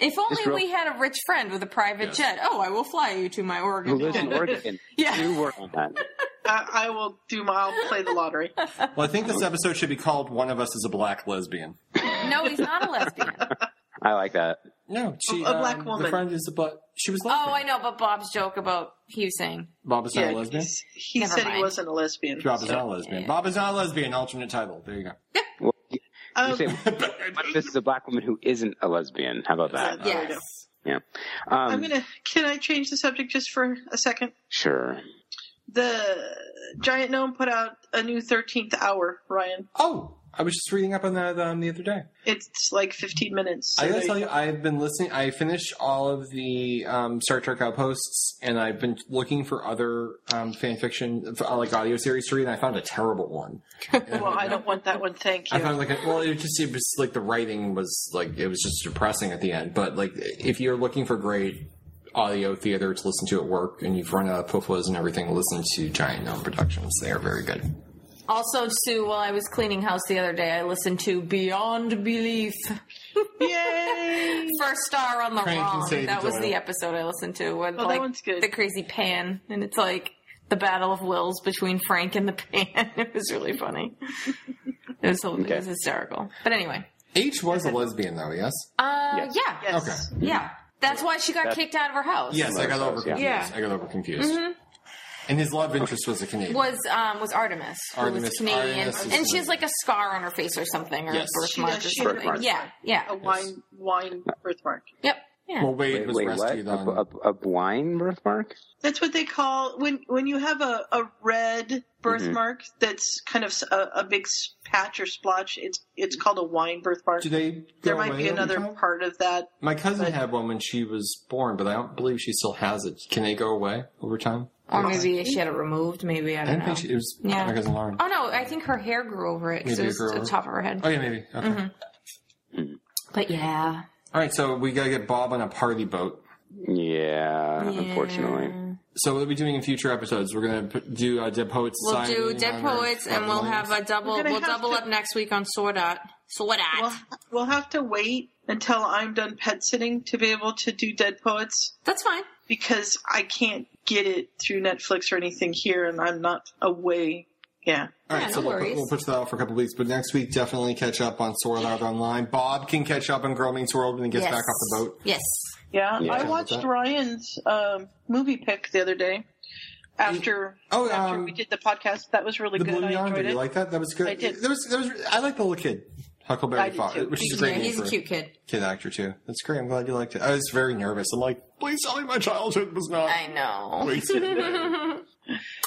C: If only
G: Just real-
C: we had a rich friend with a private
G: Yes.
C: jet. Oh, I will fly you to my Oregon.
G: Who lives in
C: home.
G: Oregon?
C: Yeah.
G: Do work on that.
D: I, I will do my. I'll play the lottery.
B: Well, I think this episode should be called "One of Us is a Black Lesbian."
C: no, he's not a lesbian.
G: I like that.
B: No, she
C: A- a black
B: um, The
C: woman.
B: friend is a black. She was
C: Oh,
B: lesbian.
C: I know, but Bob's joke about he was saying.
B: Bob is not
D: Yeah,
B: a lesbian.
D: He
C: Never
D: said
C: mind.
D: he wasn't a lesbian.
B: Bob is
D: so-
B: not a lesbian. Bob is not a lesbian. Alternate title. There you go.
G: Well, you
D: Um,
G: say, this is a black woman who isn't a lesbian. How about that?
D: there we go.
G: Yeah.
D: I'm
G: Um,
D: gonna. Can I change the subject just for a second?
G: sure.
D: The giant gnome put out a new 13th hour. Ryan,
B: Oh, I was just reading up on that um, the other day.
D: it's like 15 minutes.
B: I
D: so
B: gotta
D: they-
B: tell you, I've been listening. I finished all of the um, Star Trek outposts, and I've been looking for other um, fan fiction, for, uh, like audio series to read. And I found a terrible one.
D: well, I don't want that one. Thank you.
B: I found like, a, well, it just it was like the writing was like it was just depressing at the end. But like, if you're looking for great audio theater to listen to at work, and you've run out of puffwas and everything, listen to Giant Gnome Productions. They are very good.
C: Also, Sue, while I was cleaning house the other day, I listened to Beyond Belief.
D: Yay!
C: First star on the
B: Crank and
C: wrong.
B: Sadie
C: That was
B: Doyle.
C: the episode I listened to with
D: Oh, that
C: like
D: one's good.
C: the crazy pan, and it's like the battle of wills between Frank and the pan. It was really funny. it was so- it was hysterical. But anyway,
B: H was a lesbian though, yes.
C: uh, yeah,
B: Okay.
C: yeah. That's why she got
B: That-
C: kicked out of her house.
B: Yes, I got over confused.
C: Yeah.
B: I got over confused.
D: Mm-hmm.
B: And his love interest was a Canadian.
C: Was um was Artemis, who was
B: Artemis-
C: Canadian,
B: Artemis is
C: and she
B: the-
C: has like a scar on her face or something, or
B: Yes.
C: a
D: She
C: birthmark
D: does. Oh.
C: or
D: She had a
C: something. Yeah, yeah.
D: A wine wine birthmark.
C: Yep. Yeah.
B: Well, Wade was rescued
G: what?
B: on.
G: A, a, a wine birthmark?
D: That's what they call when when you have a, a red birthmark
B: Mm-hmm.
D: that's kind of s- a, a big s- patch or splotch. It's it's called a wine birthmark.
B: Do they?
D: there
B: go
D: might
B: away
D: be
B: over
D: another
B: time?
D: part of that.
B: My cousin had one when she was born, but I don't believe she still has it. Can they go away over time?
C: Or maybe she had it removed. Maybe I
B: I
C: don't
B: didn't
C: know.
B: think she, it was
C: Yeah.
B: my cousin Lauren.
C: Oh no, I think her hair grew over it because
B: Maybe it
C: it was
B: grew
C: the
B: over-
C: top of her head.
B: Oh yeah, maybe. Okay.
C: Mhm. But yeah,
B: All right, so we gotta get Bob on a party boat.
G: Yeah, unfortunately.
B: So what are we doing in future episodes? We're gonna put, do uh, Dead Poets.
C: we'll
B: Society
C: do Dead
B: on our-
C: Poets, and
B: on
C: we'll
B: Williams.
C: have a double.
D: We're gonna
C: We'll
D: have
C: double
D: to-
C: up next week on Swordot. Swordot.
D: We'll, we'll have to wait until I'm done pet sitting to be able to do Dead Poets
C: That's fine.
D: because I can't get it through Netflix or anything here, and I'm not away. Yeah.
B: All right,
C: Yeah,
B: so
C: no
B: we'll, put-
C: worries.
B: we'll push that out for a couple weeks, but next week definitely catch up on Sword Art Online. Bob can catch up on Girl Meets World when he gets
C: Yes.
B: back off the boat.
C: Yes.
D: Yeah,
B: Yeah.
D: I watched Ryan's um, movie pick the other day after
B: Oh,
D: after
B: um,
D: we did the podcast. That was really
B: the
D: good.
B: Blue
D: I
B: Yonder,
D: enjoyed
B: you
D: it.
B: like that? That was good.
D: I did.
B: There was, there was, I like the little kid,
D: I
B: Huckleberry
D: did
B: Fox,
D: too.
B: which is a great
C: Yeah,
B: name
C: he's
B: for
C: a cute kid.
B: kid actor too. That's great. I'm glad you liked it. I was very nervous. I'm like, please tell me my childhood was not.
C: I know.
B: wasted.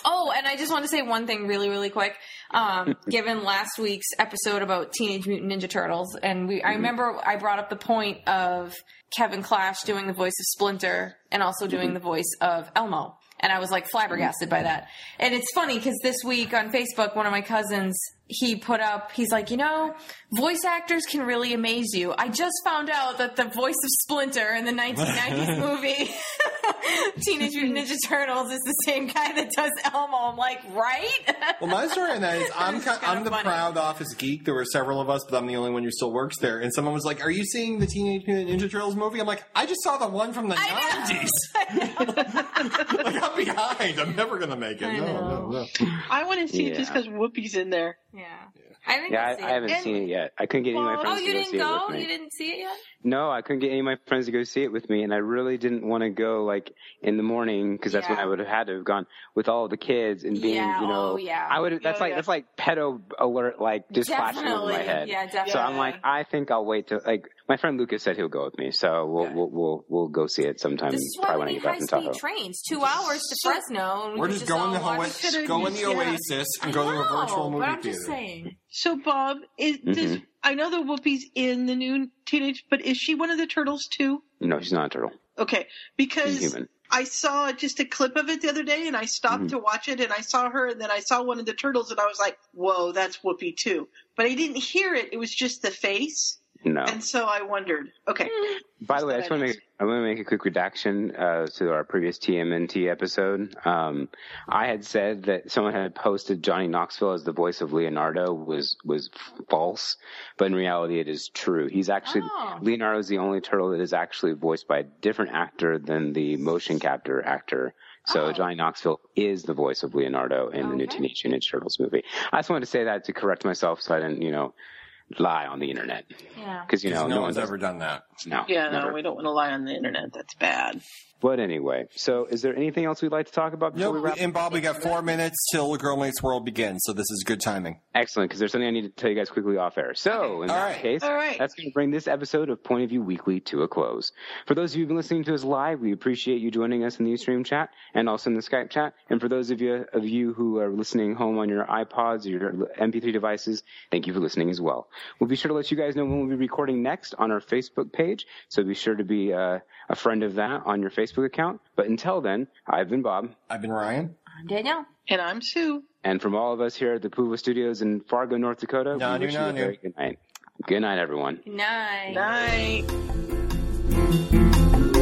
C: Oh, and I just want to say one thing really, really quick. Um, given last week's episode about Teenage Mutant Ninja Turtles, and we, I remember I brought up the point of Kevin Clash doing the voice of Splinter and also doing the voice of Elmo. And I was like flabbergasted by that. And it's funny because this week on Facebook, one of my cousins, he put up, he's like, you know, voice actors can really amaze you. I just found out that the voice of Splinter in the 1990s movie Teenage Mutant Ninja Turtles is the same guy that does Elmo. I'm like, right?
B: Well, my story on that is I'm ki- I'm the proud office geek. There were several of us, but I'm the only one who still works there. And someone was like, "Are you seeing the Teenage Mutant Ninja Turtles movie?" I'm like, "I just saw the one from the '90s." like I'm behind. I'm never gonna make it.
D: I
B: No, no,
D: know.
B: no.
D: I want to see it just
G: Yeah.
D: because Whoopi's in there.
C: Yeah. I didn't
G: Yeah,
C: see
G: I, I haven't
C: And-
G: seen it yet. I couldn't get any of my friends
C: Oh,
G: to
C: you
G: go
C: didn't
G: see it
C: go?
G: with me.
C: You didn't see it yet?
G: No, I couldn't get any of my friends to go see it with me, and I really didn't want to go like in the morning because that's when
C: Yeah.
G: I would have had to have gone with all the kids and being,
C: Yeah,
G: you know,
C: oh, yeah.
G: I would. have That's
C: Yeah,
G: like
C: yeah.
G: that's like pedo alert, like just flashing over my
C: Definitely.
G: head.
C: Yeah,
G: So I'm
C: definitely.
G: like, I think I'll wait till like my friend Lucas said he'll go with me, so we'll we'll, we'll we'll go see it sometime.
C: This is why
G: probably when
C: we
G: I
C: need
G: get back
C: high
G: from Tahoe.
C: speed trains. Two hours to Fresno. And we
B: We're
C: could
B: just going
C: all
B: the
C: watch-
B: Oasis, go in the
D: Yeah.
B: Oasis, and go to a virtual
C: No,
B: movie
C: but I'm
B: theater.
C: just saying.
D: So Bob, is does,
G: Mhm.
D: I know that Whoopi's in the new teenage, but is she one of the turtles too?
G: No, she's not a turtle.
D: Okay, because
G: She's human.
D: I saw just a clip of it the other day, and I stopped
G: Mhm.
D: to watch it, and I saw her, and then I saw one of the turtles, and I was like, "Whoa, that's Whoopi too!" But I didn't hear it; it was just the face,
G: No.
D: and so I wondered. Okay,
G: Hmm. By the way, I just want to make I want to make a quick redaction uh, to our previous TMNT episode. Um, I had said that someone had posted Johnny Knoxville as the voice of Leonardo was was false, but in reality, it is true. He's actually
C: Oh.
G: Leonardo is the only turtle that is actually voiced by a different actor than the motion capture actor. So Johnny Knoxville is the voice of Leonardo in the new Teenage Mutant Ninja Turtles movie. I just wanted to say that to correct myself, so I didn't you know lie on the internet
C: Yeah.
G: because you know
B: no,
G: no
B: one's
G: does-
B: ever done that.
G: No,
D: yeah,
G: never.
D: no, we don't want to lie on the internet; that's bad.
G: But anyway, so is there anything else we'd like to talk about before we
B: Nope.
G: wrap?
B: And Bob, we got four minutes till the Girl Mates World begins, so this is good timing.
G: Excellent, because there's something I need to tell you guys quickly off air. So, in
B: All
G: that
B: right.
G: case,
D: All right.
G: that's going to bring this episode of Point of View Weekly to a close. For those of you who've been listening to us live, we appreciate you joining us in the Ustream chat and also in the Skype chat. And for those of you of you who are listening home on your iPods or your MP3 devices, thank you for listening as well. We'll be sure to let you guys know when we'll be recording next on our Facebook page, so be sure to be uh, a friend of that on your Facebook account. But until then, I've been Bob.
B: I've been Ryan.
C: I'm Danielle.
D: And I'm Sue.
G: And from all of us here at the Puva Studios in Fargo, North Dakota,
B: Nanu,
G: we wish you a
B: nanu.
G: very good night. Good night, everyone.
C: Night.
D: Night.